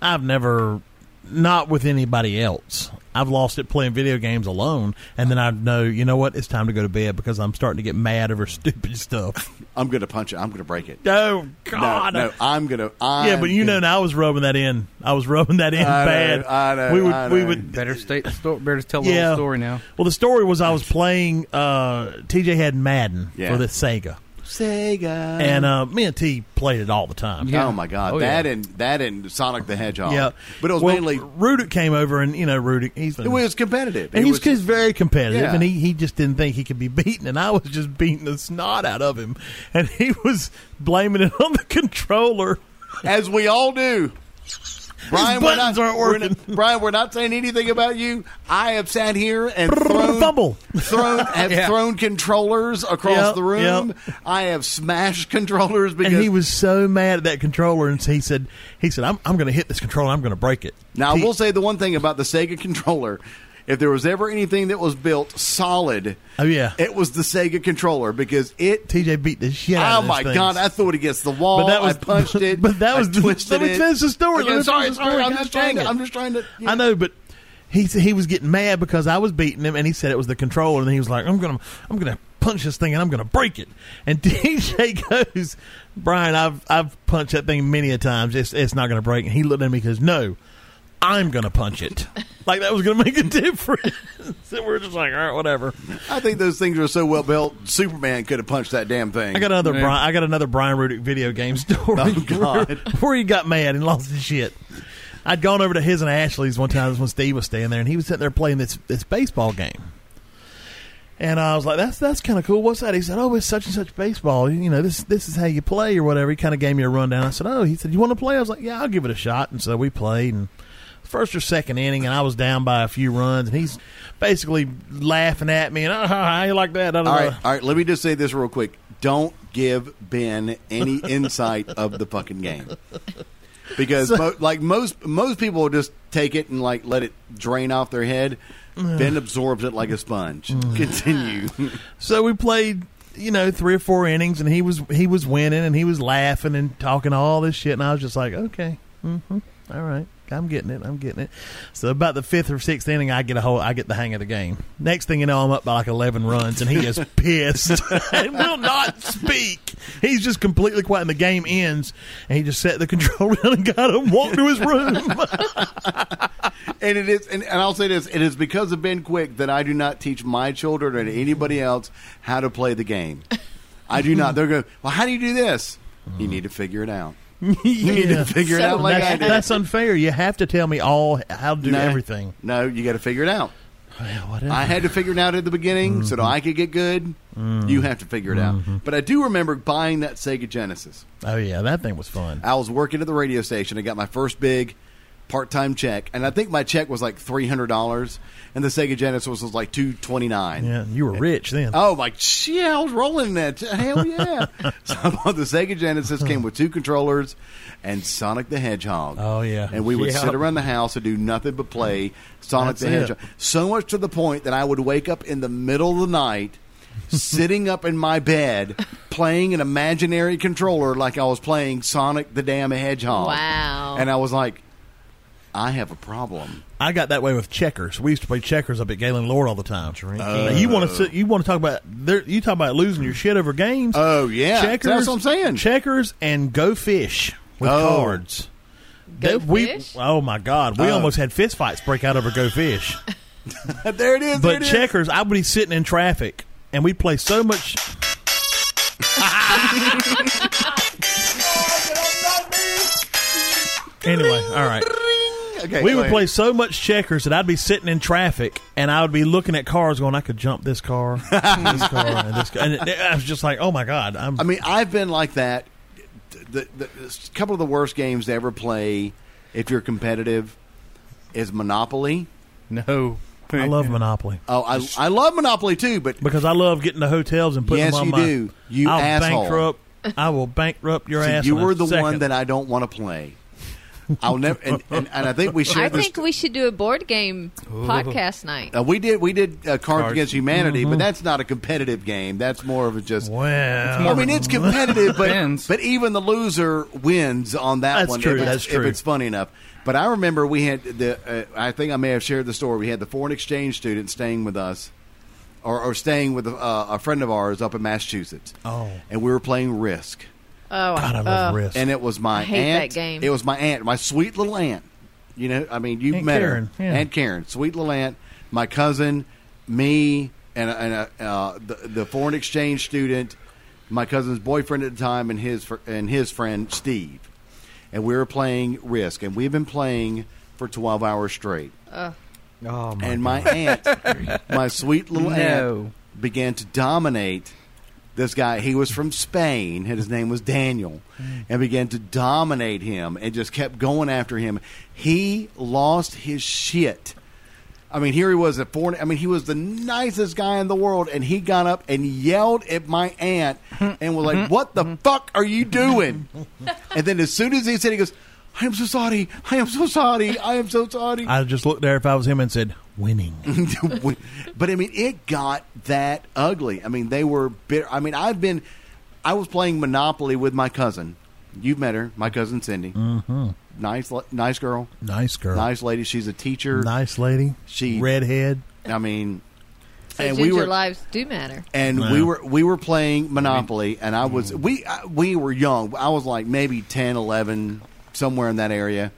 Speaker 2: I've never, not with anybody else. I've lost it playing video games alone, and then I know, you know what? It's time to go to bed because I'm starting to get mad over stupid stuff.
Speaker 1: I'm gonna punch it. I'm gonna break it.
Speaker 2: Oh
Speaker 1: No,
Speaker 2: God!
Speaker 1: no, I'm gonna. i
Speaker 2: yeah, but you know, now I was rubbing that in. I was rubbing that in
Speaker 1: I know,
Speaker 2: bad.
Speaker 1: I know,
Speaker 2: we would,
Speaker 1: I
Speaker 2: we
Speaker 1: know.
Speaker 2: would.
Speaker 3: Better state the story. Better tell the
Speaker 2: Yeah.
Speaker 3: whole story now.
Speaker 2: Well, the story was I was playing. Uh, TJ had Madden
Speaker 1: Yeah. Uh-huh.
Speaker 2: for the Sega,
Speaker 1: Sega.
Speaker 2: and uh, me and T played it all the time.
Speaker 3: Yeah.
Speaker 1: Oh my god,
Speaker 3: Oh,
Speaker 1: that
Speaker 3: yeah.
Speaker 1: and that and Sonic the Hedgehog.
Speaker 2: Yeah,
Speaker 1: but it was
Speaker 2: Well,
Speaker 1: mainly
Speaker 2: Rudick came over, and you know Rudick, he's
Speaker 1: it was competitive.
Speaker 2: and
Speaker 1: it
Speaker 2: he's,
Speaker 1: was,
Speaker 2: he's very competitive,
Speaker 1: Yeah.
Speaker 2: and he, he just didn't think he could be beaten, and I was just beating the snot out of him, and he was blaming it on the controller.
Speaker 1: as we all do. Brian, we're
Speaker 2: buttons
Speaker 1: not,
Speaker 2: aren't
Speaker 1: we're
Speaker 2: working.
Speaker 1: not- Brian, we're not saying anything about you. I have sat here and thrown,
Speaker 2: Fumble.
Speaker 1: thrown, have
Speaker 3: Yeah.
Speaker 1: thrown controllers across
Speaker 2: Yep,
Speaker 1: the room.
Speaker 2: yep.
Speaker 1: I have smashed controllers because
Speaker 2: and he was so mad at that controller, and he said, "He said I'm, I'm going to hit this controller, I'm going to break it."
Speaker 1: Now,
Speaker 2: He-
Speaker 1: I will say the one thing about the Sega controller. If there was ever anything that was built solid,
Speaker 2: Oh, yeah.
Speaker 1: it was the Sega controller because it.
Speaker 2: TJ beat the shit out
Speaker 1: Oh
Speaker 2: of this
Speaker 1: my
Speaker 2: thing.
Speaker 1: god! I threw it against the wall.
Speaker 2: But that was-
Speaker 1: I punched it.
Speaker 2: but that
Speaker 1: I
Speaker 2: was the-
Speaker 1: twisted
Speaker 2: let me
Speaker 1: it.
Speaker 2: finish the story,
Speaker 1: Again,
Speaker 2: let me
Speaker 1: sorry,
Speaker 2: finish the
Speaker 1: sorry.
Speaker 2: story,
Speaker 1: I'm
Speaker 2: God
Speaker 1: just trying
Speaker 2: dang
Speaker 1: to.
Speaker 2: it.
Speaker 1: I'm just trying to.
Speaker 2: I know, but he said he was getting mad because I was beating him, and he said it was the controller, and he was like, "I'm gonna, I'm gonna punch this thing, and I'm gonna break it." And DJ goes, "Brian, I've I've punched that thing many a times. It's it's not gonna break." And he looked at me because no. I'm gonna punch it, like that was gonna make a difference. and we're just like, all right, whatever.
Speaker 1: I think those things are so well built. Superman could have punched that damn thing. Oh,
Speaker 2: I got another
Speaker 3: Man.
Speaker 2: Brian. I got another Brian Rudick video game story
Speaker 1: God.
Speaker 2: where, where he got mad and lost his shit. I'd gone over to his and Ashley's one time when Steve was staying there, and he was sitting there playing this this baseball game. And I was like, "That's that's kind of cool. What's that?" He said, "Oh, it's such and such baseball. You know, this this is how you play or whatever." He kind of gave me a rundown. I said, "Oh," he said, "You want to play?" I was like, "Yeah, I'll give it a shot." And so we played, and first or second inning, and I was down by a few runs, and he's basically laughing at me and, "Ah, how you like that?" da, da,
Speaker 1: All
Speaker 2: da."
Speaker 1: right, all right. Let me just say this real quick. Don't give Ben any insight of the fucking game because, mo- like most most people, will just take it and like let it drain off their head. Ben absorbs it like a sponge.
Speaker 2: Mm.
Speaker 1: Continue.
Speaker 2: So we played, you know, three or four innings, and he was he was winning, and he was laughing and talking all this shit, and I was just like, okay, mm-hmm, all right, I'm getting it, I'm getting it. So about the fifth or sixth inning, I get a whole, I get the hang of the game. Next thing you know, I'm up by like eleven runs, and he is pissed and will not speak. He's just completely quiet, and the game ends, and he just set the control down and got him, walked to his room.
Speaker 1: and it is, and, and I'll say this: it is because of Ben Quick that I do not teach my children or anybody else how to play the game. I do not. They're going. Well, how do you do this? You need to figure it out. Mm. You need to
Speaker 2: Yeah.
Speaker 1: figure it
Speaker 5: So
Speaker 1: out like I
Speaker 2: that's,
Speaker 1: did.
Speaker 2: that's unfair. You have to tell me all how to do
Speaker 1: No.
Speaker 2: everything.
Speaker 1: No, you got to figure it out.
Speaker 2: Well, whatever.
Speaker 1: I had to figure it out at the beginning so that I could get good. You have to figure it out. But I do remember buying that Sega Genesis.
Speaker 2: oh yeah, that thing was fun.
Speaker 1: I was working at the radio station. I got my first big part time check, and I think my check was like three hundred dollars, and the Sega Genesis was like two twenty nine.
Speaker 2: Yeah, you were rich then.
Speaker 1: Oh my! Yeah, I was rolling in that. Hell yeah! so I bought the Sega Genesis. Came with two controllers and Sonic the Hedgehog.
Speaker 2: Oh, yeah.
Speaker 1: And we would
Speaker 4: Yeah.
Speaker 1: sit around the house and do nothing but play Sonic
Speaker 2: That's
Speaker 1: the
Speaker 2: it.
Speaker 1: Hedgehog. So much to the point that I would wake up in the middle of the night, sitting up in my bed, playing an imaginary controller like I was playing Sonic the damn Hedgehog.
Speaker 5: Wow.
Speaker 1: And I was like, I have a problem.
Speaker 2: I got that way with checkers. We used to play checkers up at Galen Lord all the time.
Speaker 1: Oh.
Speaker 2: Now, you want to you want to talk about there, you talk about losing your shit over games.
Speaker 1: Oh yeah,
Speaker 2: checkers.
Speaker 1: that's what I'm saying.
Speaker 2: Checkers and go fish with
Speaker 1: Oh.
Speaker 2: cards.
Speaker 5: Go
Speaker 2: That- we-
Speaker 5: Fish?
Speaker 2: oh my god, we
Speaker 1: Oh.
Speaker 2: almost had fist fights break out over go fish.
Speaker 1: there it is. there
Speaker 2: But
Speaker 1: it is.
Speaker 2: checkers, I would be sitting in traffic and we'd play so much. anyway, all right.
Speaker 1: Okay,
Speaker 2: we
Speaker 1: go
Speaker 2: would
Speaker 1: ahead.
Speaker 2: play so much checkers that I'd be sitting in traffic and I would be looking at cars going, I could jump this car, this car, and this car. And it- I was just like, oh my God. I'm,
Speaker 1: I mean, I've been like that. The, the, the couple of the worst games to ever play, if you're competitive, is Monopoly.
Speaker 3: No,
Speaker 2: I love Monopoly
Speaker 1: Oh, I, I love Monopoly too, but
Speaker 2: because I love getting to hotels and putting
Speaker 1: Yes,
Speaker 2: them on
Speaker 1: you
Speaker 2: my.
Speaker 1: do. You
Speaker 2: I'll
Speaker 1: asshole.
Speaker 2: bankrupt. I will bankrupt your
Speaker 1: see,
Speaker 2: ass.
Speaker 1: you
Speaker 2: in a
Speaker 1: were the
Speaker 2: second.
Speaker 1: one that I don't want to play. I'll never. And, and, and I think we
Speaker 5: I
Speaker 1: shared this.
Speaker 5: think we should do a board game podcast night.
Speaker 1: uh, we did. We did uh, Cards, Against Humanity,
Speaker 2: Mm-hmm.
Speaker 1: but that's not a competitive game. That's more of a just.
Speaker 2: Well,
Speaker 1: I mean, it's competitive, but,
Speaker 3: Depends.
Speaker 1: but even the loser wins on that
Speaker 2: That's
Speaker 1: one.
Speaker 2: true,
Speaker 1: If it's,
Speaker 2: that's true.
Speaker 1: If it's funny enough. But I remember we had the. Uh, I think I may have shared the story. We had the foreign exchange student staying with us, or, or staying with a, uh, a friend of ours up in Massachusetts,
Speaker 2: oh,
Speaker 1: and we were playing Risk.
Speaker 5: Oh,
Speaker 2: God, I love risk.
Speaker 1: And it was my
Speaker 5: I hate that
Speaker 1: aunt.
Speaker 5: game.
Speaker 1: It was my aunt, my sweet little aunt. You know, I mean, you
Speaker 2: Aunt
Speaker 1: met
Speaker 2: Karen,
Speaker 1: her,
Speaker 2: yeah.
Speaker 1: Aunt Karen, sweet little aunt, my cousin, me, and and uh, uh, the the foreign exchange student, my cousin's boyfriend at the time, and his fr- and his friend Steve, and we were playing Risk, and we've been playing for twelve hours straight.
Speaker 4: Oh my!
Speaker 1: and my aunt, my sweet little
Speaker 3: No.
Speaker 1: aunt, began to dominate this guy. He was from Spain, and his name was Daniel, and began to dominate him and just kept going after him. He lost his shit. I mean, here he was at four. I mean, he was the nicest guy in the world, and he got up and yelled at my aunt and was like, "What the fuck are you doing?" and then, as soon as he said, he goes, "I am so sorry. I am so sorry. I am so sorry."
Speaker 2: I just looked there if I was him and said, winning.
Speaker 1: but I mean, it got that ugly. I mean, they were bitter. I mean, I've been, I was playing Monopoly with my cousin. You've met her, my cousin Cindy. Mm-hmm. Nice, li- nice girl,
Speaker 2: Nice girl.
Speaker 1: nice lady. She's a teacher.
Speaker 2: Nice lady.
Speaker 1: She-
Speaker 2: redhead.
Speaker 1: I mean,
Speaker 5: So ginger lives do matter.
Speaker 1: and
Speaker 2: Wow.
Speaker 1: we were we were playing Monopoly, and I was
Speaker 2: Mm.
Speaker 1: we I, we were young. I was like maybe 10, 11, somewhere in that area,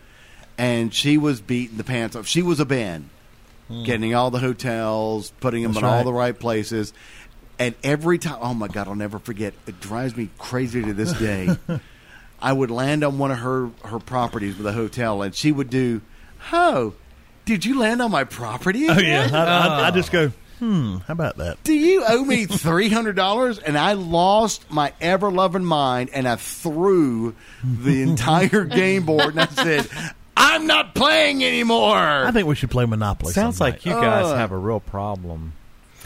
Speaker 1: and she was beating the pants off. She was a Ben, getting all the hotels, putting them
Speaker 2: Hmm. That's
Speaker 1: in all
Speaker 2: right.
Speaker 1: the right places, and every time, oh my god, I'll never forget. It drives me crazy to this day. I would land on one of her her properties with a hotel, and she would do, "Oh, did you land on my property?"
Speaker 2: Oh
Speaker 1: again?"
Speaker 2: yeah. I, I, I just go. Hmm. How about that?
Speaker 1: do you owe me three hundred dollars? And I lost my ever loving mind, and I threw the entire game board, and I said, "I'm not playing
Speaker 2: I
Speaker 1: anymore."
Speaker 2: think we should play Monopoly.
Speaker 4: Sounds
Speaker 2: some night.
Speaker 4: like you guys
Speaker 1: Uh,
Speaker 4: have a real problem.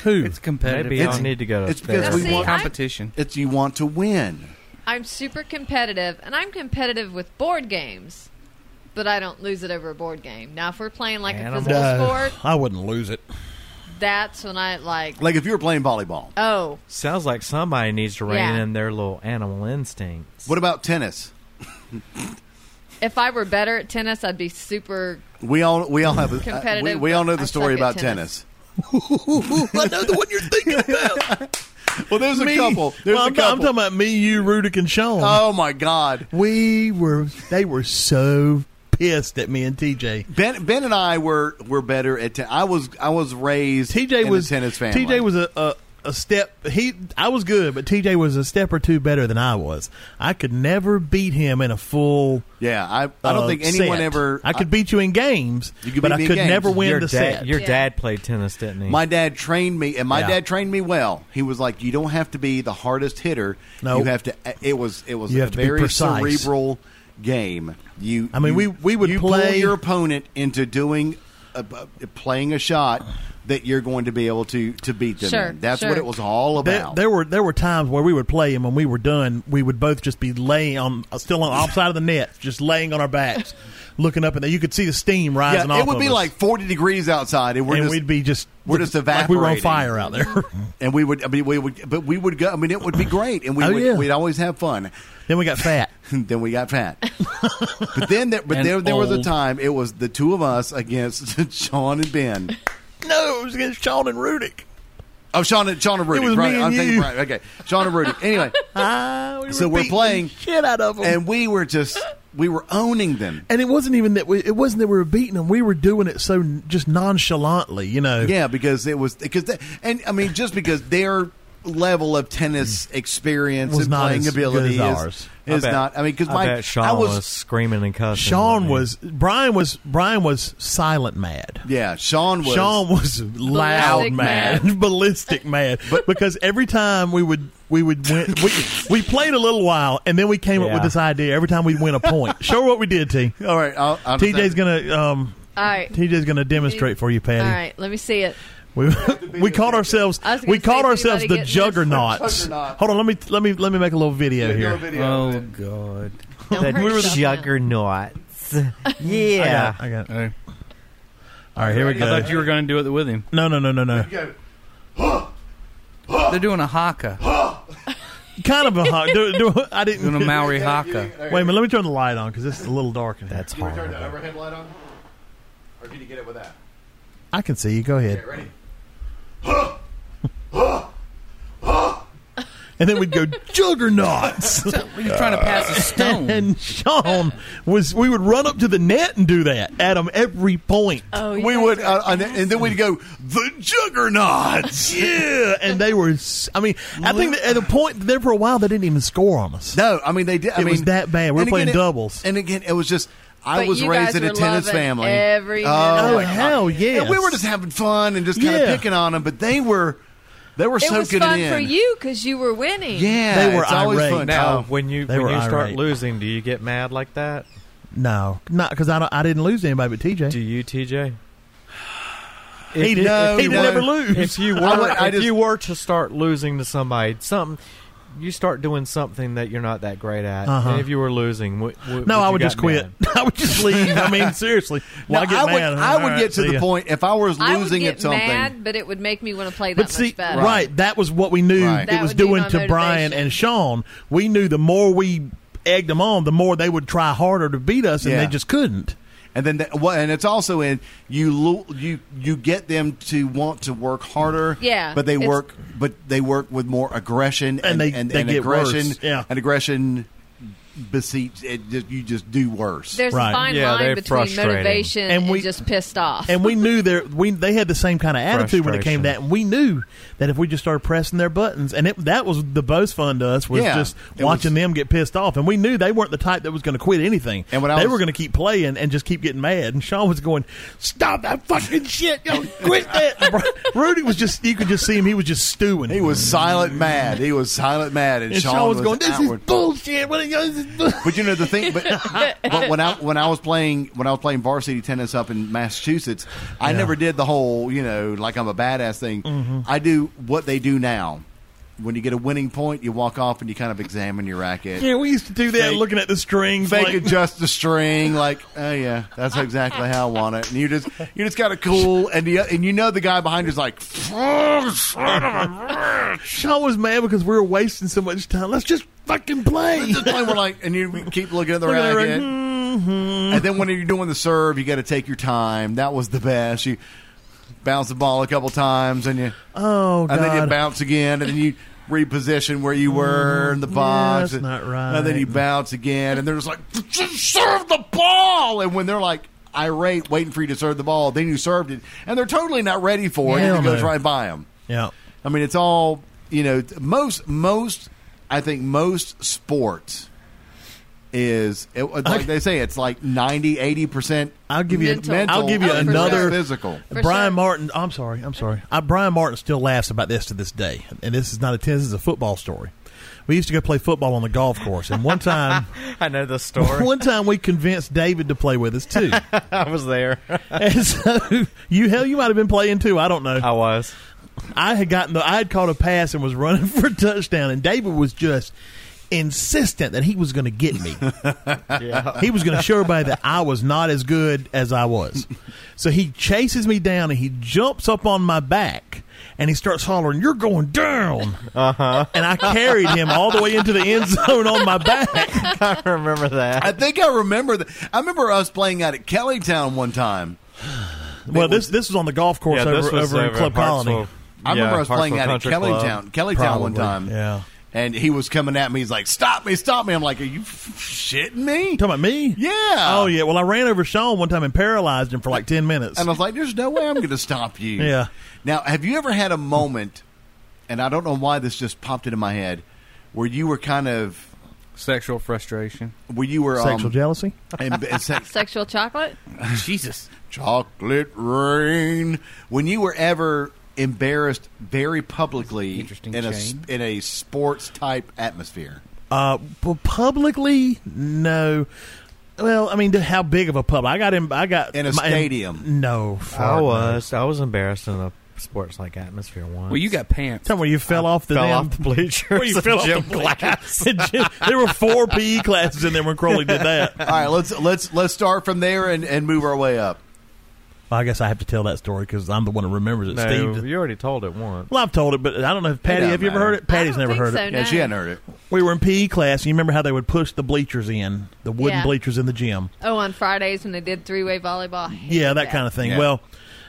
Speaker 2: who?
Speaker 3: It's competitive.
Speaker 4: Maybe I need to go to
Speaker 1: it's because
Speaker 4: therapy.
Speaker 1: we want-
Speaker 3: competition.
Speaker 1: It's you want to win.
Speaker 5: I'm super competitive, and I'm competitive with board games, but I don't lose it over a board game. Now, if we're playing like
Speaker 4: Animal.
Speaker 5: a physical
Speaker 2: Uh,
Speaker 5: sport,
Speaker 2: I wouldn't lose it.
Speaker 5: that's when I like.
Speaker 1: Like if you were playing volleyball.
Speaker 5: Oh,
Speaker 4: Sounds like somebody needs to rein
Speaker 5: Yeah.
Speaker 4: in their little animal instincts.
Speaker 1: What about tennis?
Speaker 5: if I were better at tennis, I'd be super.
Speaker 1: We all we all have a,
Speaker 5: Competitive,
Speaker 1: we, we all know
Speaker 5: but
Speaker 1: the
Speaker 5: I
Speaker 1: story
Speaker 5: suck at
Speaker 1: about tennis.
Speaker 5: tennis.
Speaker 2: I know the one you're thinking about.
Speaker 1: Well, there's a couple. There's
Speaker 2: well,
Speaker 1: a
Speaker 2: I'm, I'm
Speaker 1: couple.
Speaker 2: talking about me, you, Rudick, and Sean.
Speaker 1: oh my God.
Speaker 2: we were. They were so pissed at me and TJ.
Speaker 1: Ben, ben and I were, were better at tennis. I was I was raised
Speaker 2: TJ
Speaker 1: in
Speaker 2: was
Speaker 1: a tennis fan.
Speaker 2: TJ was a, a a step. He I was good, but TJ was a step or two better than I was. I could never beat him in a full.
Speaker 1: yeah. I, I don't
Speaker 2: uh,
Speaker 1: think anyone
Speaker 2: set.
Speaker 1: ever.
Speaker 2: I could beat you in games,
Speaker 1: You could
Speaker 2: but
Speaker 1: beat
Speaker 2: I
Speaker 1: me in
Speaker 2: could
Speaker 1: games.
Speaker 2: never win
Speaker 4: your
Speaker 2: the
Speaker 4: dad,
Speaker 2: set.
Speaker 4: your
Speaker 5: Yeah.
Speaker 4: dad played tennis, didn't he?
Speaker 1: My dad trained me, and my
Speaker 2: Mm. Yeah.
Speaker 1: dad trained me well. He was like, "You don't have to be the hardest hitter.
Speaker 2: No.
Speaker 1: You have to." eh, It was it was
Speaker 2: You
Speaker 1: a
Speaker 2: have to be
Speaker 1: very
Speaker 2: precise.
Speaker 1: cerebral game. You,
Speaker 2: I mean,
Speaker 1: you-
Speaker 2: we- we would
Speaker 1: you pull
Speaker 2: play-
Speaker 1: your opponent into doing a, a- playing a shot that you're going to be able to to beat them.
Speaker 5: Sure,
Speaker 1: in. That's
Speaker 5: sure.
Speaker 1: what it was all
Speaker 2: there,
Speaker 1: about.
Speaker 2: there were there were times where we would play, and when we were done, we would both just be laying on uh, still on the opposite side of the net, just laying on our backs, looking up, and there you could see the steam rising
Speaker 1: yeah,
Speaker 2: off.
Speaker 1: it would
Speaker 2: of
Speaker 1: be
Speaker 2: us.
Speaker 1: like 40 degrees outside, and, we're
Speaker 2: and
Speaker 1: just,
Speaker 2: we'd be just
Speaker 1: we're just
Speaker 2: like we were on
Speaker 1: evaporating.
Speaker 2: fire out there.
Speaker 1: and we would. I mean, we would, but we would go. I mean, it would be great, and we
Speaker 2: Oh,
Speaker 1: would,
Speaker 2: yeah.
Speaker 1: we'd always have fun.
Speaker 2: then we got fat.
Speaker 1: then we got fat. but then, there, but
Speaker 3: And
Speaker 1: there, there was a
Speaker 3: old.
Speaker 1: time it was the two of us against Sean and Ben.
Speaker 2: No, it was against Sean and Rudick.
Speaker 1: Oh, Sean and Sean and Rudy.
Speaker 2: was me
Speaker 1: right?
Speaker 2: and
Speaker 1: I'm thinking
Speaker 2: you.
Speaker 1: right. Okay, Sean and Rudy. Anyway,
Speaker 2: Ah, we
Speaker 1: So
Speaker 2: were
Speaker 1: we're
Speaker 2: beating the
Speaker 1: playing-
Speaker 2: shit out of them, and,
Speaker 1: and we were just we were owning them.
Speaker 2: it wasn't even that we it wasn't that we were beating them. We were doing it so n- just nonchalantly, you know.
Speaker 1: Yeah, because it was because they, and I mean just because their level of tennis experience
Speaker 2: Was
Speaker 1: and
Speaker 2: not
Speaker 1: playing
Speaker 2: as good
Speaker 1: ability
Speaker 2: as
Speaker 1: is-
Speaker 2: ours.
Speaker 1: is,
Speaker 4: bet-
Speaker 1: not. I mean, because
Speaker 4: I
Speaker 1: my
Speaker 4: bet Sean
Speaker 1: I
Speaker 4: was, screaming and cussing.
Speaker 2: Sean
Speaker 1: Oh,
Speaker 4: wasn't he?
Speaker 2: was Brian was Brian was silent mad.
Speaker 1: yeah, Sean was
Speaker 2: Sean was loud mad, ballistic mad, because every time we would we would win, we we played a little while, and then we came up with
Speaker 4: Yeah.
Speaker 2: this idea. Every time we'd win a point, show her what we did. T.
Speaker 1: all right. I'll, I'll
Speaker 2: TJ's gonna um
Speaker 5: All right,
Speaker 2: TJ's gonna demonstrate for you,
Speaker 5: all
Speaker 2: Patty.
Speaker 5: right. Let me see it.
Speaker 2: We, we called ourselves
Speaker 5: I was gonna
Speaker 2: we
Speaker 5: say,
Speaker 2: called
Speaker 5: is
Speaker 2: ourselves
Speaker 5: anybody
Speaker 2: the
Speaker 5: getting this?
Speaker 2: juggernauts.
Speaker 1: Juggernaut.
Speaker 2: Hold on, let me let me let me make a little video
Speaker 1: Yeah, do a
Speaker 2: here.
Speaker 1: video.
Speaker 3: Oh God!
Speaker 5: Don't
Speaker 4: the
Speaker 5: hurt yourself now.
Speaker 4: juggernaut. It's yeah.
Speaker 2: I got it.
Speaker 3: Hey.
Speaker 2: All right, here we
Speaker 3: I
Speaker 2: go.
Speaker 3: thought you were going to do it with him.
Speaker 2: No, no, no, no, no.
Speaker 3: They're doing a haka,
Speaker 2: Kind of a hot. Do, do, I
Speaker 3: doing
Speaker 2: didn't.
Speaker 3: a Maori haka.
Speaker 2: Wait a minute. Let me turn the light on because it's a little dark in here.
Speaker 4: That's
Speaker 1: You return
Speaker 4: hard.
Speaker 1: the overhead light on? Or did you get it with that?
Speaker 2: I can see you. Go ahead.
Speaker 1: Okay, ready?
Speaker 2: And then we'd go juggernauts.
Speaker 3: You're trying to pass a stone.
Speaker 2: and Sean was. We would run up to the net and do that at him every point.
Speaker 5: Oh, you
Speaker 1: We
Speaker 5: guys
Speaker 1: would,
Speaker 5: are
Speaker 1: uh, and, and then we'd go, the juggernauts.
Speaker 2: yeah, and they were. s- I mean, I think that at a point there for a while they didn't even score on us.
Speaker 1: No, I mean, they did. I
Speaker 2: It
Speaker 1: mean,
Speaker 2: was that bad. We were
Speaker 1: and
Speaker 2: playing
Speaker 1: again, it-
Speaker 2: doubles.
Speaker 1: and again, it was just, I
Speaker 5: But
Speaker 1: was
Speaker 5: you
Speaker 1: raised
Speaker 5: guys
Speaker 1: in a
Speaker 5: were
Speaker 1: tennis
Speaker 5: loving
Speaker 1: family.
Speaker 5: every minute
Speaker 2: Oh
Speaker 5: of it.
Speaker 2: hell yeah!
Speaker 1: And we were just having fun and just kind
Speaker 2: Yeah.
Speaker 1: of picking on them, but they were, they were
Speaker 5: It
Speaker 1: soaking
Speaker 5: was fun
Speaker 1: in.
Speaker 5: for you because you were winning.
Speaker 1: Yeah,
Speaker 2: They were
Speaker 1: it's always
Speaker 2: irate. Oh.
Speaker 1: fun.
Speaker 4: Now,
Speaker 1: Tom.
Speaker 4: when you
Speaker 2: They
Speaker 4: when
Speaker 2: were
Speaker 4: you start
Speaker 2: irate.
Speaker 4: losing, do you get mad like that?
Speaker 2: no, not because I don't, I didn't lose to anybody but TJ.
Speaker 4: Do you, TJ?
Speaker 2: he did,
Speaker 1: no,
Speaker 2: he
Speaker 1: no.
Speaker 2: never lose.
Speaker 4: If you were,
Speaker 1: I would- I
Speaker 4: if
Speaker 1: just-
Speaker 4: you were to start losing to somebody, something you start doing something that you're not that great at.
Speaker 2: Uh-huh.
Speaker 4: And if you were losing, what, what,
Speaker 2: no,
Speaker 4: what
Speaker 2: I
Speaker 4: you
Speaker 2: would
Speaker 4: got
Speaker 2: just quit.
Speaker 4: mad?
Speaker 2: I would just leave. I mean, seriously.
Speaker 1: Now,
Speaker 2: Why get
Speaker 1: I would,
Speaker 2: mad?
Speaker 1: I would
Speaker 2: All
Speaker 1: get to
Speaker 2: right,
Speaker 1: the
Speaker 2: see ya.
Speaker 1: point if I was
Speaker 5: I would
Speaker 1: losing
Speaker 5: get
Speaker 1: at something.
Speaker 5: mad, but it would make me want to play that
Speaker 2: But see,
Speaker 5: much better.
Speaker 2: right, that was what we knew
Speaker 1: Right.
Speaker 2: it
Speaker 5: That
Speaker 2: was
Speaker 5: would be
Speaker 2: doing
Speaker 5: my
Speaker 2: to Brian
Speaker 5: motivation.
Speaker 2: and Sean. We knew the more we egged them on, the more they would try harder to beat us, and
Speaker 1: Yeah.
Speaker 2: they just couldn't.
Speaker 1: and then that, well, and it's also in you lo- you you get them to want to work harder.
Speaker 5: Yeah,
Speaker 1: but they
Speaker 5: it's-
Speaker 1: work but they work with more aggression and,
Speaker 2: And they-
Speaker 1: and,
Speaker 2: they
Speaker 1: and
Speaker 2: get
Speaker 1: aggression
Speaker 2: worse, yeah.
Speaker 1: and aggression beseeps it, just, you just do worse.
Speaker 5: There's
Speaker 2: Right.
Speaker 5: a fine
Speaker 4: Yeah, they're
Speaker 5: line between
Speaker 4: frustrating.
Speaker 5: motivation
Speaker 2: And
Speaker 5: and,
Speaker 2: we-
Speaker 5: just pissed off.
Speaker 2: And we knew their we they had the same kind of attitude when it came to that,
Speaker 4: Frustration.
Speaker 2: and we knew that if we just started pressing their buttons, and it, that was the most fun to us was
Speaker 1: Yeah.
Speaker 2: just
Speaker 1: It
Speaker 2: watching
Speaker 1: was-
Speaker 2: them get pissed off, and we knew they weren't the type that was going to quit anything.
Speaker 1: And when I
Speaker 2: they
Speaker 1: was-
Speaker 2: were going to keep playing and just keep getting mad, and Sean was going, "Stop that fucking shit! Yo, quit that!" And Bri- Rudy was just you could just see him; he was just stewing.
Speaker 1: he was silent mad. He was silent mad, and,
Speaker 2: and Sean, was, going, "This
Speaker 1: outward.
Speaker 2: is bullshit." What are you- this is bull-"
Speaker 1: But you know the thing, but, but when I when I was playing when I was playing varsity tennis up in Massachusetts, I
Speaker 2: Yeah. Mm-hmm.
Speaker 1: never did the whole you know like I'm a badass thing. I do what they do now. When you get a winning point, you walk off and you kind of examine your racket,
Speaker 2: Yeah, we used to do that,
Speaker 1: Fake-
Speaker 2: looking at the strings.
Speaker 1: fake
Speaker 2: like,
Speaker 1: adjust the string, like oh yeah, that's exactly how I want it. And you just you just got to cool, and you and you know the guy behind you's like, "Fuck, son of a bitch."
Speaker 2: Sean was mad because we were wasting so much time. Let's just fucking play.
Speaker 1: and we're like, and you keep looking at the
Speaker 2: Look at her,
Speaker 1: racket.
Speaker 2: mhm.
Speaker 1: And then when you're doing the serve, you got to take your time. That was the best. You bounce the ball a couple times, and you
Speaker 2: Oh god!
Speaker 1: and then you bounce again, and then you reposition where you were in the box.
Speaker 2: Mm-hmm. that's not right.
Speaker 1: And then you bounce again, and they're just like, "Just serve the ball. And when they're like irate, waiting for you to serve the ball, then you served it, and they're totally not ready for it.
Speaker 2: Hell
Speaker 1: and it goes
Speaker 2: no.
Speaker 1: right by them.
Speaker 2: yeah.
Speaker 1: I mean, it's all you know. th- Most, most, I think most sports is it, like they say it's like 90 80 percent.
Speaker 2: I'll give you.
Speaker 5: Mental.
Speaker 2: I'll give you
Speaker 5: Oh, for
Speaker 2: another.
Speaker 5: sure.
Speaker 1: physical.
Speaker 5: For
Speaker 2: Brian
Speaker 5: sure.
Speaker 2: Martin. I'm sorry. I'm sorry. I, Brian Martin still laughs about this to this day. And this is not a tennis. This is a football story. We used to go play football on the golf course, and one time,
Speaker 4: I know the story.
Speaker 2: one time we convinced David to play with us too.
Speaker 4: I was there.
Speaker 2: And so you hell, you might have been playing too. I don't know.
Speaker 4: I was.
Speaker 2: I had gotten the I had caught a pass and was running for a touchdown, and David was just insistent that he was going to get me. He was going to show everybody that I was not as good as I was. So he chases me down and he jumps up on my back and he starts hollering, "You're going down!" Uh-huh. And I carried him all the way into the end zone on my back.
Speaker 4: I remember
Speaker 1: I
Speaker 4: that.
Speaker 1: think I remember that. I remember us playing out at Kellytown one time.
Speaker 2: Well, this this was on the golf course over, over in Club Colony.
Speaker 1: I remember us playing out at Kellytown, Kellytown one
Speaker 2: Probably,
Speaker 1: time.
Speaker 2: yeah.
Speaker 1: and he was coming at me. He's like, "Stop me, stop me!" I'm like, "Are you f- shitting me?"
Speaker 2: You talking about me?
Speaker 1: Yeah.
Speaker 2: Oh yeah. Well, I ran over Sean one time and paralyzed him for like ten minutes.
Speaker 1: And I was like, there's no way I'm going to stop you.
Speaker 2: Yeah.
Speaker 1: Now, have you ever had a moment, and I don't know why this just popped into my head, where you were kind of,
Speaker 3: Sexual frustration.
Speaker 1: where you were.
Speaker 2: Sexual
Speaker 1: um,
Speaker 2: jealousy.
Speaker 1: and, and sex,
Speaker 5: Sexual chocolate?
Speaker 3: Jesus.
Speaker 1: chocolate rain. When you were ever embarrassed very publicly
Speaker 3: Interesting
Speaker 1: in a, s-
Speaker 3: chain.
Speaker 1: in a sports type atmosphere.
Speaker 2: Uh, well, publicly, no. Well, I mean, how big of a pub? I got him. I got
Speaker 1: In a
Speaker 2: my-
Speaker 1: stadium.
Speaker 2: no,
Speaker 4: I
Speaker 2: fart, no.
Speaker 4: was. I was embarrassed in a sports like Atmosphere One.
Speaker 3: Well, you got pants.
Speaker 2: Tell me, you fell off the
Speaker 4: fell
Speaker 2: damn.
Speaker 4: off the bleachers.
Speaker 2: Well, you
Speaker 4: in
Speaker 2: fell off
Speaker 4: gym
Speaker 2: the bleachers.
Speaker 4: class.
Speaker 2: there were four PE classes in there when Crowley did that.
Speaker 1: All right, let's let's let's start from there and, and move our way up.
Speaker 2: Well, I guess I have to tell that story because I'm the one who remembers it.
Speaker 4: no,
Speaker 2: Steve.
Speaker 4: you already told it once.
Speaker 2: Well, I've told it, but I don't know if Patty.
Speaker 1: doesn't
Speaker 2: Have you ever
Speaker 1: matter.
Speaker 2: heard it? Patty's
Speaker 5: I don't
Speaker 2: never
Speaker 5: think
Speaker 2: heard
Speaker 5: so,
Speaker 2: it.
Speaker 1: Yeah,
Speaker 5: no.
Speaker 1: she hadn't heard it.
Speaker 2: We were in PE class, and you remember how they would push the bleachers in, the wooden
Speaker 5: Yeah.
Speaker 2: bleachers in the gym.
Speaker 5: Oh, on Fridays when they did three-way volleyball. I hate
Speaker 2: Yeah, that kind of thing.
Speaker 1: Yeah.
Speaker 2: Well,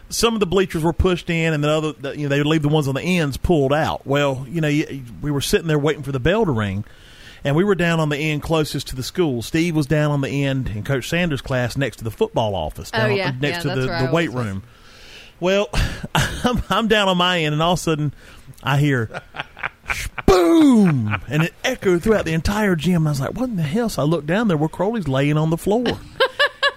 Speaker 2: some of the bleachers were pushed in, and the other, the, you know, they would leave the ones on the ends pulled out. Well, you know, you, we were sitting there waiting for the bell to ring, and we were down on the end closest to the school. Steve was down on the end in Coach Sanders' class next to the football office,
Speaker 5: Oh,
Speaker 2: down
Speaker 5: yeah.
Speaker 2: next
Speaker 5: Yeah,
Speaker 2: to the,
Speaker 5: that's where I
Speaker 2: the weight
Speaker 5: always was.
Speaker 2: room. Well, I'm, I'm down on my end, and all of a sudden, I hear boom, and it echoed throughout the entire gym. And I was like, "What in the hell?" So I looked down there where Crowley's laying on the floor.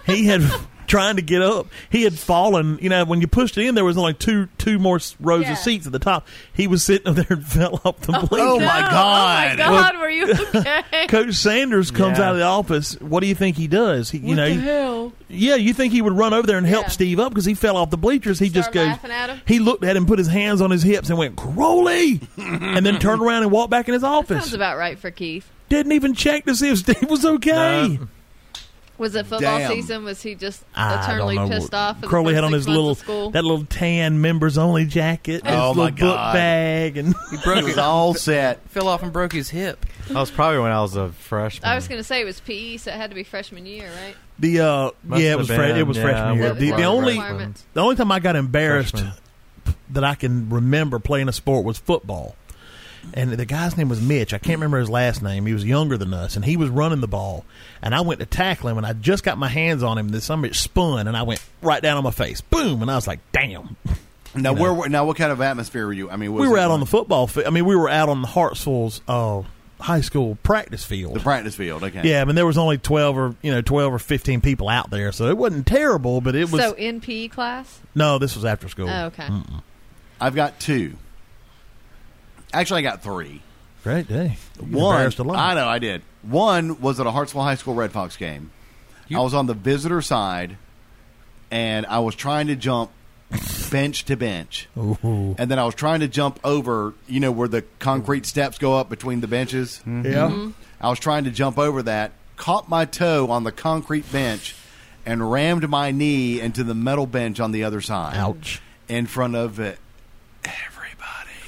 Speaker 2: he had trying to get up. He had fallen. You know, when you pushed it in, there was only two two more s- rows
Speaker 5: Yeah.
Speaker 2: of seats at the top. He was sitting up there and fell off the bleachers.
Speaker 1: Oh, my
Speaker 5: Oh my
Speaker 1: God.
Speaker 5: God, were you okay?
Speaker 2: Coach Sanders comes
Speaker 4: Yeah.
Speaker 2: out of the office. What do you think he does? He, you know,
Speaker 5: hell?
Speaker 2: yeah, you think he would run over there and help
Speaker 5: Yeah.
Speaker 2: Steve up because he fell off the bleachers. He just
Speaker 5: Start
Speaker 2: goes.
Speaker 5: laughing at him?
Speaker 2: He looked at him, put his hands on his hips, and went Crowley, and then turned around and walked back in his
Speaker 5: Sounds
Speaker 2: office.
Speaker 5: about right for Keith.
Speaker 2: Didn't even check to see if Steve was okay.
Speaker 4: No.
Speaker 5: Was it football
Speaker 1: Damn.
Speaker 5: season? Was he just
Speaker 2: I
Speaker 5: eternally
Speaker 2: don't know.
Speaker 5: pissed off? for the
Speaker 2: Crowley
Speaker 5: first
Speaker 2: had on
Speaker 5: six
Speaker 2: his
Speaker 5: months of
Speaker 2: little
Speaker 5: school?
Speaker 2: that little tan members only jacket, his
Speaker 1: Oh,
Speaker 2: little
Speaker 1: my
Speaker 2: book
Speaker 1: God.
Speaker 2: bag, and
Speaker 3: He
Speaker 1: It
Speaker 3: broke
Speaker 1: was
Speaker 3: it.
Speaker 1: all set.
Speaker 3: Fell off and broke his hip.
Speaker 4: That was probably when I was a freshman.
Speaker 5: I was going to say it was PE, so it had to be freshman year, right?
Speaker 2: the uh,
Speaker 4: Must
Speaker 2: yeah, it
Speaker 4: have
Speaker 2: was
Speaker 4: been,
Speaker 2: fre- it was
Speaker 4: yeah,
Speaker 2: freshman year.
Speaker 5: That was
Speaker 2: The,
Speaker 5: one
Speaker 2: the
Speaker 5: of
Speaker 2: only
Speaker 5: requirements.
Speaker 2: the only time I got embarrassed
Speaker 4: Freshman.
Speaker 2: that I can remember playing a sport was football. And the guy's name was Mitch. I can't remember his last name. He was younger than us, and he was running the ball. And I went to tackle him, and I just got my hands on him. This somebody spun, and I went right down on my face. Boom! And I was like, "Damn!"
Speaker 1: Now where were- now what kind of atmosphere were you? I mean, was
Speaker 2: we were
Speaker 1: it
Speaker 2: out on the
Speaker 1: like
Speaker 2: football field. I mean, we were out on the Hartsville's uh, high school practice field.
Speaker 1: the practice field. Okay.
Speaker 2: yeah, I mean, there was only twelve or you know twelve or fifteen people out there, so it wasn't terrible. But it was
Speaker 5: so in PE class?
Speaker 2: no. This was after school.
Speaker 5: Oh, okay.
Speaker 1: I've got two. Actually, I got three.
Speaker 2: Great day. You
Speaker 1: One,
Speaker 2: embarrassed a lot.
Speaker 1: I know, I did. One was at a Hartsville High School Red Fox game.
Speaker 3: You-
Speaker 1: I was on the visitor side, and I was trying to jump bench to bench,
Speaker 2: Ooh.
Speaker 1: and then I was trying to jump over. You know where the concrete steps go up between the benches.
Speaker 2: Yeah.
Speaker 5: Mm-hmm.
Speaker 1: I was trying to jump over that, caught my toe on the concrete bench, and rammed my knee into the metal bench on the other side.
Speaker 2: Ouch.
Speaker 1: In front of it.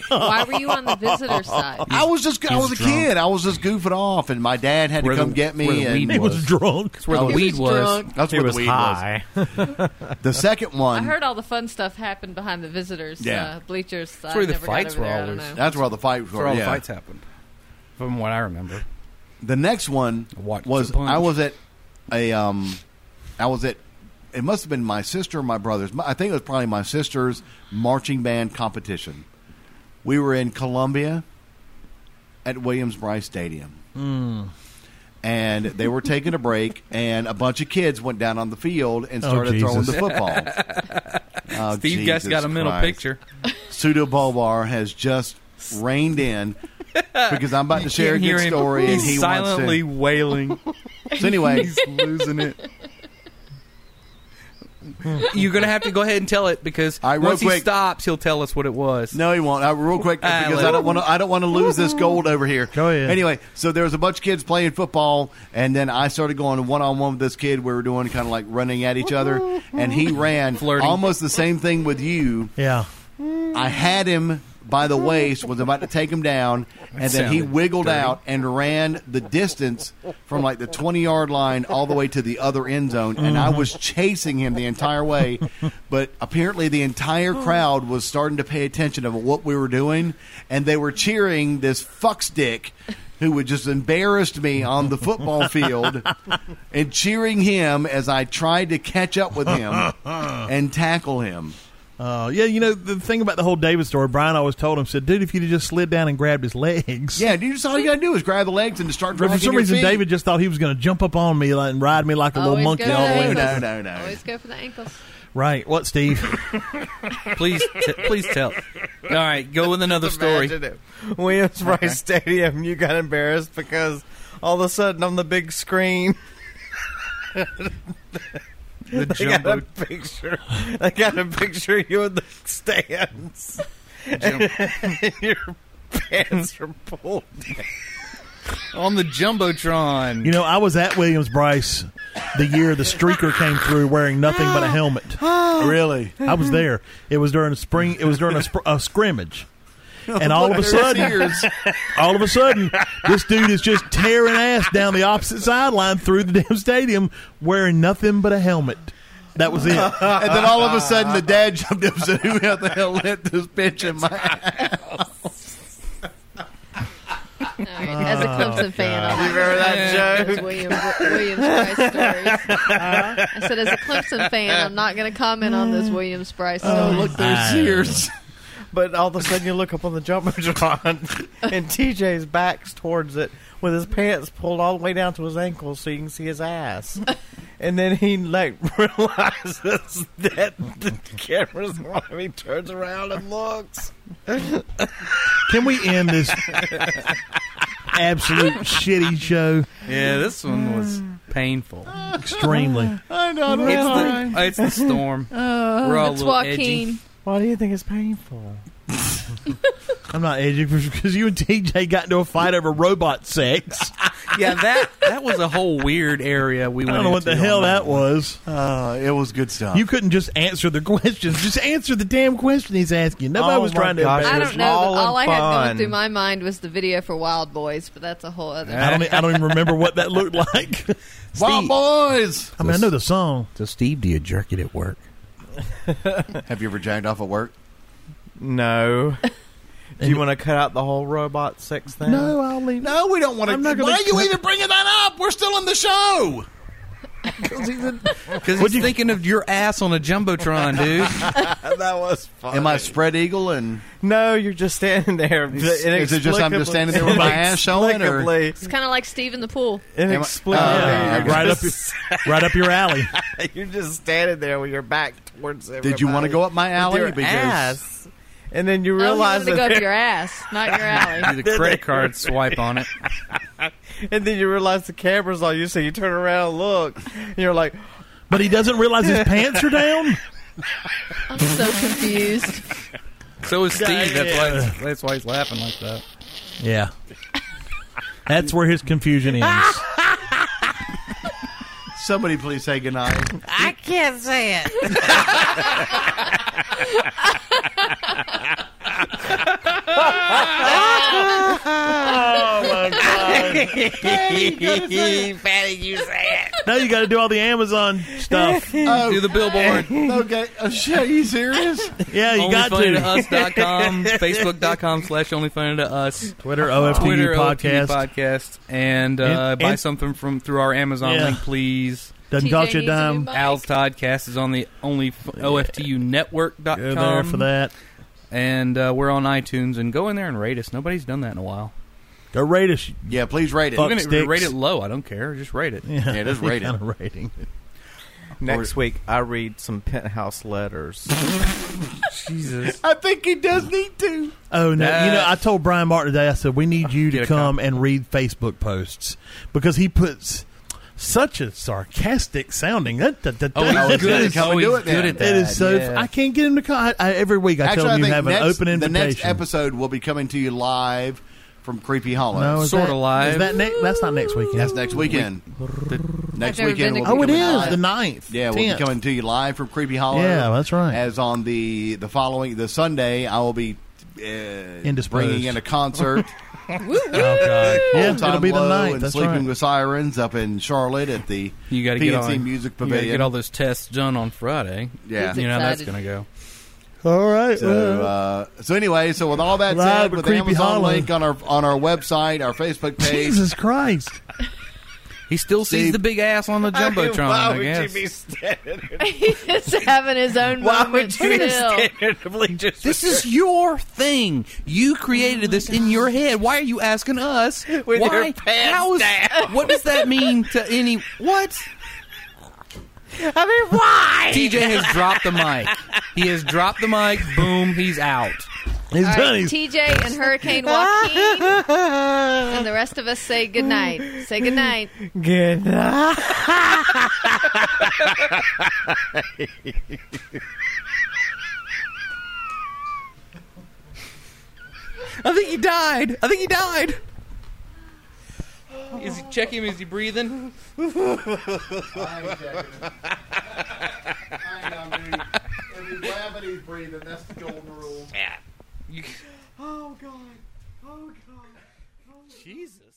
Speaker 5: Why were you on the visitor side?
Speaker 1: I was just I
Speaker 3: he's
Speaker 1: was a
Speaker 3: drunk.
Speaker 1: kid. I was just goofing off, and my dad had
Speaker 3: Where
Speaker 1: to
Speaker 3: the-
Speaker 1: come get
Speaker 3: where
Speaker 1: me.
Speaker 3: the
Speaker 1: And
Speaker 3: weed
Speaker 2: He was,
Speaker 3: was.
Speaker 2: drunk.
Speaker 3: That's where the
Speaker 1: was
Speaker 3: weed was.
Speaker 5: drunk.
Speaker 1: that's
Speaker 4: He
Speaker 1: where
Speaker 4: was
Speaker 1: the weed
Speaker 4: high.
Speaker 1: was. The second
Speaker 5: I
Speaker 1: one.
Speaker 5: heard all the fun stuff happened behind the visitors'
Speaker 1: Yeah.
Speaker 5: uh, bleachers. That's
Speaker 3: where
Speaker 5: I
Speaker 3: the
Speaker 5: never
Speaker 3: fights
Speaker 5: got over
Speaker 3: were
Speaker 5: there. I don't
Speaker 3: always.
Speaker 5: know.
Speaker 1: That's where all the fights
Speaker 3: That's where
Speaker 1: were.
Speaker 3: all
Speaker 1: yeah.
Speaker 3: the fights happened, from what I remember.
Speaker 1: The next one
Speaker 3: Watch
Speaker 1: was
Speaker 3: the punch.
Speaker 1: I was at a um, I was at it must have been my sister or my brother's. My- I think it was probably my sister's marching band competition. We were in Columbia at Williams Bryce Stadium.
Speaker 3: Hmm.
Speaker 1: And they were taking a break, and a bunch of kids went down on the field and
Speaker 2: Oh,
Speaker 1: started throwing the
Speaker 2: Jesus.
Speaker 1: football. oh,
Speaker 3: Steve
Speaker 1: Jesus
Speaker 3: Gus got a mental
Speaker 1: Christ.
Speaker 3: picture.
Speaker 1: Pseudo Bulbar has just reined in because I'm about to share a
Speaker 3: Can't hear
Speaker 1: good
Speaker 3: him.
Speaker 1: story,
Speaker 3: He's
Speaker 1: and he
Speaker 3: silently
Speaker 1: wants
Speaker 3: wailing.
Speaker 1: to. So anyway,
Speaker 3: He's losing it. You're gonna have to go ahead and tell it because
Speaker 1: All right, real
Speaker 3: once he
Speaker 1: quick.
Speaker 3: stops, he'll tell us what it was.
Speaker 1: No, he won't. I, real quick,
Speaker 3: Ah,
Speaker 1: because
Speaker 3: well.
Speaker 1: I don't want to. I don't want to lose this gold over here.
Speaker 2: Go ahead.
Speaker 1: Anyway, so there was a bunch of kids playing football, and then I started going one on one with this kid. We were doing kind of like running at each other, and he ran
Speaker 3: Flirting.
Speaker 1: almost the same thing with you.
Speaker 2: Yeah.
Speaker 1: I had him by the waist, was about to take him down, and then he
Speaker 3: sounded
Speaker 1: wiggled
Speaker 3: dirty.
Speaker 1: out and ran the distance from like the 20 yard line all the way to the other end zone. And I
Speaker 3: Mm-hmm.
Speaker 1: was chasing him the entire way, but apparently the entire crowd was starting to pay attention of what we were doing, and they were cheering this fuckstick. Who would just embarrassed me on the football field and cheering him as I tried to catch up with him and tackle him.
Speaker 2: Uh, yeah, you know, the thing about the whole David story, Brian always told him, said, dude, if you'd have just slid down and grabbed his legs.
Speaker 1: Yeah, dude, just all you gotta do is grab the legs and just start
Speaker 2: But
Speaker 1: dragging
Speaker 2: for some
Speaker 1: your
Speaker 2: reason,
Speaker 1: feet.
Speaker 2: David just thought he was going to jump up on me like, and ride me like a little
Speaker 5: Always
Speaker 2: monkey
Speaker 5: go
Speaker 2: all the
Speaker 5: to
Speaker 2: way.
Speaker 5: ankles.
Speaker 1: No, no, no.
Speaker 5: Always go for the ankles.
Speaker 2: Right. What, Steve?
Speaker 3: Please, t- please tell. All right, go with another story.
Speaker 4: Williams Rice Stadium. You got embarrassed because all of a sudden on the big screen,
Speaker 3: The
Speaker 10: They got a
Speaker 3: jumbo,
Speaker 10: picture. They got a picture of you in the stands.
Speaker 3: jum-
Speaker 10: Your pants are pulled.
Speaker 3: on the jumbotron.
Speaker 2: You know, I was at Williams Bryce the year the streaker came through wearing nothing but a helmet.
Speaker 7: really?
Speaker 2: I was there. It was during a spring. It was during a, spr- a scrimmage, and all of a sudden, all of a sudden, this dude is just tearing ass down the opposite sideline through the damn stadium wearing nothing but a helmet. That was it.
Speaker 1: And then all of a sudden, the dad jumped up and said, "Who the hell lit this bitch in my?" ass?"
Speaker 5: All right, As
Speaker 4: Oh,
Speaker 5: a Clemson fan, I like
Speaker 10: Remember
Speaker 5: those
Speaker 10: that joke?
Speaker 5: William, Williams Bryce stories.
Speaker 4: Uh-huh.
Speaker 5: I said, as a Clemson fan, I'm not going to comment on those Williams Bryce
Speaker 4: Uh-huh.
Speaker 5: stories.
Speaker 1: Look, there's Sears.
Speaker 4: But all of a sudden, you look up on the jumbotron, and TJ's back's towards it with his pants pulled all the way down to his ankles, so you can see his ass. And then he like realizes that the camera's on him. He turns around and looks.
Speaker 2: Can we end this absolute shitty show?
Speaker 3: Yeah, this one was painful.
Speaker 2: Extremely.
Speaker 1: I know.
Speaker 3: It's the, it's the storm. We're all a
Speaker 5: Oh, It's
Speaker 3: little edgy.
Speaker 5: Joaquin.
Speaker 4: Why do you think it's painful?
Speaker 2: I'm not edging because you and TJ got into a fight over robot sex.
Speaker 3: Yeah, that that was a whole weird area we
Speaker 2: I
Speaker 3: went.
Speaker 2: don't know what the
Speaker 3: into
Speaker 2: hell
Speaker 3: on
Speaker 2: that was.
Speaker 1: Uh, it was good stuff.
Speaker 2: You couldn't just answer the questions. Just answer the damn question he's asking. Nobody
Speaker 4: Oh
Speaker 2: was
Speaker 4: my
Speaker 2: trying to.
Speaker 4: gosh.
Speaker 2: embarrass
Speaker 5: I
Speaker 4: It was
Speaker 5: don't know.
Speaker 4: all
Speaker 5: All I had
Speaker 4: fun.
Speaker 5: going through my mind was the video for Wild Boys, but that's a whole other.
Speaker 2: I don't. e- I don't even remember what that looked like.
Speaker 1: Wild boys.
Speaker 2: I mean, I know the song.
Speaker 10: So, Steve, do you jerk it at work?
Speaker 1: Have you ever jacked off at work?
Speaker 4: No. Do
Speaker 2: And-
Speaker 4: you want to cut out the whole robot sex thing?
Speaker 2: No, I'll leave.
Speaker 1: No, we don't want
Speaker 2: I'm not gonna-
Speaker 1: bringing that up? We're still on the show.
Speaker 3: Because he's thinking of your ass on a jumbotron, dude.
Speaker 4: that was fun.
Speaker 1: Am I spread eagle and
Speaker 4: No, you're just standing there.
Speaker 1: is it just I'm just standing there with my ass showing, or-
Speaker 4: Inexplicably-
Speaker 5: It's kind of like Steve in the pool.
Speaker 4: inexplicably,
Speaker 1: Uh,
Speaker 4: you're
Speaker 2: right up,
Speaker 4: just-
Speaker 2: your, right up your alley.
Speaker 4: You're just standing there with your back towards everybody.
Speaker 1: did you want to go up my alley?
Speaker 4: your
Speaker 1: because
Speaker 4: ass? And then you
Speaker 5: No, you
Speaker 4: realize
Speaker 5: wanted to go
Speaker 4: that
Speaker 5: up your ass, not your alley.
Speaker 3: Do the credit card swipe on it.
Speaker 4: and then you realize the camera's on you, so you turn around and look, and you're like,
Speaker 2: But he doesn't realize his pants are down.
Speaker 5: I'm so confused.
Speaker 3: So is Steve. That's why. That's why he's laughing like that.
Speaker 2: Yeah. That's where his confusion ends.
Speaker 1: Somebody please say goodnight.
Speaker 10: I can't say it. Patty, you say it.
Speaker 2: now you got to do all the Amazon stuff.
Speaker 3: Do the billboard.
Speaker 1: Oh, okay, oh, shit, are you serious?
Speaker 2: Yeah, you got
Speaker 3: Onlyfunny
Speaker 2: to.
Speaker 3: us.com, facebook.com slash onlyfunny to us,
Speaker 2: Twitter OFTU
Speaker 3: Twitter
Speaker 2: podcast
Speaker 3: OFTU podcast, and uh,
Speaker 2: And-
Speaker 3: buy
Speaker 2: and-
Speaker 3: something from through our Amazon
Speaker 2: Yeah.
Speaker 3: link, please.
Speaker 2: doesn't
Speaker 5: TJ
Speaker 2: cost you a
Speaker 5: needs a new
Speaker 2: dime.
Speaker 5: mic.
Speaker 3: Al's Toddcast is on the only OFTU network.com.
Speaker 2: Go there for that.
Speaker 3: And uh, we're on iTunes. And go in there and rate us. Nobody's done that in a while.
Speaker 2: Go rate us.
Speaker 1: Yeah, please rate it.
Speaker 2: Fuck.
Speaker 3: Even if you rate
Speaker 2: sticks.
Speaker 3: it low. I don't care. Just rate it.
Speaker 2: Yeah,
Speaker 1: Yeah, just rate it.
Speaker 2: Kind of rating.
Speaker 4: next week I read some penthouse letters.
Speaker 3: Jesus.
Speaker 1: I think he does need to.
Speaker 2: Oh no! you know,
Speaker 3: That's-
Speaker 2: I told Brian Martin today. I said we need you
Speaker 3: Get
Speaker 2: to
Speaker 3: a
Speaker 2: come and read Facebook posts because he puts such a sarcastic sounding. That, that, that,
Speaker 3: Oh, he's
Speaker 2: that-
Speaker 1: he's
Speaker 3: good.
Speaker 1: gonna
Speaker 3: at-
Speaker 1: come and
Speaker 3: oh, he's
Speaker 1: do it
Speaker 3: good
Speaker 1: then.
Speaker 3: at that.
Speaker 2: It is so.
Speaker 3: yeah.
Speaker 2: I can't get him to come. I, I, every week I
Speaker 1: Actually,
Speaker 2: tell
Speaker 1: I
Speaker 2: him
Speaker 1: think
Speaker 2: you have
Speaker 1: next,
Speaker 2: an open
Speaker 1: the
Speaker 2: invitation.
Speaker 1: next episode will be coming to you live from Creepy Hollow.
Speaker 2: no, is
Speaker 3: Sorta
Speaker 2: that-
Speaker 3: live.
Speaker 2: Is that ne- that's not next weekend.
Speaker 1: That's next weekend. next
Speaker 5: never
Speaker 1: weekend.
Speaker 5: been
Speaker 1: we'll
Speaker 5: to
Speaker 1: be
Speaker 2: oh, it
Speaker 1: coming
Speaker 2: is
Speaker 1: live.
Speaker 2: the 9th.
Speaker 1: Yeah, we'll be
Speaker 2: 10th.
Speaker 1: coming to you live from Creepy Hollow.
Speaker 2: Yeah, that's right.
Speaker 1: As on the the following the Sunday, I will be uh,
Speaker 2: Indisposed.
Speaker 1: bringing in a concert.
Speaker 2: Oh god! Yeah,
Speaker 1: Old Time
Speaker 2: it'll be the
Speaker 1: Low
Speaker 2: 9th.
Speaker 1: And
Speaker 2: That's
Speaker 1: sleeping
Speaker 2: right.
Speaker 1: with sirens up in Charlotte at the
Speaker 3: You got to get
Speaker 1: PNC
Speaker 3: on.
Speaker 1: Music
Speaker 3: you gotta
Speaker 1: Pavilion.
Speaker 3: get all those tests done on Friday.
Speaker 1: yeah.
Speaker 3: You know how that's
Speaker 5: Excited.
Speaker 3: gonna go.
Speaker 2: All right.
Speaker 1: So, uh, so anyway, so with all that
Speaker 2: Live
Speaker 1: said,
Speaker 2: with
Speaker 1: with the
Speaker 2: Creepy
Speaker 1: Amazon
Speaker 2: Hollow.
Speaker 1: link on our on our website, our Facebook page,
Speaker 2: Jesus Christ!
Speaker 3: He still sees
Speaker 1: Steve-
Speaker 3: the big ass on the jumbotron.
Speaker 4: Why
Speaker 3: I
Speaker 4: would you
Speaker 3: guess.
Speaker 4: be standing?
Speaker 5: He's having his own
Speaker 4: Why
Speaker 5: moment
Speaker 4: would you be
Speaker 5: still.
Speaker 4: standing? Just
Speaker 3: This is your thing. You created this in your head. Why are you asking us?
Speaker 4: With
Speaker 3: why?
Speaker 4: your pants
Speaker 3: how is, What does that mean to any? What?
Speaker 4: I mean, why?
Speaker 3: TJ has dropped the mic. He has dropped the mic. Boom. He's out.
Speaker 2: He's
Speaker 5: All
Speaker 2: done.
Speaker 5: right,
Speaker 2: He's,
Speaker 5: TJ and Hurricane Joaquin, and the rest of us say good night. Say good night.
Speaker 4: Good night.
Speaker 10: I think he died. I think he died.
Speaker 3: Is he check him? Is he breathing?
Speaker 7: That's the golden rule.
Speaker 3: Yeah. You,
Speaker 4: Oh God. Oh God.
Speaker 3: Jesus.